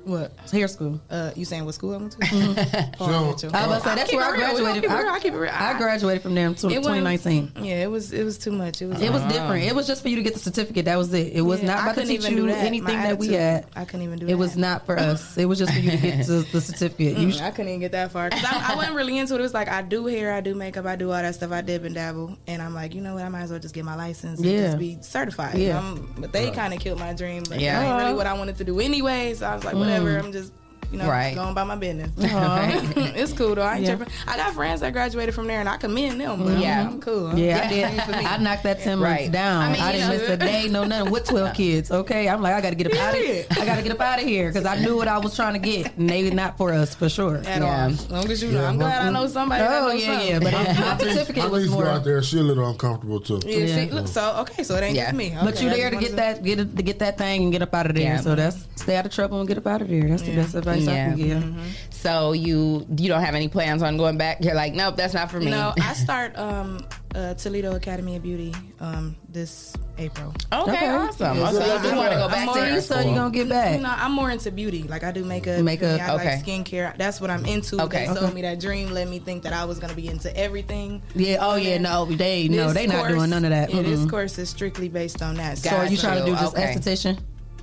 What?
Hair school.
Uh, you saying what school I went to?
I was about to say that's
keep
where I
it real. We gonna
graduated.
keep it real. I keep it real.
I graduated from there in
It wasn't-
2019.
Yeah, it was it was too much. It was
It was different. It was just for you to get the certificate. That was it. It was
Yeah,
not
I
about to
couldn't
teach
even do
you
that.
anything
My
that we
attitude,
had.
I couldn't even do
It was not for us. It was just for you to get to the certificate. You
Mm, I couldn't even get that far. 'Cause I, I wasn't really into it. It was like I do hair, I do makeup, I do all that stuff. I dip and dabble, and I'm like, you know what? I might as well just get my license and
Yeah.
just be certified.
Yeah.
Um, but they kind of killed my dream. But
Yeah.
yeah, ain't really
Aw.
what I wanted to do anyway. So I was like, whatever.
Mm.
I'm just. You know,
Right.
going by my business.
Aw.
it's cool though. I ain't
Yeah.
tripping. I got friends that graduated from there, and I commend them. But
Yeah.
yeah, I'm cool.
Yeah, I
I'm
did.
for me.
I knocked that ten months
Right.
down. I,
I mean, you
didn't
know.
miss a day, no nothing. With twelve kids, okay, I'm like, I got to get up out of here. I got to get up out of here because I knew what I was trying to get, and they not for us for sure.
At all. As long as you know, I'm glad I know somebody. that
Oh
knows
yeah,
something.
yeah, but my, my
My
certificate was
niece go
more.
out there, she a little uncomfortable too.
Yeah, see, look, so okay, so it ain't just me.
but
Okay,
you
I just
there to
wanted
get that get it- to get that thing and get up out of there.
Yeah.
So that's stay out of trouble and get up out of there. That's the best advice I can give.
Mm-hmm.
So you you don't have any plans on going back? You're like, nope, that's not for me.
No, I start um, uh, Toledo Academy of Beauty um, this April.
Okay, Okay. awesome. Yeah, so Okay, that's so you wanna good. go back
I'm
to hair
so
school.
you
gonna
get back?
No, I'm more into beauty. Like I do makeup,
Makeup,
I
okay.
like skincare. That's what I'm into.
Okay.
they
Okay.
sold me that dream, let me think that I was gonna be into everything.
Yeah. Oh yeah. No, they no,
This
they not
course-
doing none of that.
Yeah, this
Mm-mm.
course is strictly based on that.
So are you trying to do just esthetician?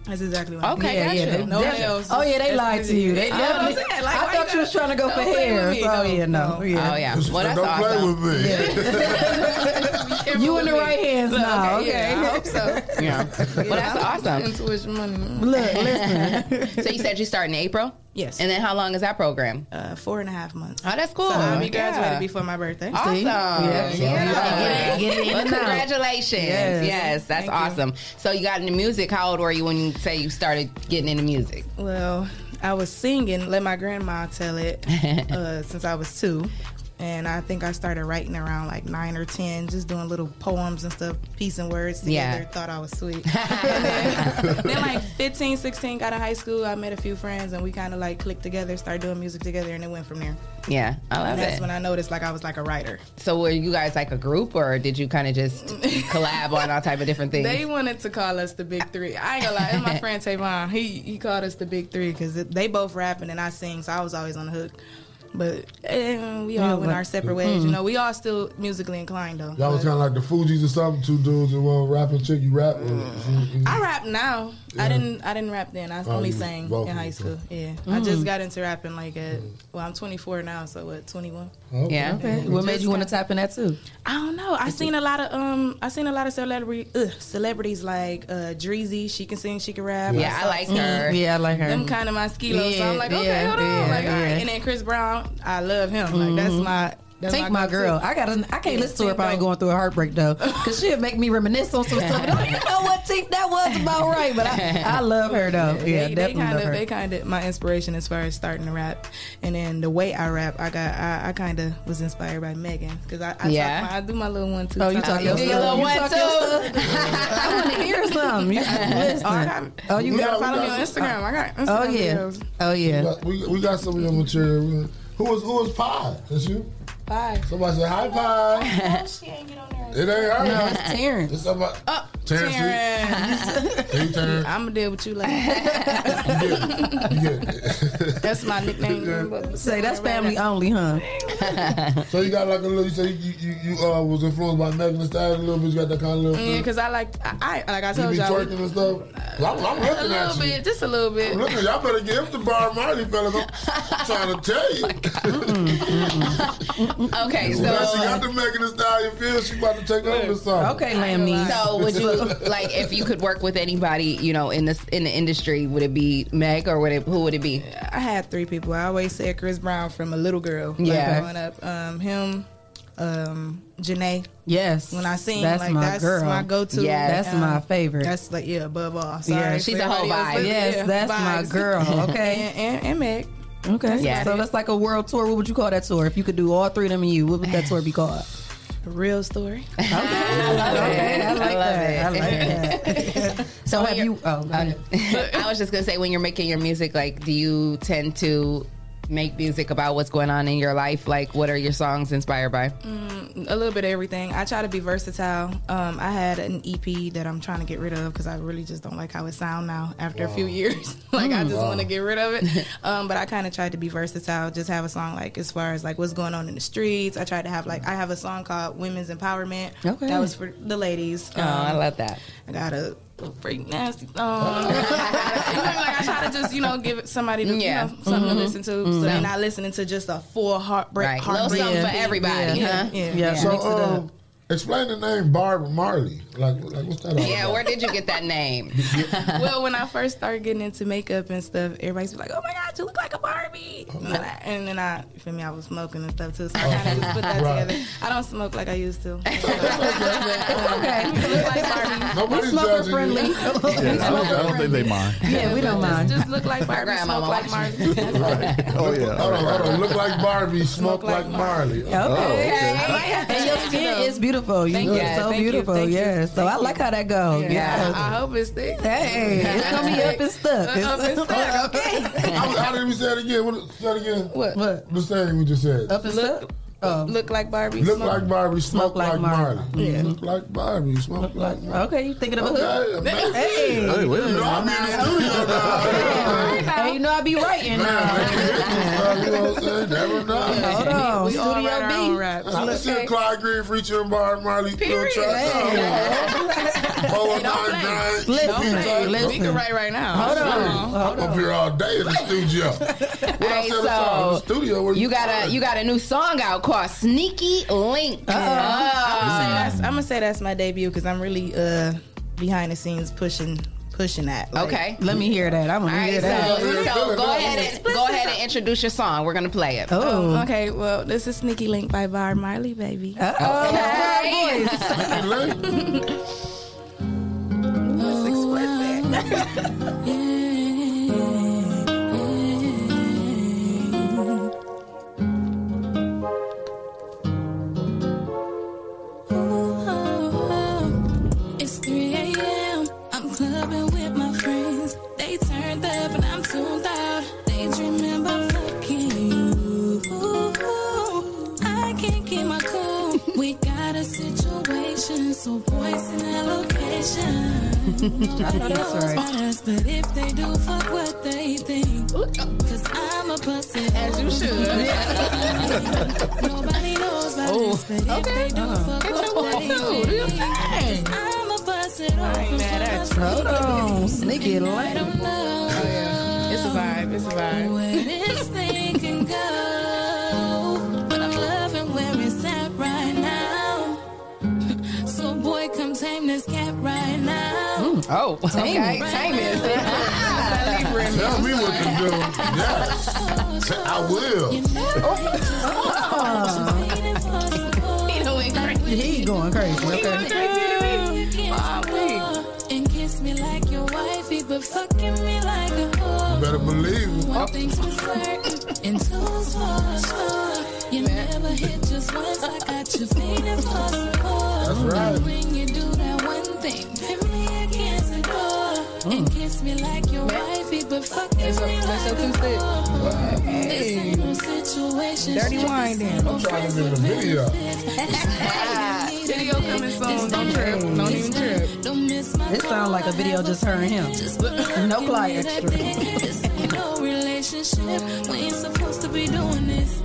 That's exactly what I
Okay,
mean.
gotcha. they No definitely- nails. Oh yeah, they That's lied to you. They pretty- That's what I'm definitely. saying. Like, I why thought you you was trying to go for don't play hair. with me, So though. yeah, no. Yeah.
Oh, yeah. Well, that's
don't play
awesome.
with me.
You in the right hands Look, now.
okay, yeah,
Okay.
I hope
so.
Yeah. Well, that's awesome.
Intuition money.
Look, listen.
so you said you start in April?
Yes.
And then how long is that program?
Uh, four and a half months.
Oh, that's cool.
So I'll be
Yeah.
graduated before my birthday.
Awesome. Yeah.
Yeah.
Get it in
Well,
and out.
congratulations. Yes,
Yes.
that's
Thank
awesome. So you got into music. How old were you when you say you started getting into music?
Well, I was singing, let my grandma tell it, uh, since I was two. And I think I started writing around like nine or 10, just doing little poems and stuff, piecing words together.
Yeah.
Thought I was sweet. And then, then, like 15, 16, got in high school. I met a few friends and we kind of like clicked together, started doing music together, and it went from there.
Yeah, I love
and that's
it.
when I noticed like I was like a writer.
so were you guys like a group, or did you kind of just collab on all type of different things?
They wanted to call us the Big Three. I ain't gonna lie. And my friend Tavon, he he called us the Big Three because they both rapping and I sing, so I was always on the hook. But eh, we all
Yeah,
went
but-
our separate ways.
Mm.
mm-hmm.
You know, we all still musically inclined though.
Y'all was kind of like the Fugees or something. Two dudes and one rapping chick. You rap. With,
I rap now. I
Yeah.
didn't. I didn't rap then. I
Oh,
only
you was
sang
vocal,
in high
okay.
school. Yeah, I
Mm.
just got into rapping like at. Well, I'm 24 now, so what, 21?
Oh,
Yeah. What made you want to tap in that too?
I don't know. I seen a lot of um. I seen a lot of celebrity ugh, celebrities like uh Dreezy. She can sing. She can rap.
Yeah, I
saw-
like her.
Yeah, I like her.
Them kind of my skilos. so I'm
Yeah,
like, okay,
yeah,
hold on.
yeah,
like, all right.
yeah.
And then Chris Brown, I love him. Like that's
Mhm.
my. That's
Take my go-to. girl. I got. I can't
Yeah,
listen to her if
Tink
I ain't going through a heartbreak though, because she'll make me reminisce on some stuff. I don't even know what Tink that was about, right? But I, I love her though. Yeah,
they,
definitely
they kind
love her.
of they kind of my inspiration as far as starting to rap, and then the way I rap, I got I, I kind of was inspired by Megan because I I,
Yeah.
talk my, I do my little one two.
Oh, you talk your
do
stuff. You talk your
I
I want to hear some. You, listen.
Oh, I got-
oh, you
you
got
gotta follow me on Instagram. I got Instagram
Oh yeah.
videos.
Oh yeah.
We got, we, we got some of your material. We- Who was who was Pie? That's you.
Pie.
Somebody said hi, Pie.
she ain't get on there.
It ain't her.
No, it's Terrence.
It's somebody.
Oh,
Terrence. Terrence. Terrence.
I'm gonna deal with you later. That's my nickname.
Say that's family only, huh?
so you got like a little. You said you you, you uh, was influenced by Megan Thee Stallion a little bit. You got that kind of little.
Yeah, because I like I, I like I
You
told
be
y'all.
twerking and stuff. 'Cause I'm, I'm
a
looking
little
at you.
bit, just a little bit.
I'm looking. Y'all better give the bar money, fellas. I'm trying to tell you.
Okay,
When
so
she got the Megan Thee Stallion feel. She about to take over something.
So would you like if you could work with anybody, you know, in this in the industry, would it be Meg or would it who would it be?
I had three people. I always said Chris Brown from a little girl. like,
Yeah.
growing up, um, him, um, Janae.
Yes.
When I sing,
That's
like
my
that's
girl.
my go-to.
Yes. That's my
Um,
favorite.
That's like yeah, above all. Sorry,
Yeah,
for
she's a whole
everybody else
vibe.
listening.
Yes,
Yeah,
that's my
vibes.
girl. Okay.
and, and, and Meg.
Okay.
Yeah.
So that's like a world tour. What would you call that tour? If you could do all three of them and you, what would that tour be called?
A real story.
I love
Okay,
it.
I like that. I like So have you? Oh,
I was just gonna say, when you're making your music, like, do you tend to make music about what's going on in your life? Like, what are your songs inspired by?
Mm, a little bit of everything. I try to be versatile. Um, I had an EP that I'm trying to get rid of because I really just don't like how it sound now after a few
Wow.
years. like I
Mm.
just
Wow.
want to get rid of it. Um, but I kind of tried to be versatile. Just have a song like as far as like what's going on in the streets. I tried to have like I have a song called Women's Empowerment.
Okay.
that was for the ladies.
Oh, I love that.
I got a little freak nasty. Um, like I try to just you know give it somebody to,
Yeah.
you know, something
Mhm.
to listen to, so
Mhm.
they're not listening to just a full heartbreak.
Right. Little
heartbreak
something for
beat.
everybody,
yeah.
huh?
Yeah.
Yeah.
So,
Mix it up.
um, explain the name Barbara Marley. Like, like what's that? All
Yeah,
about?
where did you get that name?
well, when I first started getting into makeup and stuff, everybody's like, "Oh my god, you look like a Barbie!" And, I, and then I, for me, I was smoking and stuff too, so I kind of just put that
Oh, Right.
together. I don't smoke like I used to.
Nobody's judging you.
Yeah, I, don't, I don't think they mind.
Yeah, we don't mind.
Just look like
My
Barbie,
grandmama
smoke like
watched
Barbie.
Oh yeah.
Hold on, hold on. Look like Barbie, smoke, like, Marley.
Okay.
Oh,
And your skin is beautiful. You
Thank
look
you.
so
Thank you.
beautiful.
Thank you.
yeah. So I like how that goes. Oh, Yeah.
Yeah, I hope it sticks.
Uh-huh.
Hey, it's gonna be up and stuck.
Uh,
It's-
up and stuck. Okay.
How, how did we say it again? What, say it again.
What?
What? The same we just said.
Up and stuck. Oh,
Look like Barbie.
Look
smoke-
like Barbie, smoke, like, Marley. Look like Barbie, smoke like Marley.
Okay, you thinking of a
Okay,
hook?
amazing.
Hey.
Hey, wait a minute.
Hey, you know I be writing
now. Never know.
Hold on. We all Studio write our B. own raps.
I can see Clyde Green featuring Bob Marley. Period. Four nine nine.
We can write right now. Hold on.
I'm up here all day in the studio. What I
Hey,
said in the
so
studio. where
you got a you got a new song out called Sneaky Link.
Uh-oh.
I'm gonna say that's my debut because I'm really uh behind the scenes pushing pushing that.
Okay.
Let me hear that. I want to hear that.
So, so go ahead and go ahead and introduce your song. We're gonna play it.
Oh, okay. Well, this is Sneaky Link by Bar Marley, baby.
Uh-oh.
Okay.
Oh, It's 3 a.m. I'm clubbing with my friends. They turned up and I'm tuned out. They dreaming about fucking you. I can't keep my cool. We got a situation, so boys in that location.
That's
Nobody knows
right.
about us, but if they do, fuck what they think. Cause I'm a pussy. As you should. Nobody knows about us, but if they do, fuck what they think. I'm a busted open for my
Hold on.
sneaky
Sneaky
and I
link.
don't know
It's a vibe. It's a vibe.
where this thing can go. But I'm loving where it's at right now. So boy, come tame this cat right now.
Oh, okay. Tame
it.
Tell me what to do. Yes. I will.
He
going crazy.
Okay. And kiss me like your wifey, but fucking me like a whore.
Better believe it.
One thing's for certain, and two's for sure. You never hit just once. I got you feeling for some more.
That's right.
When you do that one thing, pin me against the door and kiss me like your
Mm.
wifey, but fucking me like a whore. This ain't no situation.
Dirty wine then. Ah.
I'm trying to
In the video.
Video coming soon. Don't trip. Don't even trip. Don't miss my
It sounds like a video just her and him. No Clyde extra.
no relationship. We ain't supposed to be doing this.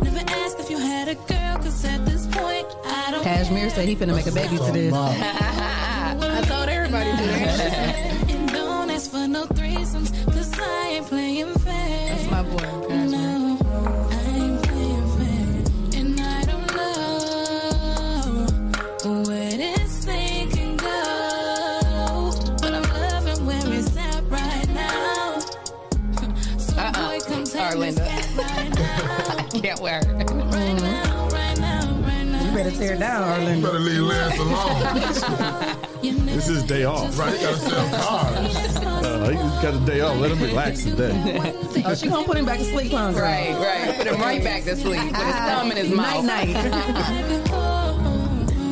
Never asked if you had a girl, cause at this point, I don't
Cashmere said he finna make a baby to this.
I told everybody to And don't ask for no threesomes, cause I ain't playing fair. That's my boy. No, I ain't playing fair. And I don't know where this thing can go. But I'm loving where it's at right now. So
Uh-uh.
boy, come take this back right now.
Can't wear.
Right now, right now, right now.
You better tear it down, Arlen. You better
leave Lance
This is day off.
Right, he gotta sell cars.
Uh, he got a day off. Let him relax today.
Oh, she gonna put him back to sleep, huh?
Right, right. Put him right back to sleep with his thumb in his mouth.
Night,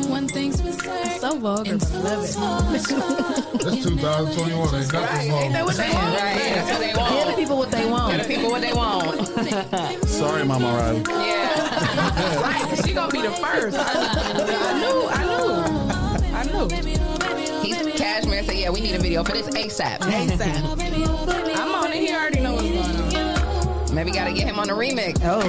One thing's for certain. So vulgar, but love it.
That's 2021. Ain't nothing wrong.
that what they want?
Right. They want.
Give the people what they want.
Give the people what they want.
Sorry, Mama Riley.
Right, she gonna be the first. I knew. I knew. I knew.
He's Cashmere said, "Yeah, we need a video for this ASAP." ASAP.
I'm on it. He already know what's going on.
Maybe gotta get him on the remix.
Oh.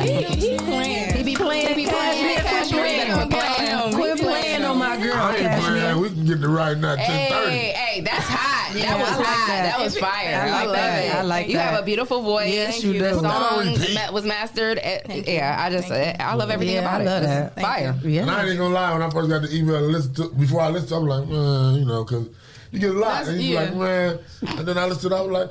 He, he playing.
He be playing. He be playing. Cashmere, you better quit playing.
Quit playing on my girl.
I ain't playing that. We can get the right now.
Hey,
10:30.
hey, that's hot.
Yeah,
that was
I like
hot.
that.
That. was fire.
I
I,
like
love
that.
it.
I like
you
that.
have a beautiful voice.
Yes, you
The
do.
song
Repeat.
ma- was mastered. At, yeah, I just uh, I love everything
Yeah,
about
I
it.
love
This
that.
is fire.
And I ain't gonna lie, when I first got the email, and listened to, before I listened, to it, I'm like, man, you know, because you get a lot,
That's-
and you're
yeah.
like, man. And then I listened, I was like,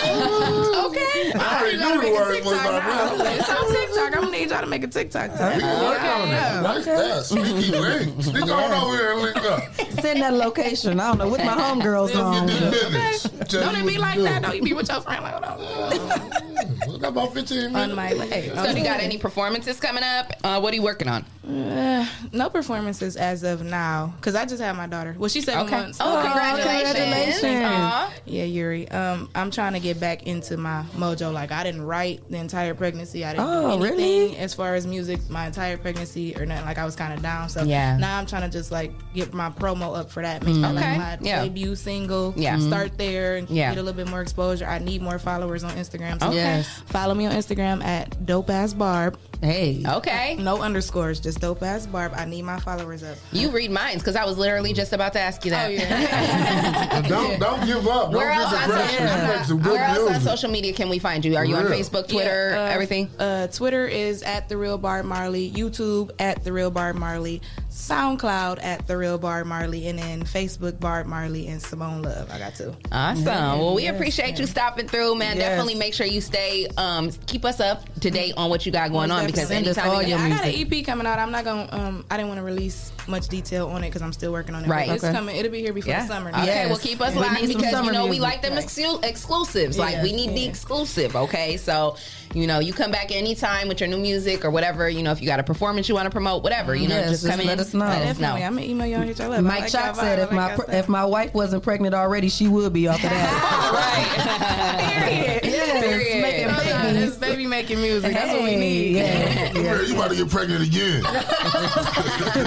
Okay.
I already knew the words was my brother.
It's on TikTok. I'm gonna need y'all to make a TikTok. today.
we can work on
Yeah.
it. Like that, sneaky link. Sneak on over here and link up.
Send that location. I don't know what my homegirls on.
Business. Tell
Don't
you
it
what
be
to
like
do.
that? Don't you be with your friend like, hold on.
Look, about 15 minutes.
On my way.
So, do you got any performances coming up? Uh, what are you working on?
Uh, no performances as of now, because I just had my daughter. Well, she's seven
Okay.
months. Oh,
Oh, congratulations.
congratulations.
Aw.
Yeah, you Yuri. Um, I'm trying to get back into my mojo. Like I didn't write the entire pregnancy. I didn't
Oh,
do
really?
anything as far as music my entire pregnancy or nothing. Like I was kind of down. So
Yeah. Mm-hmm.
now I'm trying to just like get my promo up for that. Make it, like
Okay.
my
Yeah.
debut single.
Yeah. Mhm.
Start there and
Yeah.
get a little bit more exposure. I need more followers on Instagram. So
Okay. Yes.
Follow me on Instagram at dope ass barb.
Hey. Okay.
No underscores, just dope ass barb. I need my followers up.
You read mine because I was literally just about to ask you
Oh,
that.
Don't don't give up.
Where
don't
else,
get
on
depressed.
social,
You make some good
where else on
music.
social media can we find you? Are you on
Yeah.
Facebook, Twitter,
Yeah, uh,
everything?
Uh, Twitter is at the real Barb Marley, YouTube at the real Barb Marley, SoundCloud at the real Barb Marley, and then Facebook Barb Marley and Simone Love. I got two.
Awesome. Well, we appreciate you stopping through, man.
Yes.
Definitely make sure you stay, um, keep us up to date on what you got going on because
Send us
anytime
all
you-
your music. I got an EP coming out. I'm not gonna. Um, I didn't want to release much detail on it because I'm still working on it. but
Right.
It's
Okay.
coming. It'll be here before
Yeah.
the summer.
Okay, well, keep us live because you know we like them exclu- exclusives. Like we
Yes,
need the
yes.
exclusive. Okay, so you know you come back anytime with your new music or whatever. You know if you got a performance you want to promote, whatever. You know
Yes,
just
just
come in.
let us know.
Definitely. I'm gonna email y'all and hit y'all up. I
Mike
like
Chalk
y'all
said
vibe.
if
I
my
like
pr- if my wife wasn't pregnant already, she would be off of that.
Period.
Yes,
Period.
making
Hold on, This
babies.
baby making music. That's what we
Hey,
need.
yeah.
Mary, you about to get pregnant again.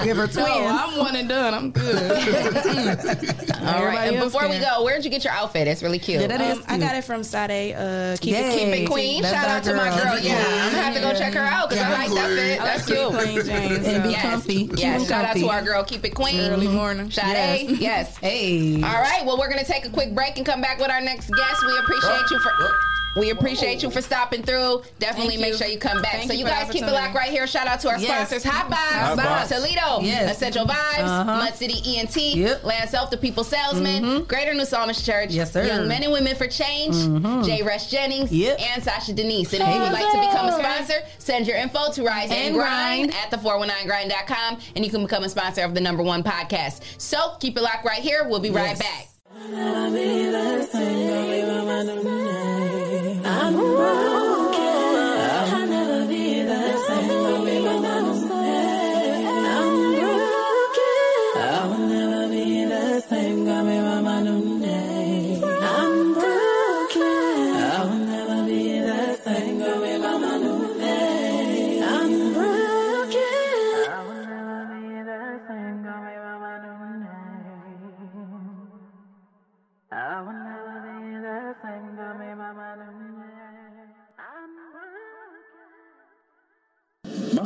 Give her
No, I'm one and done. I'm good.
All right.
Everybody
And
else
before we
can.
go, where'd you get your outfit? It's really cute.
Um, I got it from Sade. Uh, keep, it,
Yay.
keep it queen.
That's
Shout
our
out to my
girl.
girl.
Keep it
Yeah,
queen.
I'm gonna have to go check her out because
Yeah.
I like that fit.
I
That's
like
cute.
Queen James, And be so. comfy. Keep
Yeah,
it
shout out to
comfy.
our girl. Keep it queen.
Early
morning.
Sade. Yes.
Hey.
All right. Well, we're gonna take a quick break and come back with our next guest. We appreciate you for. We appreciate you for stopping through. Definitely
Thank
make
you.
sure you come back.
Thank
so
you
you
for the
guys keep it
opportunity.
locked right here. Shout out to our
Yes.
sponsors: Hot Vibes,
Hot Vibes.
Toledo,
Yes.
Essential Vibes,
Uh-huh.
Mud City ENT,
Yep. Mm-hmm.
Land Self, the People Salesman, Greater New Psalmist Church,
Yes, sir.
Young Men and Women for Change,
Mhm.
Jay Rush Jennings, and Sasha Denise. And if
Shout
you would like to
out.
become a sponsor, send your info to Rise and,
And
grind,
Grind.
at the419grind.com, and you can become a sponsor of the number one podcast. So keep it locked right here. We'll be right back.
My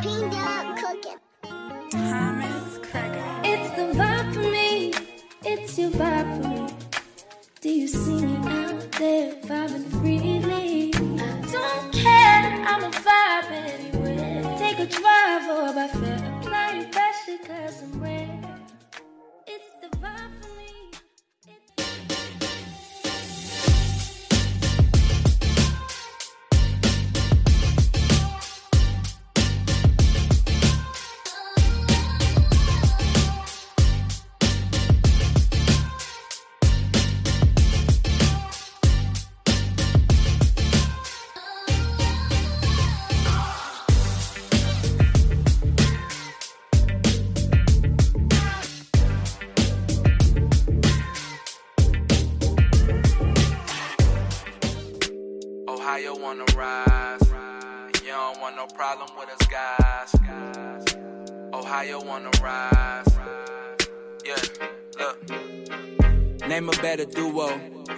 Peanut cooking. Thomas Cracker. It's the vibe for me. It's your vibe for me. Do you see me out there vibing freely? I don't care. I'm a vibe anywhere. Take a drive or by fair. Apply your pressure cause I'm rare. It's the vibe for me.
Ohio on the rise. You don't want no problem with us guys. Ohio on the rise. Yeah, look. Name a better duo.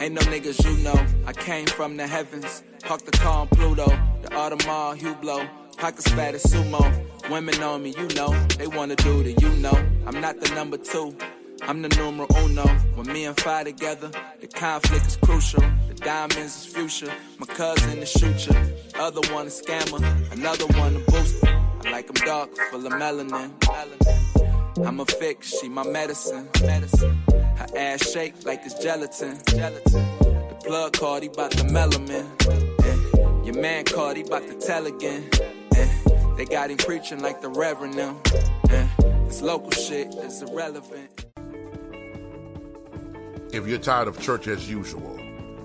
Ain't no niggas you know. I came from the heavens. Hawk the car on Pluto. The Audemars Hublot. Pockets fat as sumo. Women on me, you know. They wanna do the you know. I'm not the number two. I'm the numero uno. When me and Fi together, the conflict is crucial. The Diamonds is future. My cousin is shooter. Other one a scammer. Another one a booster. I like 'em dark, full of melanin. melanin. I'm a fix, she my medicine. medicine. Her ass shake like it's gelatin. gelatin. The plug card, he bout the melanin. Eh. Your man called, he bout to tell again. Eh. They got him preaching like the reverend now. Eh. This local shit is irrelevant.
If you're tired of church as usual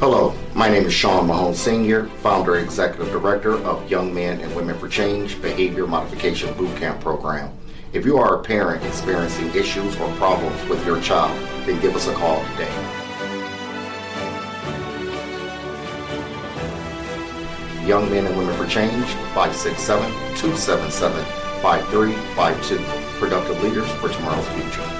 Hello, my name is Sean Mahone Sr., founder and executive director of Young Men and Women for Change Behavior Modification Bootcamp Program. If you are a parent experiencing issues or problems with your child, then give us a call today. Young Men and Women for Change, 567 277 5352. Productive leaders for tomorrow's future.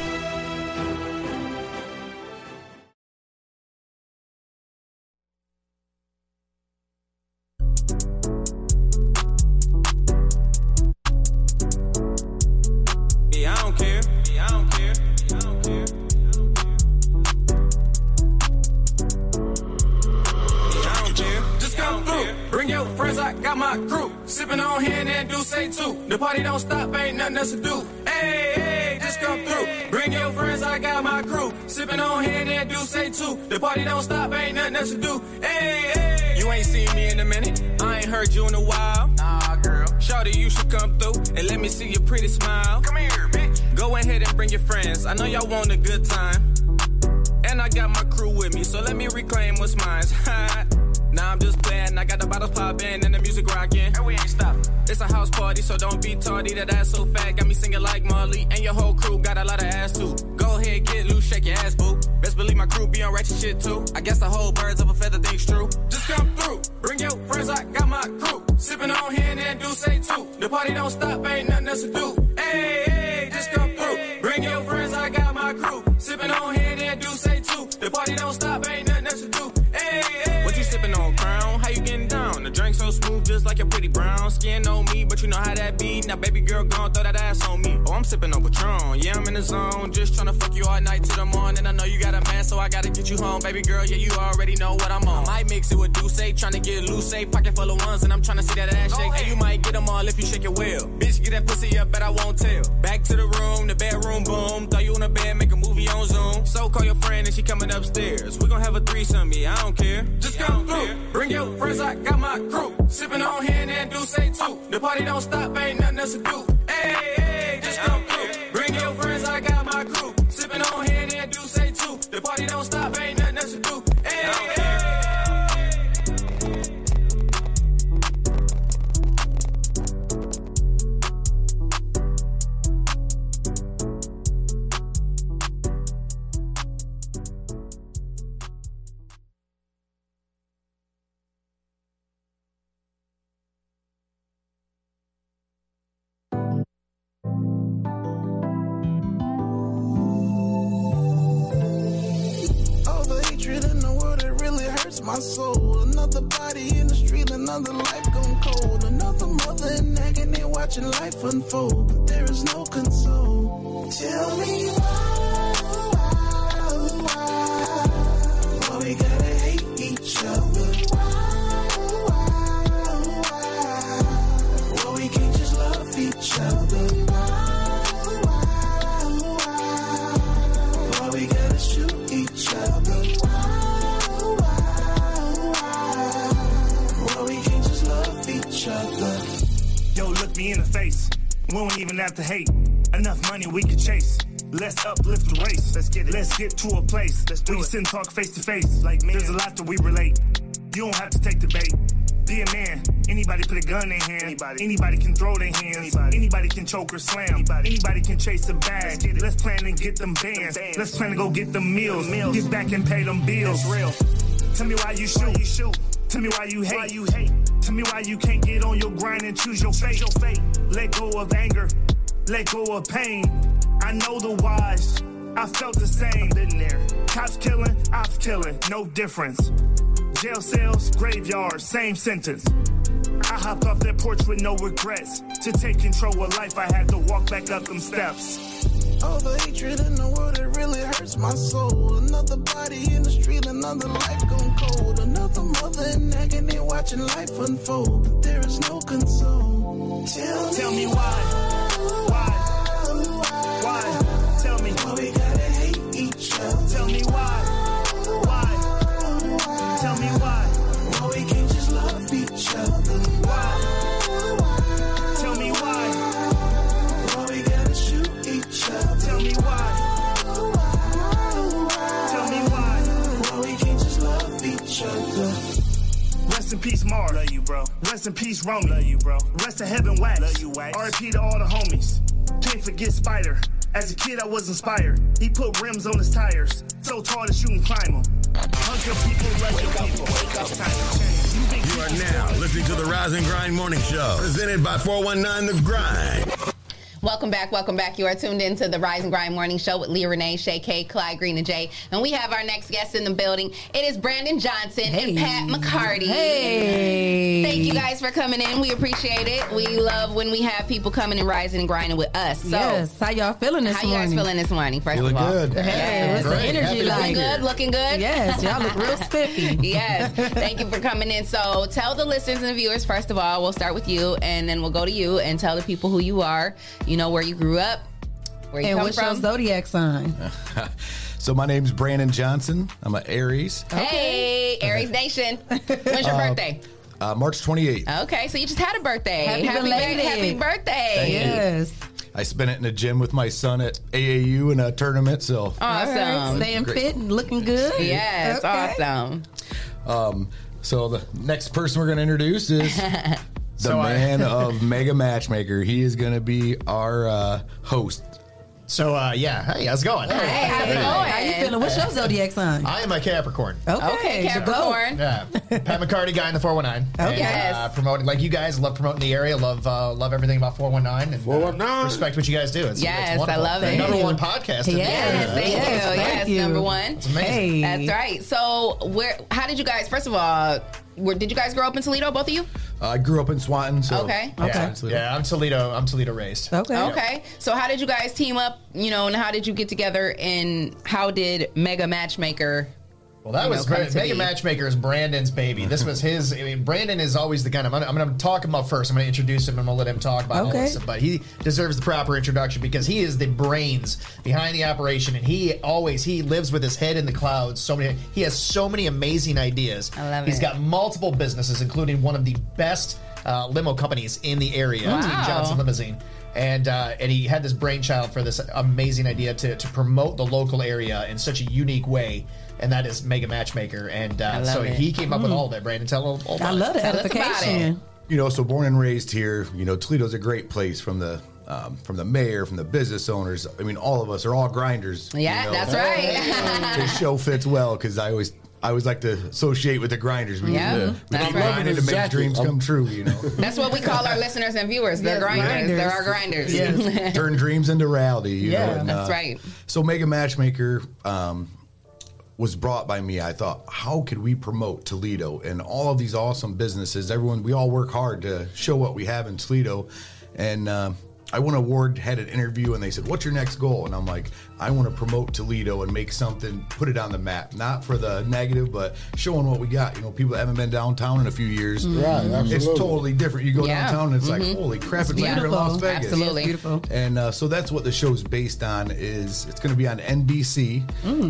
Yeah, I don't care. Yeah, I don't care. Yeah, I don't care. Yeah, I don't care. Just come through. Bring your friends, I got my crew. Sipping on hand and do say too. The party don't stop, ain't nothing else to do. Hey, hey, just come through. Bring your friends, I got my crew. Sipping on hand and do say too. The party don't stop, ain't nothing else to do. Hey, hey. You ain't seen me in a minute. I ain't heard you in a while. Nah, girl. Shawty, you should come through and let me see your pretty smile. Come here, bitch. Go ahead and bring your friends. I know y'all want a good time. And I got my crew with me, so let me reclaim what's mine. now I'm just playing, I got the bottles popping and the music rocking. And we ain't stopping. It's a house party, so don't be tardy. That ass so fat, got me singing like Marley. And your whole crew got a lot of ass too. Go ahead, get loose, shake your ass, boo. Best believe my crew be on ratchet shit too. I guess the whole birds of a feather thing's true. Just come through, bring your friends, I got my crew. Sipping on here and do say too. The party don't stop, ain't nothing else to do. Hey, hey, just come through. Bring your friends, I got my crew. Sipping on here and do say too. The party don't stop, ain't nothing else to do. Hey, hey. What you sipping on, Crown? How you getting down? The drink so smooth, just like your pretty brown skin on me, but you know how that be. Now, baby girl, gon' throw that ass on me. Oh, I'm sipping on Patron. Yeah, I'm in the zone, just tryna fuck you all night till the morning. I know you got a man, so I gotta get you home, baby girl. Yeah, you already know what I'm on. I might mix it with Douce, tryna get loose, say pocket full of ones, and I'm tryna see that ass shake. And you might get them all if you shake it well. Bitch, get that pussy up, but I won't tell. Back to the room, the bedroom, boom. Throw you in the bed, make a movie on Zoom. So call your friend and she coming upstairs. We gon' have a threesome, yeah, I don't care. Just come through. Bring your friends, I got my crew. Sipping on hand and do say too. The party don't stop, ain't nothing else to do. Hey, hey, just come through. Bring your friends, I got my crew. Sipping on hand and do say too. The party don't stop, ain't nothing else to do. Hey, hey.
All the hatred in the world, it really hurts my soul. Another body in the street, another life gone cold. Another mother in agony watching life unfold. But there is no console. Tell me why, why, why, why we gotta hate each other. Why, why, why, why we can't just love each other. Why, why, why? Why we gotta shoot each other? Why, why, why? Why we can't just love each other?
Yo, look me in the face. We don't even have to hate. Enough money we can chase. Let's uplift the race. Let's get it. Let's get to a place. Let's do we can sit and talk face to face. Like There's a lot that we relate. You don't have to take the bait. Be dear man. Anybody put a gun in hand. Anybody, anybody can throw their hands. Anybody, anybody can choke or slam. Anybody, anybody can chase a bag. Let's, get it. Let's plan and get them bands. Let's plan to go get them meals. Meals. Get back and pay them bills. That's real. Tell me why you shoot. you shoot. Tell me why you hate. Why you hate. Tell me why you can't get on your grind and choose your fate. Your fate. Let go of anger. Let go of pain. I know the wise. I felt the same. Been there. Cops killing, ops killing, no difference. Jail cells, graveyards, same sentence. I hopped off that porch with no regrets. To take control of life, I had to walk back up them steps.
All the hatred in the world, it really hurts my soul. Another body in the street, another life gone cold. Another mother in agony, watching life unfold. But there is no console. Tell, me why. Why? Why? Tell me why we gotta hate each other. Tell me why. Why? Tell me why. Why we can't just love each other. Why? Tell me why. Why we gotta shoot each other? Tell me why. Tell me why. Why we can't just love each other?
Rest in peace, Mar. Love you, bro. Rest in peace, Rome. Love you, bro. Rest in heaven, Wax. Love you, Wax. R.I.P. to all the homies. Can't forget Spider. As a kid, I was inspired. He put rims on his tires. So tall that you can climb them. Hunk your people, love your people. It's time to change. You've been
You are now listening to the Rise and Grind Morning Show, presented by 419 The Grind.
Welcome back, welcome back. You are tuned in to the Rise and Grind Morning Show with Leah Renee, Shay K, Clyde Green, and Jay. And we have our next guest in the building. It is Brandon Johnson and Pat McCarty.
Hey.
Thank you guys for coming in. We appreciate it. We love when we have people coming and rising and grinding with us. So
Yes. How y'all feeling this
How you guys
morning?
feeling this morning, first
Feeling
of all?
good. Hey, what's the Great. energy
looking
like?
good, looking good.
Yes, y'all look real spiffy.
yes. Thank you for coming in. So tell the listeners and viewers, first of all, we'll start with you and then we'll go to you and tell the people who you are, you know, where you grew up, where you
and
come
what's
from.
your zodiac sign?
so my name's Brandon Johnson. I'm an Aries.
Hey, Aries Nation. When's your
Um,
Uh,
birthday?
Uh, March 28th.
Okay, so you just had a birthday.
Happy belated.
ba- happy birthday.
Thank you. I spent it in the gym with my son at AAU in a tournament. So
Awesome.
Great.
Staying fit and looking good.
Yes, awesome.
Um, so the next person we're going to introduce is the
So I-
man of Mega Matchmaker. He is going to be our uh, host.
So uh, yeah, hey, how's it going?
Hey,
how's it going? How you feeling? What's your zodiac sign?
I am a Capricorn.
Okay, Okay, the goat. Capricorn.
Yeah, Pat McCarty guy in the four one nine.
Okay.
uh, promoting like you guys love promoting the area. Love uh, love everything about four one nine and four one nine. Respect what you guys do. It's,
Yes,
it's wonderful.
I love
The
it.
Number one podcast. in the
Yes,
area.
thank you. Yes, number one.
It's amazing.
That's right. So, where? How did you guys? First of all, where did you guys grow up in Toledo? Both of you?
I grew up in Swanton. So
Okay.
Yeah,
Okay.
yeah, I'm Toledo. I'm Toledo raised.
Okay. So, how did you guys team up? You know, and how did you get together? And how did Mega Matchmaker?
Well, that
you
was
know, come
great.
to
Mega
be?
Matchmaker is Brandon's baby. This was his. I mean, Brandon is always the kind of. I'm gonna, I'm gonna talk him up first. I'm gonna introduce him. I'm gonna let him talk about
Okay.
all this. But he deserves the proper introduction because he is the brains behind the operation, and he always he lives with his head in the clouds. So many. He has so many amazing ideas. I
love
He's
it.
got multiple businesses, including one of the best uh, limo companies in the area,
Wow.
Team Johnson Limousine. And, uh, and he had this brainchild for this amazing idea to, to promote the local area in such a unique way, and that is Mega Matchmaker. And uh,
I love
so
it.
he came up with all of that, Brandon. Tell all, all about it.
You know, so born and raised here. You know, Toledo's a great place from the um, from the mayor, from the business owners. I mean, all of us are all grinders. you
Yeah,
know.
that's right.
the show fits well because I always I always like to associate with the grinders. We
Yeah,
yeah, we
that's
keep
right.
grinding to make dreams come true. You know,
That's what we call our listeners and viewers. They're
Yes,
grinders.
grinders.
They're our grinders.
turn dreams into reality. You
Yeah.
know, and,
That's
uh,
right.
So Mega Matchmaker um, was brought by me. I thought, how could we promote Toledo and all of these awesome businesses? Everyone, we all work hard to show what we have in Toledo, and. Uh, I won an award, had an interview, and they said, What's your next goal? And I'm like, I want to promote Toledo and make something, put it on the map. Not for the negative, but showing what we got. You know, people haven't been downtown in a few years.
Right,
It's
absolutely.
totally different. You go
Yeah.
downtown and it's
Mhm.
like, holy crap, it's
It's
like you're in Las
beautiful.
Vegas.
Absolutely. It's
beautiful. And uh, so that's what the show's based on is it's going to be on NBC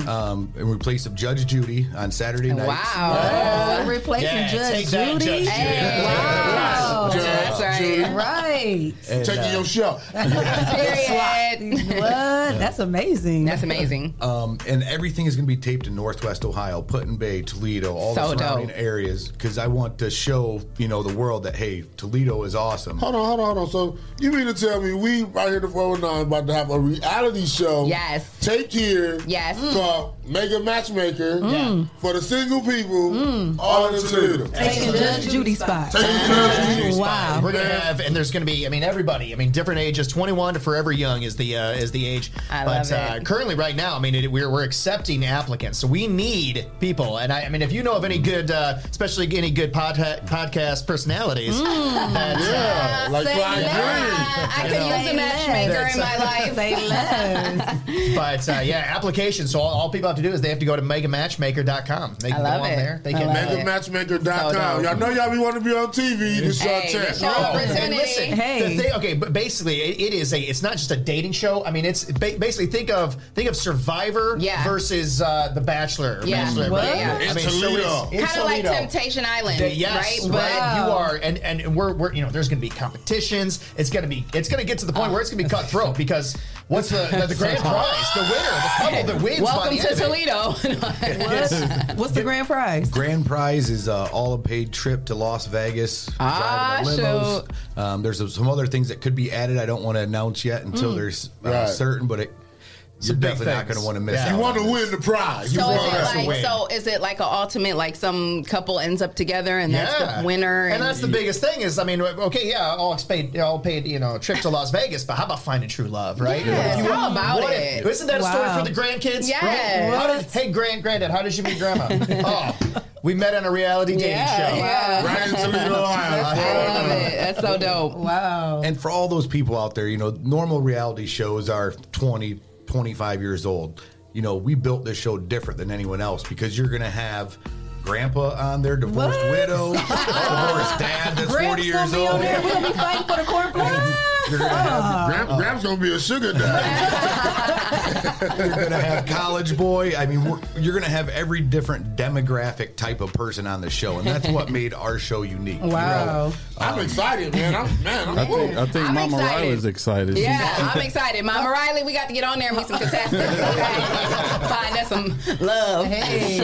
um, in replace of Judge Judy on Saturday night.
Wow.
Uh,
Wow.
Replacing
Yeah,
Judge
take that,
Judy.
Judge Judy. Hey,
Wow.
Judge That's right. Judy.
Right.
And, uh,
Period. What? What? That's amazing.
That's amazing.
Um, and everything is going to be taped in Northwest Ohio, Put in Bay, Toledo, all
So
the surrounding
dope.
areas, because I want to show you know the world that hey, Toledo is awesome.
Hold on, hold on, hold on. So you mean to tell me we right here at the 409 about to have a reality show?
Yes.
Taped here.
Yes.
Called Mega Matchmaker for the single people. All in Toledo.
Taking Judge Judy's spot.
Wow. We're gonna have, and there's gonna be, I mean, everybody. I mean, different ages. 21 to forever young is the uh, is the age.
I
but
love
uh,
it.
currently, right now, I mean, it, we're we're accepting applicants, so we need people. And I, I mean, if you know of any good, uh, especially any good pod, podcast personalities,
Mm.
that,
Yeah, like
you
Clyde
know,
Mm. I could use a matchmaker in my life.
But uh, yeah, application. So all, all people have to do is they have to go to megamatchmaker.com. They
I
can
love
go on
it.
there. They
I
can
love it. Megamatchmaker.com. Y'all know y'all be want to be on TV. This your
Hey,
chance.
no, and listen, the thing- okay, but basically, it, it is a. It's not just a dating show. I mean, it's ba- basically think of think of Survivor versus uh, The Bachelor. or
Yeah.
Bachelorette,
What?
right?
It's
I mean, so it's- it's
Kind of like
Toledo.
Temptation Island,
That- yes,
right?
right. You are, and and we're, we're you know there's going to be competitions. It's going to be it's going to get to the point where it's going to be cutthroat because what's the the, the grand prize? The winner, the couple that wins. by
Welcome
the
to
end of it.
Toledo.
What's the grand prize?
Grand prize is uh, all a paid trip to Las Vegas.
Ah,
driving our limos. Um, there's some other things that could be added. I don't want to announce yet until
Mm.
there's uh,
Right.
certain, but it, you're
big
definitely not
things.
going to want to miss.
Yeah. You wanna win the prize.
So is, it like, so is it like an ultimate, like some couple ends up together and that's
Yeah.
the winner?
And that's the biggest thing is, I mean, okay, yeah, all paid, all paid, you know, trip to Las Vegas, but how about finding true love, right?
Yes,
What if you-
how about
what
it?
If, isn't that a story
Wow.
for the grandkids?
Yes.
Right? How did- hey, grand, granddad, how did you meet grandma? oh, we met on a reality dating
Yeah,
show.
yeah. Right in Toledo, Ohio. I love it. That's so dope.
Wow.
And for all those people out there, you know, normal reality shows are 20, 25 years old. You know, we built this show different than anyone else because you're going to have grandpa on there, divorced widow, divorced dad that's 40 years old.
We're gonna be fighting for the cornflakes.
You're gonna have
Gram, Gram's gonna be a sugar daddy.
you're gonna have college boy. I mean, we're, you're gonna have every different demographic type of person on the show, and that's what made our show unique.
Wow.
I'm excited, man. I'm man. I'm
I think I think
I'm
Mama
excited.
Riley's excited.
Yeah, I'm excited. Mama Riley, we got to get on there and meet some contestants. Okay? Find us some love.
Hey.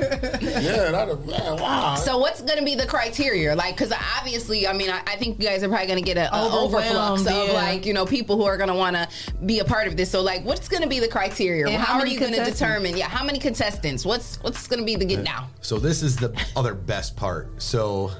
yeah, that man, wow.
So what's going to be the criteria? Like, because obviously, I mean, I, I think you guys are probably going to get an
Overwhelmed,
overflux of
yeah.
like you know people who are going to want to be a part of this. So like, what's going to be the criteria?
And
how
how
are
many
you going to
contestants?
determine? Yeah, how many contestants? What's what's going to be the get down?
So this is the other best part. So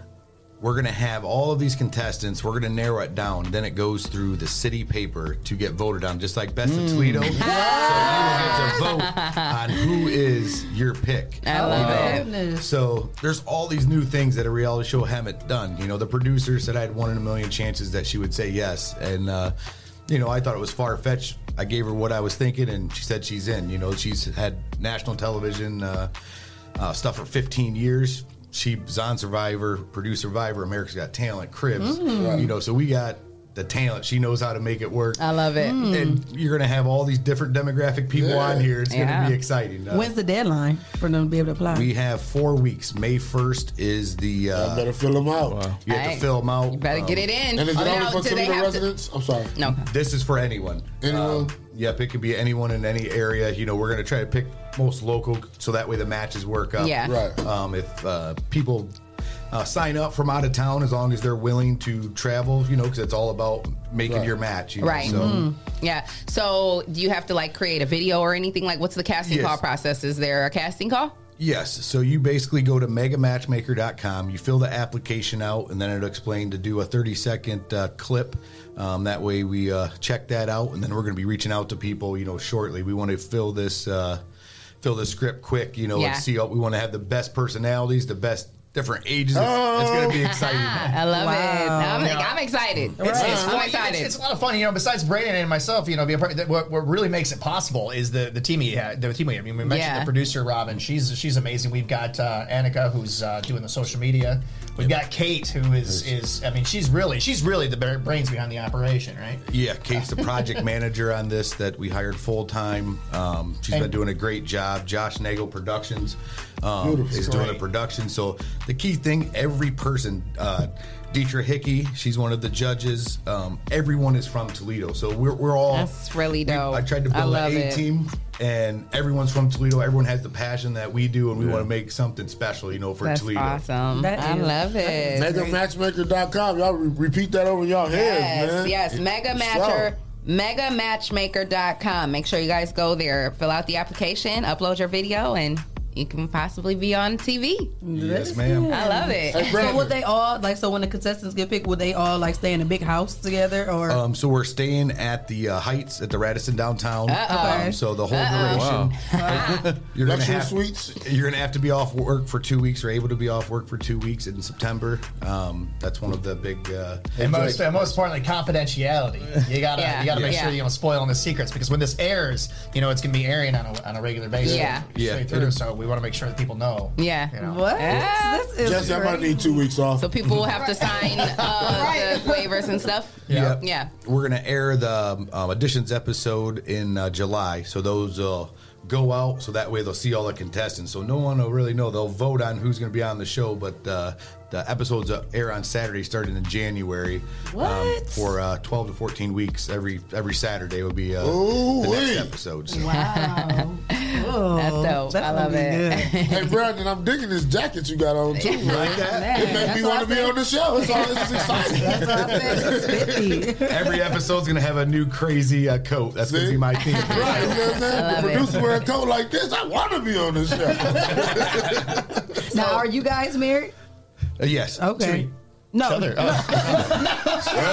we're gonna have all of these contestants. We're gonna narrow it down. Then it goes through the city paper to get voted on, just like Best
Mm.
of Toledo. So you will get to vote on who is your pick.
I love it. Goodness.
So there's all these new things that a reality show haven't done. You know, the producer said I had one in a million chances that she would say yes, and uh, you know I thought it was far fetched. I gave her what I was thinking, and she said she's in. You know, she's had national television uh, uh, stuff for 15 years. She's on Survivor, produced Survivor, America's Got Talent, Cribs.
Mm.
You know, so we got the talent. She knows how to make it work.
I love it.
Hmm.
Mm.
And you're gonna have all these different demographic people
Yeah.
on here. It's
Yeah.
gonna be exciting. Uh,
When's the deadline for them to be able to apply?
we have four weeks. May first is the. Uh,
better fill them out.
You have
Alright.
to fill them out. You
better get it in.
And is it
Oh,
only
now, do
for
they
Toledo
have to-
residents? I'm sorry.
No.
This is for anyone. Anyone. yep, it could be anyone in any area. You know, we're gonna try to pick most local, so that way the matches work up.
Yeah. Right.
Um, if uh, people. Uh, sign up from out of town as long as they're willing to travel, you know, because it's all about making your match. You know,
Right.
So
Mm.
Mm-hmm.
Yeah. So do you have to like create a video or anything? Like, what's the casting
Yes.
call process? Is there a casting call?
Yes. So you basically go to megamatchmaker.com, you fill the application out, and then it'll explain to do a 30 second uh, clip. Um, that way we uh, check that out, and then we're going to be reaching out to people, you know, shortly. We want to fill this. Uh, Fill the script quick, you know,
Yeah.
and see. All, we want to have the best personalities, the best different ages. It's going to be exciting.
I love it.
Wow.
I'm,
Yeah.
I'm excited.
It's, it's
I'm
fun.
excited.
It's, it's a lot of fun, you know. Besides Brandon and myself, you know, be a part, that, what, what really makes it possible is the the team we had. The team we had. I mean, we mentioned
Yeah.
the producer Robin. She's she's amazing. We've got uh, Annika, who's uh, doing the social media. We've got Kate, who is is I mean, she's really she's really the bra- brains behind the operation, right?
Yeah, Kate's the project manager on this that we hired full time. Um, she's been
And-
doing a great job. Josh Nagel Productions um,
Beautiful.
is doing a
Great.
production. So the key thing, every person, uh, Deetra Hickey, she's one of the judges. Um, everyone is from Toledo, so we're, we're all.
That's really dope.
I tried to
I
build
love
an A
it.
team, and everyone's from Toledo. Everyone has the passion that we do, and we want to make something special, you know, for
That's
Toledo.
awesum. That I is- love it. It's great.
MegaMatchmaker.com. Y'all re- repeat that over y'all heads,
Yes,
man.
yes. Mega Matcher. MegaMatchmaker.com. Make sure you guys go there, fill out the application, upload your video, and you can possibly be on TV.
Yes, ma'am.
I love it.
So would they all like? So when the contestants get picked, would they all like stay in a big house together, or
Um, so we're staying at the uh, Heights at the Radisson downtown.
Uh-oh.
Um, so the whole
Uh-oh.
duration, you're gonna
Luxury
have suites. You're gonna have to be off work for two weeks. Or able to be off work for two weeks in September. Um, that's one of the big. Uh,
And most, and most importantly, confidentiality. You gotta
Yeah.
you gotta make
Yeah.
sure you don't spoil any secrets because when this airs, you know it's gonna be airing on a, on a regular basis.
Yeah.
Yeah.
Straight
It'll-
through, so we want to make sure that people know.
Yeah. What? This is
Jesse, I might
great.
need two weeks off.
So people will have to sign uh, the waivers and stuff.
Yeah.
Yeah.
We're gonna air the um, additions episode in uh, July, so those uh, go out, so that way they'll see all the contestants. So no one will really know. They'll vote on who's gonna be on the show, but uh, the episodes uh, air on Saturday, starting in January. um,
What?
for uh, twelve to fourteen weeks, every every Saturday will be uh, the
Ooh-wee.
next episode. So.
That's dope. I
gonna
love
be
it.
good. hey, Brandon, I'm digging this jacket you got on too, man.
Like that?
It
Man,
makes
that's
me
what
want to
I
be on the show. It's all it's exciting.
Every episode's gonna have a new crazy uh, coat. That's gonna be my theme.
Right, you know what I'm saying? The producer wearing a coat like this, I want to be on this show.
now are you guys married?
Uh, yes.
Okay. No.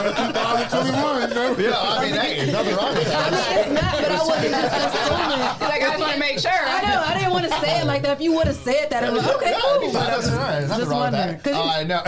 Yeah, I mean, hey, nothing wrong with that.
but I wasn't
like, I just want to make sure.
I know. I didn't want to say it like that. If you would have said that, I'm like, okay, cool.
That's all right. There's nothing wrong with that. Oh, I know.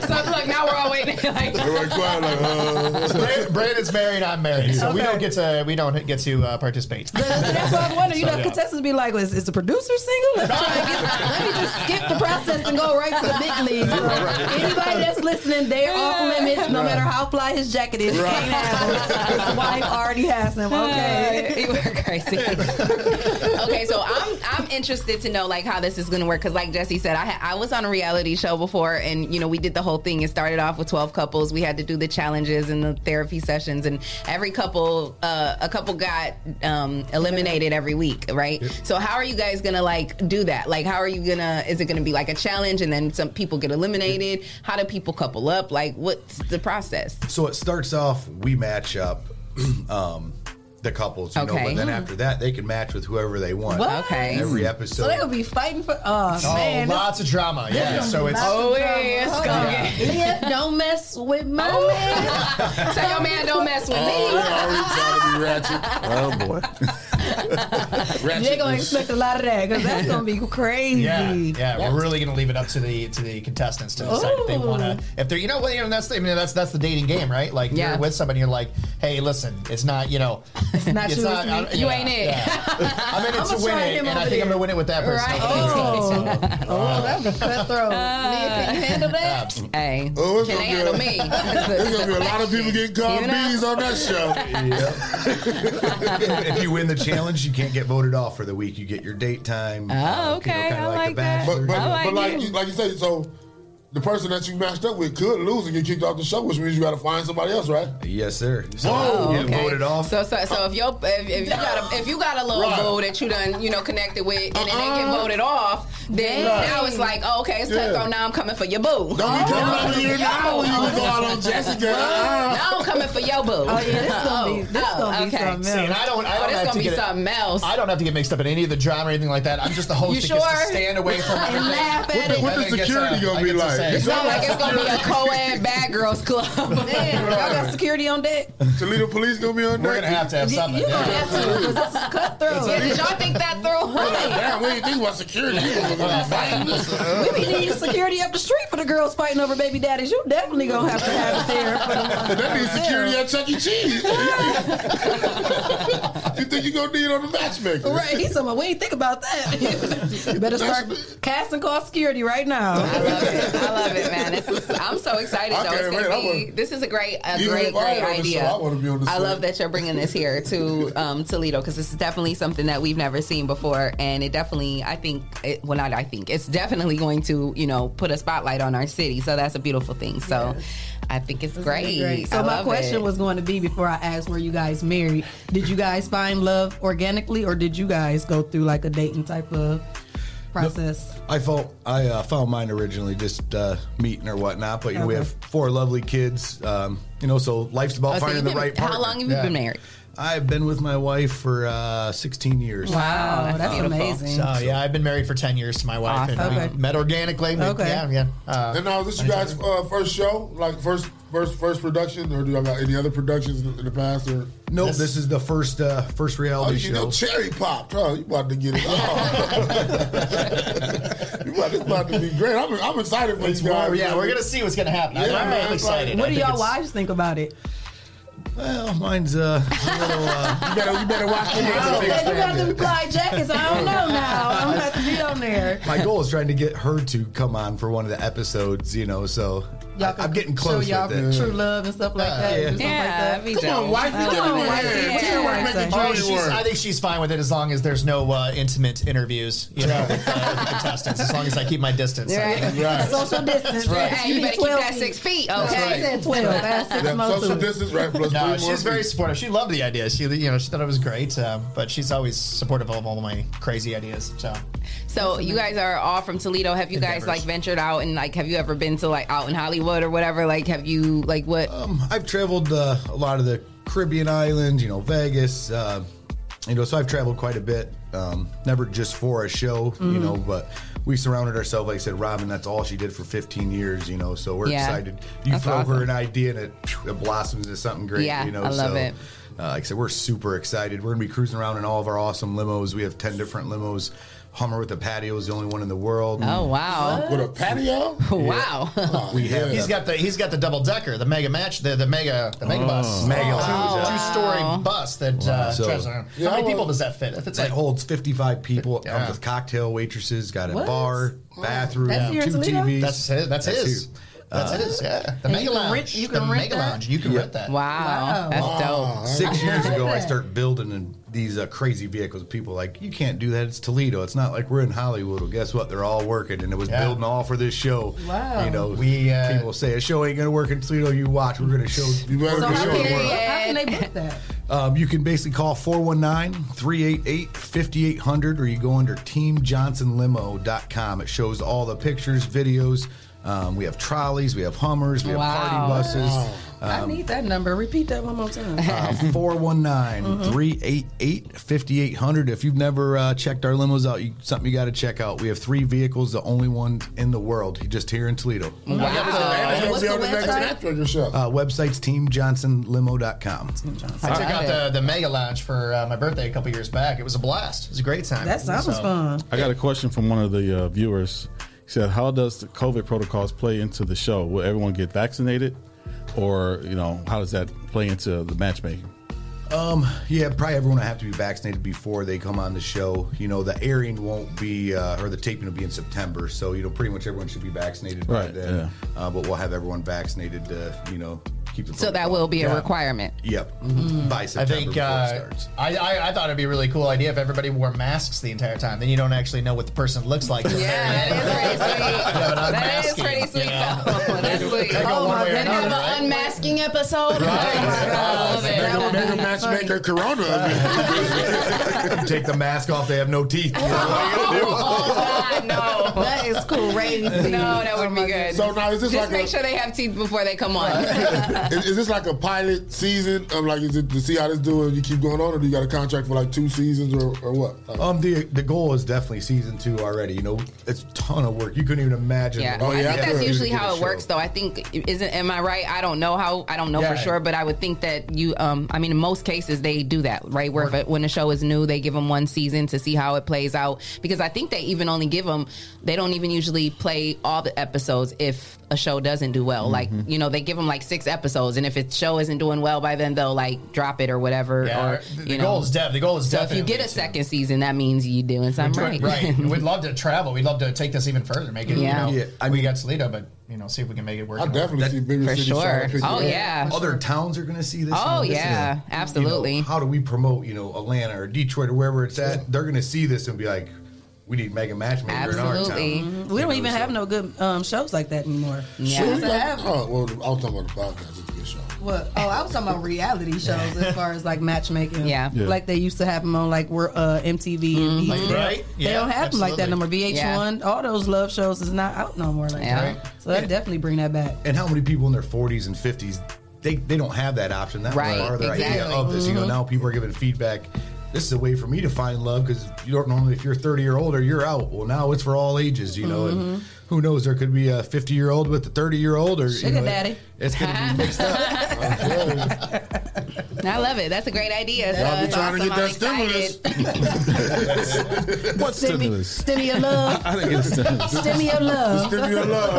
so look, now we're all waiting. Like,
uh,
Brand- Brandon's married. I'm married, so we don't get to we don't get to uh, participate.
That's what I was wondering. You
So,
know,
yeah.
contestants be like, well, is, is the producer single? Let's try and get- let me just skip the process and go right to the big leagues. Anybody that's listening, they're off limits, no matter how fly his jacket is. You can't have him. His wife already has him. Okay.
you were crazy. okay, so I'm I'm interested to know like how this is going to work because like Jesse said, I ha- I was on a reality show before, and you know we did the whole thing. It started off with twelve couples. We had to do the challenges and the therapy sessions, and every couple uh, a couple got um, eliminated every week, right? So how are you guys going to like do that? Like how are you gonna? Is it going to be like a challenge, and then some people get eliminated? How do people couple up? Like what's the process?
So it starts off we match up um, the couples, you know,
Okay.
but then
Mm.
after that they can match with whoever they want.
What? Okay.
Every
So
episode.
they're gonna be fighting for. Oh,
Oh,
man, this-
lots of drama.
this
Yeah,
is
so it's
lots of drama.
Oh, yeah, it's
Hold
gonna
on.
get-
Leah, don't mess with my man.
So your man don't mess with
Oh,
me.
yeah, already
Oh boy.
You ain't gonna expect a lot of that because that's gonna be crazy.
Yeah, yeah, we're really going to leave it up to the to the contestants to decide if they want to. If they're, you know, well, you know, that's I mean, that's that's the dating game, right? Like
Yeah.
you're with somebody, you're like, hey, listen, it's not, you know, it's
not you, it's
I-
me.
yeah,
You ain't it.
yeah. I'm in it
I'ma
to win
try
it,
him
and I
over
think I'm going to win it with that person.
Right.
Oh,
Oh, that'd be cutthroat.
Uh,
Uh,
Leah, can you handle that?
Hey,
Oh, it's
Can they
gonna be a-
handle me?
There's gonna be a lot of people getting called
You know?
bees on that show.
if you win the challenge, you can't get voted off for the week. You get your date
Oh,
time. uh, you know, kinda The Bachelor.
But, but, but like, you, like you say, so the person that you matched up with could lose and get kicked off the show, which means you got to find somebody else, right?
Yes, sir.
Whoa,
you get
Oh, okay.
voted off.
So, so, so if your if, if you got a if you got a little
Right.
boo that you done you know connected with and then they get
Uh-huh. Uh,
voted off, then
Right.
now it's like oh, okay, it's
Yeah.
cutthroat. Now I'm coming for your boo. Don't
be coming
Oh,
over here now when you was all on Jessica.
Now I'm coming for your boo.
Oh, yeah, this gonna be- this gonna be something
Oh, See, and I don't, I
Oh,
don't
this
have
gonna
to
be
get
something else.
I don't have to get mixed up in any of the drama or anything like that. I'm just the host
You
that
sure?
gets to stand away from
And
everything.
laugh at What the- it. what the
I get to-
security gonna
I
be
get to
like?
say-
It's not like it's gonna be a co-ed bad girls club.
Man, y'all got security on deck.
Toledo police gonna be on
We're gonna have to have something.
You gonna have to 'cause this is cutthroat.
Yeah, did y'all think that through?
Damn, we didn't think about security. We was gonna be fighting this.
We be needing security up the street for the girls fighting over baby daddies. You definitely gonna have to have it there. For the ones
That means security at Chuck E. Cheese. you think thing you gonna need on the matchmaker.
Right, he's talking. about, We ain't think about that. you better start casting call security right now.
I love it, man. This is, I'm so excited
I
though. It's
can't
gonna
wait. I
be.
wanna-
this is a great, a
Even
great,
if
great
I ain't on this
idea.
show, I wanna be on this
I
show.
love that you're bringing this here to um, Toledo because this is definitely something that we've never seen before, and it definitely, I think, it, well, not I think, it's definitely going to, you know, put a spotlight on our city. So that's a beautiful thing. So I think it's
This is gonna
great.
be So
I
my
love
question
it.
was going to be before I asked, were you guys married? Did you guys find love organically, or did you guys go through like a dating type of process?
I felt I uh, found mine originally just uh, meeting or whatnot, but you know, we
Okay.
have four lovely kids. Um, you know, so life's about
Oh, so
finding
you've
the
been-
right.
how
partner.
long have you been married?
I've been with my wife for uh, 16 years.
Wow, that's
Oh, So, yeah, I've been married for 10 years to my wife.
Awesome.
And
Okay.
we met organically. We- Yeah, yeah. Uh,
and now, is this you guys' uh, first show, like first, first, first production, or do y'all got any other productions in the- in the past? Or
No, this, is the first uh, first
Oh,
reality
you know,
show.
cherry pop, bro. You about to get it all. you about, it's about to be great. I'm, I'm excited for
It's
you guys.
more- yeah, we're gonna see what's gonna happen. I'm- I'm
man,
excited.
it's like-
I
What do
think
y'all
it's-
wives think about it?
Well, mine's uh, a little. Uh,
you better you better watch
I said you got the reply jackets. I don't know now. I'm gonna have to be on there.
My goal is trying to get her to come on for one of the episodes, you know. So I, I'm getting
Show
close
y'all
with it.
true love and stuff like that.
yeah.
and stuff
Yeah,
like that.
I'd be
Come on,
down.
wifey,
I
come
love
on,
it.
wifey.
Yeah.
Tell your wife
Oh,
to join
she's-
you.
I think she's fine with it as long as there's no uh, intimate interviews, you know, with, uh, with contestants. As long as I keep my distance.
Social distance.
That's right.
Hey, you better keep that six feet. Okay.
That's right. said 12. That's six more too.
no,
three more
she's very
feet.
supportive. She loved the idea. She, you know, she thought it was great. Um, but she's always supportive of all my crazy ideas. So
So you guys are all from Toledo. Have you guys
Endeavors.
like ventured out and like have you ever been to like out in Hollywood or whatever? Like have you like what?
Um, I've traveled uh, a lot of the Caribbean islands, you know, Vegas, uh, you know, so I've traveled quite a bit. Um, never just for a show, you
Mhm.
know, but we surrounded ourselves, like I said, Robin, that's all she did for 15 years, you know, so we're
Yeah.
excited. You
That's
throw her
awesome.
an idea and it, it blossoms into something great,
Yeah,
you know,
I love
so.
it.
Uh, like I said, we're super excited. We're gonna be cruising around in all of our awesome limos. We have ten different limos. Hummer with a patio is the only one in the world.
Oh, wow. With a patio?
Oh.
Wow.
We have
he's got the he's got the double decker, the mega match, the the mega the mega bus,
Oh. Mega
two,
bus, yeah.
story bus that uh,
So-
drives around.
Yeah,
How many
well,
people does that fit? If it's
That
like
holds 55 people. It comes with cocktail waitresses, got a bar, bathroom,
That's here in
two
Toledo?
TVs.
That's his- that's his.
here.
That's
Uh,
his, yeah. The
And
mega
you can
lounge.
rent- you
the
can rent
mega
that?
lounge. You can rent that.
Wow. That's dope.
Six years ago, I
started.
started building in these uh, crazy vehicles. People like, you can't do that. It's Toledo. It's not like we're in Hollywood. Well, guess what? They're all working, and it was
Yeah.
building all for this show.
Wow.
You know,
We, uh,
people say a show ain't gonna work in Toledo. You watch. We're gonna show. we're
So
gonna
how
show
can,
the
they,
world.
how can they book that?
Um, you can basically call 419 388 5800 or you go under teamjohnsonlimo.com. It shows all the pictures, videos. Um, we have trolleys, we have Hummers, we have
Wow.
party buses. Um,
I need that number. Repeat that one more
uh,
time.
419 388 5800. If you've never uh, checked our limos out, you, something you got to check out. We have three vehicles, the only one in the world, just here in Toledo.
And it's gonna be on the next after your show.
Uh, website's teamjohnsonlimo.com.
I took out the, the mega lounge for uh, my birthday a couple years back. It was a blast. It was a great time.
That sounds fun.
I got a question from one of the uh, viewers. He said, "How does the COVID protocols play into the show? Will everyone get vaccinated, or you know, how does that play into the matchmaking?"
Um, yeah, probably everyone will have to be vaccinated before they come on the show. You know, the airing won't be, uh, or the taping will be in September. So, you know, pretty much everyone should be vaccinated by
Right,
then. Uh, but we'll have everyone vaccinated to, you know, keep the
So that will be a
Yeah.
requirement.
Yep. Mm-hmm.
Mhm.
By
I
September
think
before it
uh,
starts.
I, I I thought it'd be a really cool idea if everybody wore masks the entire time. Then you don't actually know what the person looks like.
That is pretty sweet. though. That's sweet.
Oh, my
And
goodness.
have an unmasking episode.
Mega, mega matchmaker Corona.
Take the mask off, they have no teeth.
That is cool. Rating. Oh, No, that would be good.
So now is this
Just
like
make
a-
sure they have teeth before they come on.
is, is this like a pilot season of like is it to see how this do and you keep going on, or do you got a contract for like two seasons or, or what?
Um, the the goal is definitely season two already. You know, it's a ton of work. You couldn't even imagine.
Oh, Yeah,
Oh,
what
I
we
think
have to
that's
do
usually
to get
how
a
it
show.
works, though. I think isn't am I right? I don't know how I don't know
Yeah.
for sure, but I would think that you. Um, I mean, in most cases they do that, right? Where if it, when a show is new, they give them one season to see how it plays out. Because I think they even only give them. They don't even usually play all the episodes if a show doesn't do well. Like
Mm-hmm.
Mhm.
you know, they give them like six episodes, and if a show isn't doing well by then, they'll like drop it or whatever.
Yeah,
or
the- the
you know,
goal is def- the goal is
so if you get
definitely
a second season, that means you're doing something right.
right. We'd love to travel. We'd love to take this even further, make it.
Yeah.
You know,
Yeah,
I we got Toledo, but you know, see if we can make it work.
I definitely see bigger For cities sure. trying to pick it Oh, up. yeah.
Other towns are going to see this.
Oh,
and this is
yeah.
a- you know,
Absolutely.
how do we promote? You know, Atlanta or Detroit or wherever it's at. They're going to see this and be like, "We need mega matchmaker
Absolutely.
in our town."
Mm-hmm. We don't even have no good um, shows like that anymore.
Yeah.
We used to have-
Oh, well, I was talking about the podcast. It's a good show.
Well, oh, I was talking about reality shows as far as like matchmaking.
Yeah. Yeah.
like they used to have them on like we're uh, MTV. And
Mhm.
VH1.
Right.
They
Yeah,
don't have them like that no more.
absolutely.
VH1, all those love shows is not out no more like
Yeah.
that.
Right.
So that definitely bring that back.
And how many people in their 40s and 50s they, they don't have that option? That
Right,
was part of their idea
exactly.
of this. You know,
Mhm.
now people are giving feedback. This is a way for me to find love because you don't normally, if you're 30 or older, you're out. Well, now it's for all ages, you know.
Mhm.
And who knows? There could be a 50 year old with a 30 year old, or
Sugar
you know, it-
daddy.
it's gonna be mixed up.
I love it. That's a great idea.
Y'all
So
be
it's
trying to
awesome.
get that
I'm
stimulus.
excited.
What stimulus?
Stimmy of love.
I, I didn't get stimulus.
Stimmy of love.
Stimmy of love.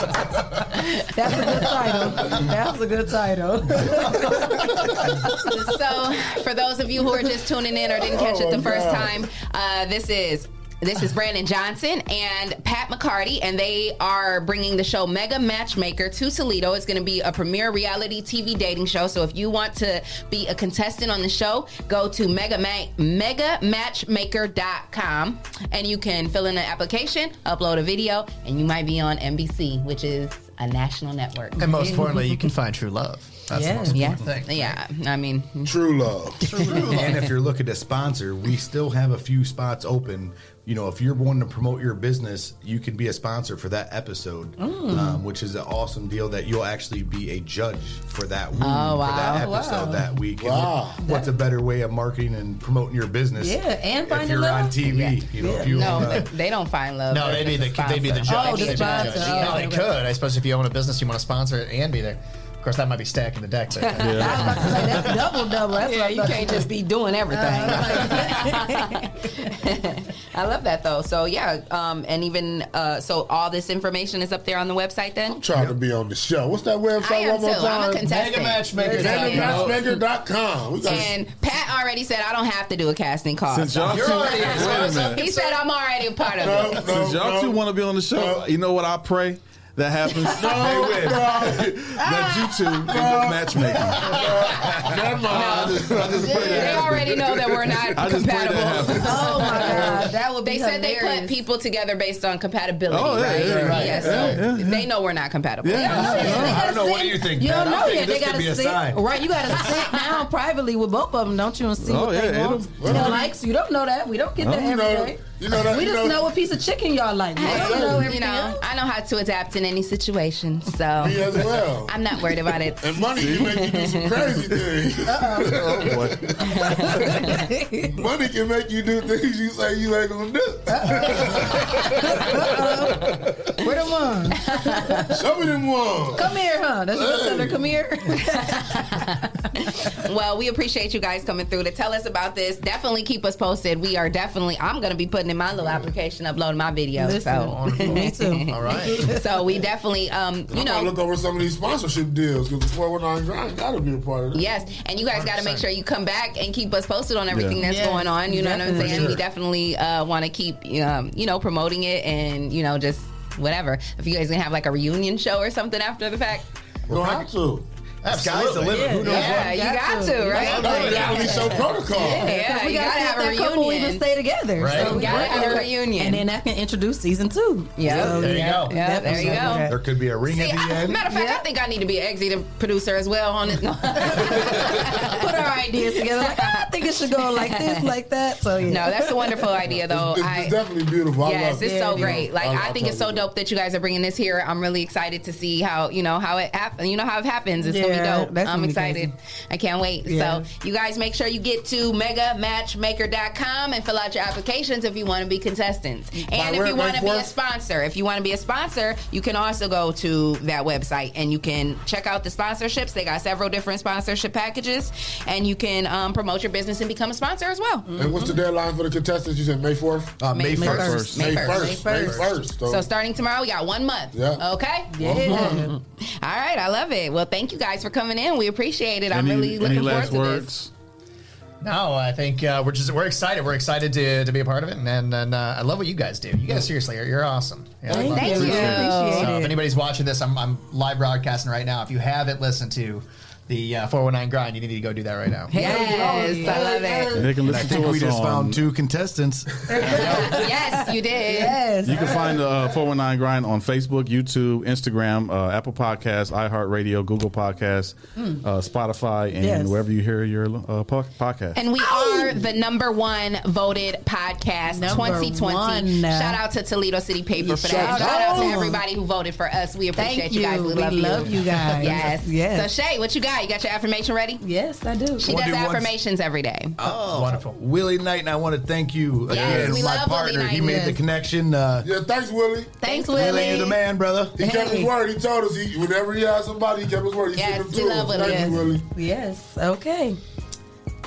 That's a good title. That's a good title.
so for those of you who are just tuning in or didn't catch it
Oh,
the first
God.
time uh, this is this is Brandon Johnson and Pat McCarty, and they are bringing the show Mega Matchmaker to Toledo. It's going to be a premier reality TV dating show. So if you want to be a contestant on the show, go to mega ma- megamatchmaker.com and you can fill in an application, upload a video, and you might be on NBC, which is a national network.
And most importantly, you can find true love. That's the most
yes.
important thing.
Yeah, I mean,
True love. and if you're looking to sponsor, we still have a few spots open. You know, if you're wanting to promote your business, you can be a sponsor for that episode,
Mm.
um, which is an awesome deal that you'll actually be a judge for that week,
Oh,
for that
wow. Wow.
episode that week. And
Wow.
what- what's a better way of marketing and promoting your business?
Yeah, and
if
finding
you're
love?
on TV, you know, if you
no,
uh,
they, they don't find love.
No, they'd be the they'd be the judge.
Oh,
They'd be
the
the
sponsor.
judge.
Oh,
no, they
okay.
could. I suppose if you own a business, you want to sponsor it and be there. Of course, that might be stacking the deck. But
That's double double. That's
Yeah,
what I
you
thought.
can't just be doing everything. I love that though. So yeah, um, and even uh, so, all this information is up there on the website. Then
Trying to be on the show. What's that website
I am
one more
too. I'm a
time?
contestant. Megamatchmaker.com.
Megamatchmaker.com. We got-
and Pat already said I don't have to do a casting call.
Since
so-
y'all You're two- already a wait a minute.
He said I'm already a part of it.
Since y'all two want to be on the show, you know what I pray that happens?
No,
They win.
no.
that you two end up matchmaking. I just, I just pray that
They
happens.
already know that we're not
I just pray that
compatible.
happens.
Oh my god, that would
be
They said they put
hilarious.
people together based on compatibility,
Oh, yeah,
right?
yeah, right.
Yeah, so
Yeah,
they know we're not compatible.
Yeah, Yeah, yeah, yeah.
I don't know. What do you think?
You
Pat?
don't
I'm
know
thinking
yet. They
this could
gotta
be a
sit
sign.
right. You gotta sit down privately with both of them, don't you, and see
Oh,
what they
yeah,
want.
it'll-
Who
it'll-
likes you don't know that. We don't get
Oh,
that
you
every
know-
day.
you know that-
We
you
just
know-
know what piece of chicken y'all like. We
I
don't know
know, you
everything
know, I know how to adapt in any situation, so
Me as well.
I'm not worried about it.
And money can make you do some crazy things.
Oh,
boy. money can make you do things you say you ain't gonna do.
Where the one?
Show me them ones.
Come here, huh? That's what I told her. Come here.
well, we appreciate you guys coming through to tell us about this. Definitely keep us posted. We are definitely. I'm going to be putting in my little application, uploading my video. so,
Me
too.
All right.
so we definitely, um, you
I'm
know,
gonna look over some of these sponsorship deals because the 419 Grind gotta be a part of this.
Yes, and you guys got to make
100%.
sure you come back and keep us posted on everything
Yeah.
that's
Yes,
going on. You know what I'm
definitely.
saying?
For
We
sure.
definitely uh, want to keep, um, you know, promoting it and you know just whatever. If you guys can have like a reunion show or something after the fact.
Don't have to.
Sky's the limit. Who knows
Yeah,
what?
you got to,
That's part of
right?
the reality show protocol.
Yeah,
we
you gotta
gotta, see
have
if
a
that couple
reunion.
even stay together.
Right.
So
You gotta
right.
have a reunion.
and then that can introduce season two.
Yeah.
So,
There you
yeah,
go.
definitely.
there you go.
There could be a ring
See,
at the
I,
end.
matter of fact, I think I need to be an executive producer as well on it. No.
Put our ideas together. Like, I think it should go like this, like that. So yeah.
No, that's a wonderful idea, though.
It's,
I-
it's definitely beautiful. I
yes,
love
it's
it.
so great. Like I,
I'll
think it's
tell
so dope that you guys are bringing this here. I'm really excited to see how you know how it happens. You know how it happens. It's
Yeah.
gonna
Yeah,
be dope.
that's
I'm
gonna be
excited. I can't wait.
Yeah.
So you guys make sure you get to megamatchmaker.com and fill out your applications if you want to be contestants. And if
where-
you
by
want to be a
fourth?
sponsor, if you want to be a sponsor, you can also go to that website and you can check out the sponsorships. They got several different sponsorship packages, and you can um, promote your business and become a sponsor as well.
And what's the deadline for the contestants? You said May 4th?
Uh,
May May 1st. 1st.
May
May
1st.
1st.
May 1st.
So, starting tomorrow, we got one month.
Yeah.
Okay.
Yeah.
All right. I love it. Well, thank you guys for coming in. We appreciate it. I'm really looking forward to this.
No, I think uh, we're just we're excited. We're excited to, to be a part of it, and and, and uh, I love what you guys do. You guys seriously, you're, you're awesome. I
Thank you.
love it.
Thank you. Appreciate
So
it.
if anybody's watching this, I'm, I'm live broadcasting right now. If you haven't listened to the uh, 419 grind, you need to go do that right now.
Yes, I love it.
They can
And I
listen
think
to
we
us
just
on-
found two contestants.
yes, you did. Yes.
You can find uh, 419 Grind on Facebook, YouTube, Instagram, uh, Apple Podcasts, iHeartRadio, Google Podcasts,
Mm.
uh, Spotify, and
Yes.
wherever you hear your uh, po- podcast.
And we are the number one voted podcast
Number
2020.
one.
Shout out to Toledo City Paper for that.
Shout
Shout out to
out.
everybody who voted for us. We appreciate
Thank
you. guys.
you.
We,
We
love,
love you guys.
yes.
Yes.
So Shay, what you got? You got your affirmation ready?
Yes, I do.
She
Wanna
does
do one-
affirmations every day.
Oh, wonderful. Willie Knight, and I want to thank you
Yes,
again,
we
my
love Willie
partner. He
Knight,
made
yes.
the connection. Uh,
Yeah, thanks, Willie.
Thanks,
Willie is the man, brother.
He kept his word. He told us he, whenever he had somebody, he kept his word. He
Yes,
sent them
we
to
love
us.
Willie.
Thank you,
Yes.
Willie.
Yes, okay.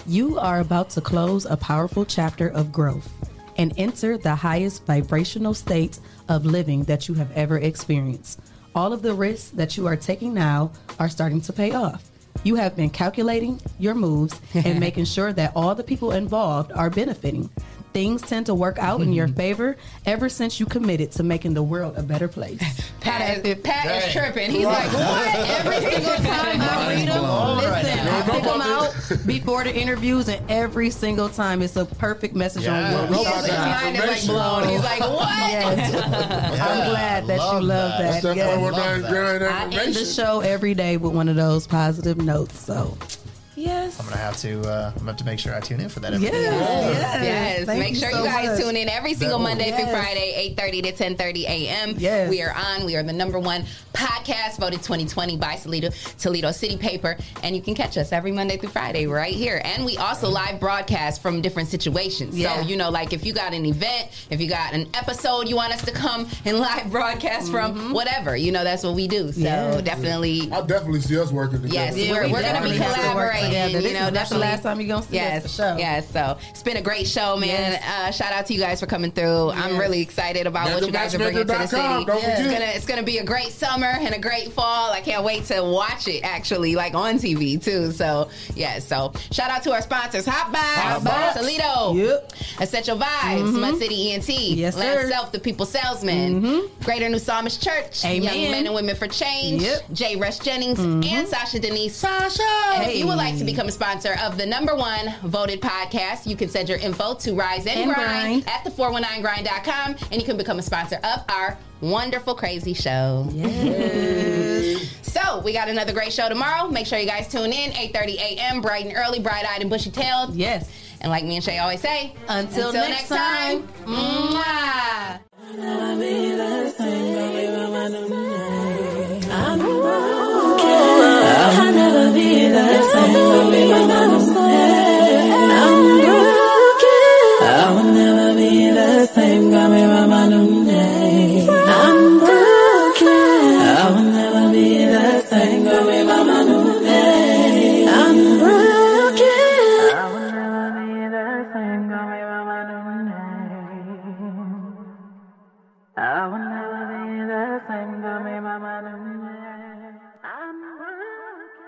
You are about to close a powerful chapter of growth and enter the highest vibrational state of living that you have ever experienced. All of the risks that you are taking now are starting to pay off. You have been calculating your moves and making sure that all the people involved are benefiting. Things tend to work out in your favor ever since you committed to making the world a better place.
Pat is, Pat
Dang.
is tripping. He's like, what? Every single time I read them,
Listen, I pick them out before the interviews, and every single time it's a perfect message
Yeah.
on what we
His
talking about.
mind is like blown. He's like, what?
Yes. I'm glad that
Love
you love
that.
that.
That's that
yes.
419 grand
I end the
affirmation.
show every day with one of those positive notes. So, yes.
I'm gonna have to uh, I'm gonna have to make sure I tune in for that. every
Yes,
day.
yes.
Yes,
Thank
make
you
sure
so
you guys
much.
tune in every single
That-
Monday through
Yes.
Friday, 8.30 to 10.30 a.m. Yes. We are on. We are the number one podcast voted 2020 by Toledo, Toledo City Paper. And you can catch us every Monday through Friday right here. And we also live broadcast from different situations.
Yeah.
So, you know, like if you got an event, if you got an episode you want us to come and live broadcast
Mm-hmm.
from, whatever. You know, that's what we do. So definitely.
I definitely see us working together.
Yes, we're, we're going to be collaborating. You know, that's yes, Yes, so it's been a great show, man. Uh, shout out to you guys for coming through. I'm really excited about what you guys are bringing to the city.
MegaMatchmaker.com, don't
It's
forget.
gonna it's gonna be a great summer and a great fall. I can't wait to watch it actually, like on TV too. So yeah, so shout out to our sponsors, Hot Vibes,
Hot Vibes.
Toledo, Essential Vibes,
Mhm.
Mud City ENT,
Yes,
Land
sir. Mm-hmm.
Self, the People Salesman, Greater New Psalmist Church,
Amen.
Young Men and Women for Change,
Yep. Mm-hmm.
Jay Rush Jennings, and Sasha Denise. Sasha, if you would like to
Hey.
become a sponsor of the number one voted podcast, you can send your info to Rise and,
And
grind, at the 419grind.com and you can become a sponsor of our wonderful, crazy show. so we got another great show tomorrow. Make sure you guys tune in, 8.30 a.m., bright and early, bright-eyed and bushy-tailed.
Yes.
And like me and Shay always say,
Until next time.
mwah.
I will never be the same. Got me by my new name. I'm broken. I will never be the same. Got me by my new name. I'm broken. I will never be the same. Got me by my new name. I will never be the same. Got me by my new name. I'm broken.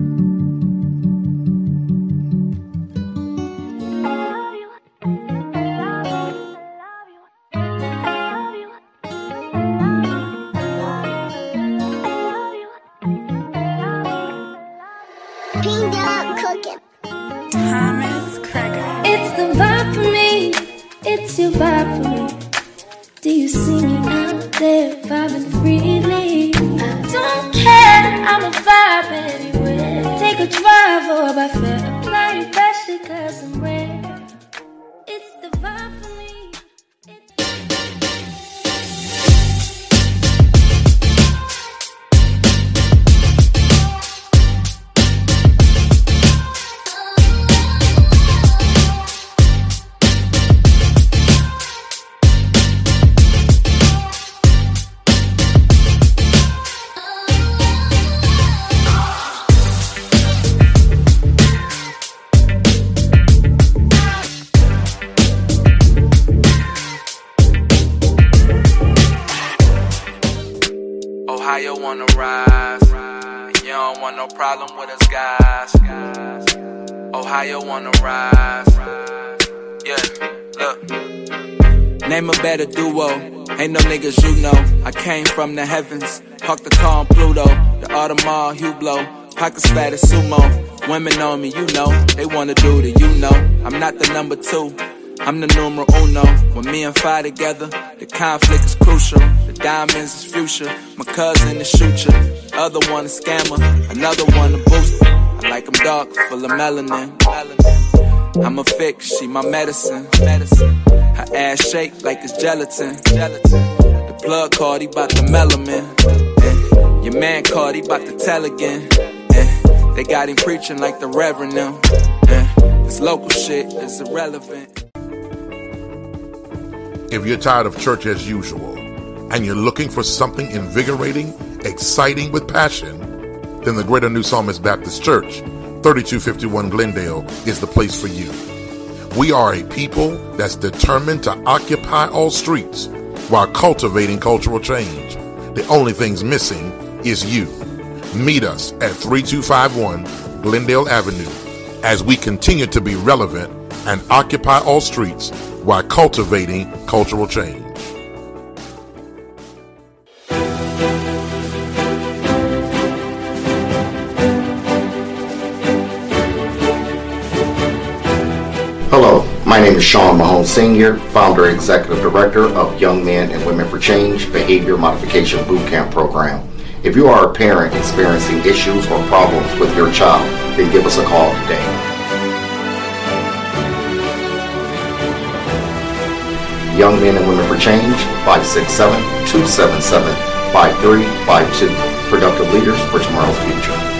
Pink dog cooking. Thomas Craig.
you vibe for me? Do you see me out there vibing freely? I don't care, I'm a vibe anywhere. Take a drive or by fair. Apply your pressure cause I'm rare. It's the vibe for me.
Ohio wanna rise. And you don't want no problem with us guys. Ohio wanna rise. Yeah, look.
Name a better duo. Ain't no niggas you know.
I came from the heavens. Parked the car on Pluto. The Audemars Hublot. Pockets fat as sumo. Women on me, you know. They wanna do the you know. I'm not the number two. I'm the numero uno. When me and Fi together, the conflict is crucial. The diamonds is future. My cousin is shooter. Other one a scammer. Another one a booster. I like 'em dark, full of melanin. Melanin. I'm a fix, she my medicine. Medicine. Her ass shake like it's gelatin. Gelatin. The plug card, he bout the melanin. Eh. Your man card, he bout to tell again. Eh. They got him preaching like the reverend now. Eh. This local shit is irrelevant.
If you're tired of church as usual and you're looking for something invigorating, exciting with passion, then the Greater New Psalmist Baptist Church, 3251 Glendale, is the place for you. We are a people that's determined to occupy all streets while cultivating cultural change. The only things missing is you. Meet us at 3251 Glendale Avenue as we continue to be relevant and occupy all streets while cultivating cultural change.
Hello, my name is Sean Mahone Sr., founder and executive director of Young Men and Women for Change Behavior Modification Bootcamp Program. If you are a parent experiencing issues or problems with your child, then give us a call today. Young Men and Women for Change, 567 277 5352. Productive Leaders for Tomorrow's Future.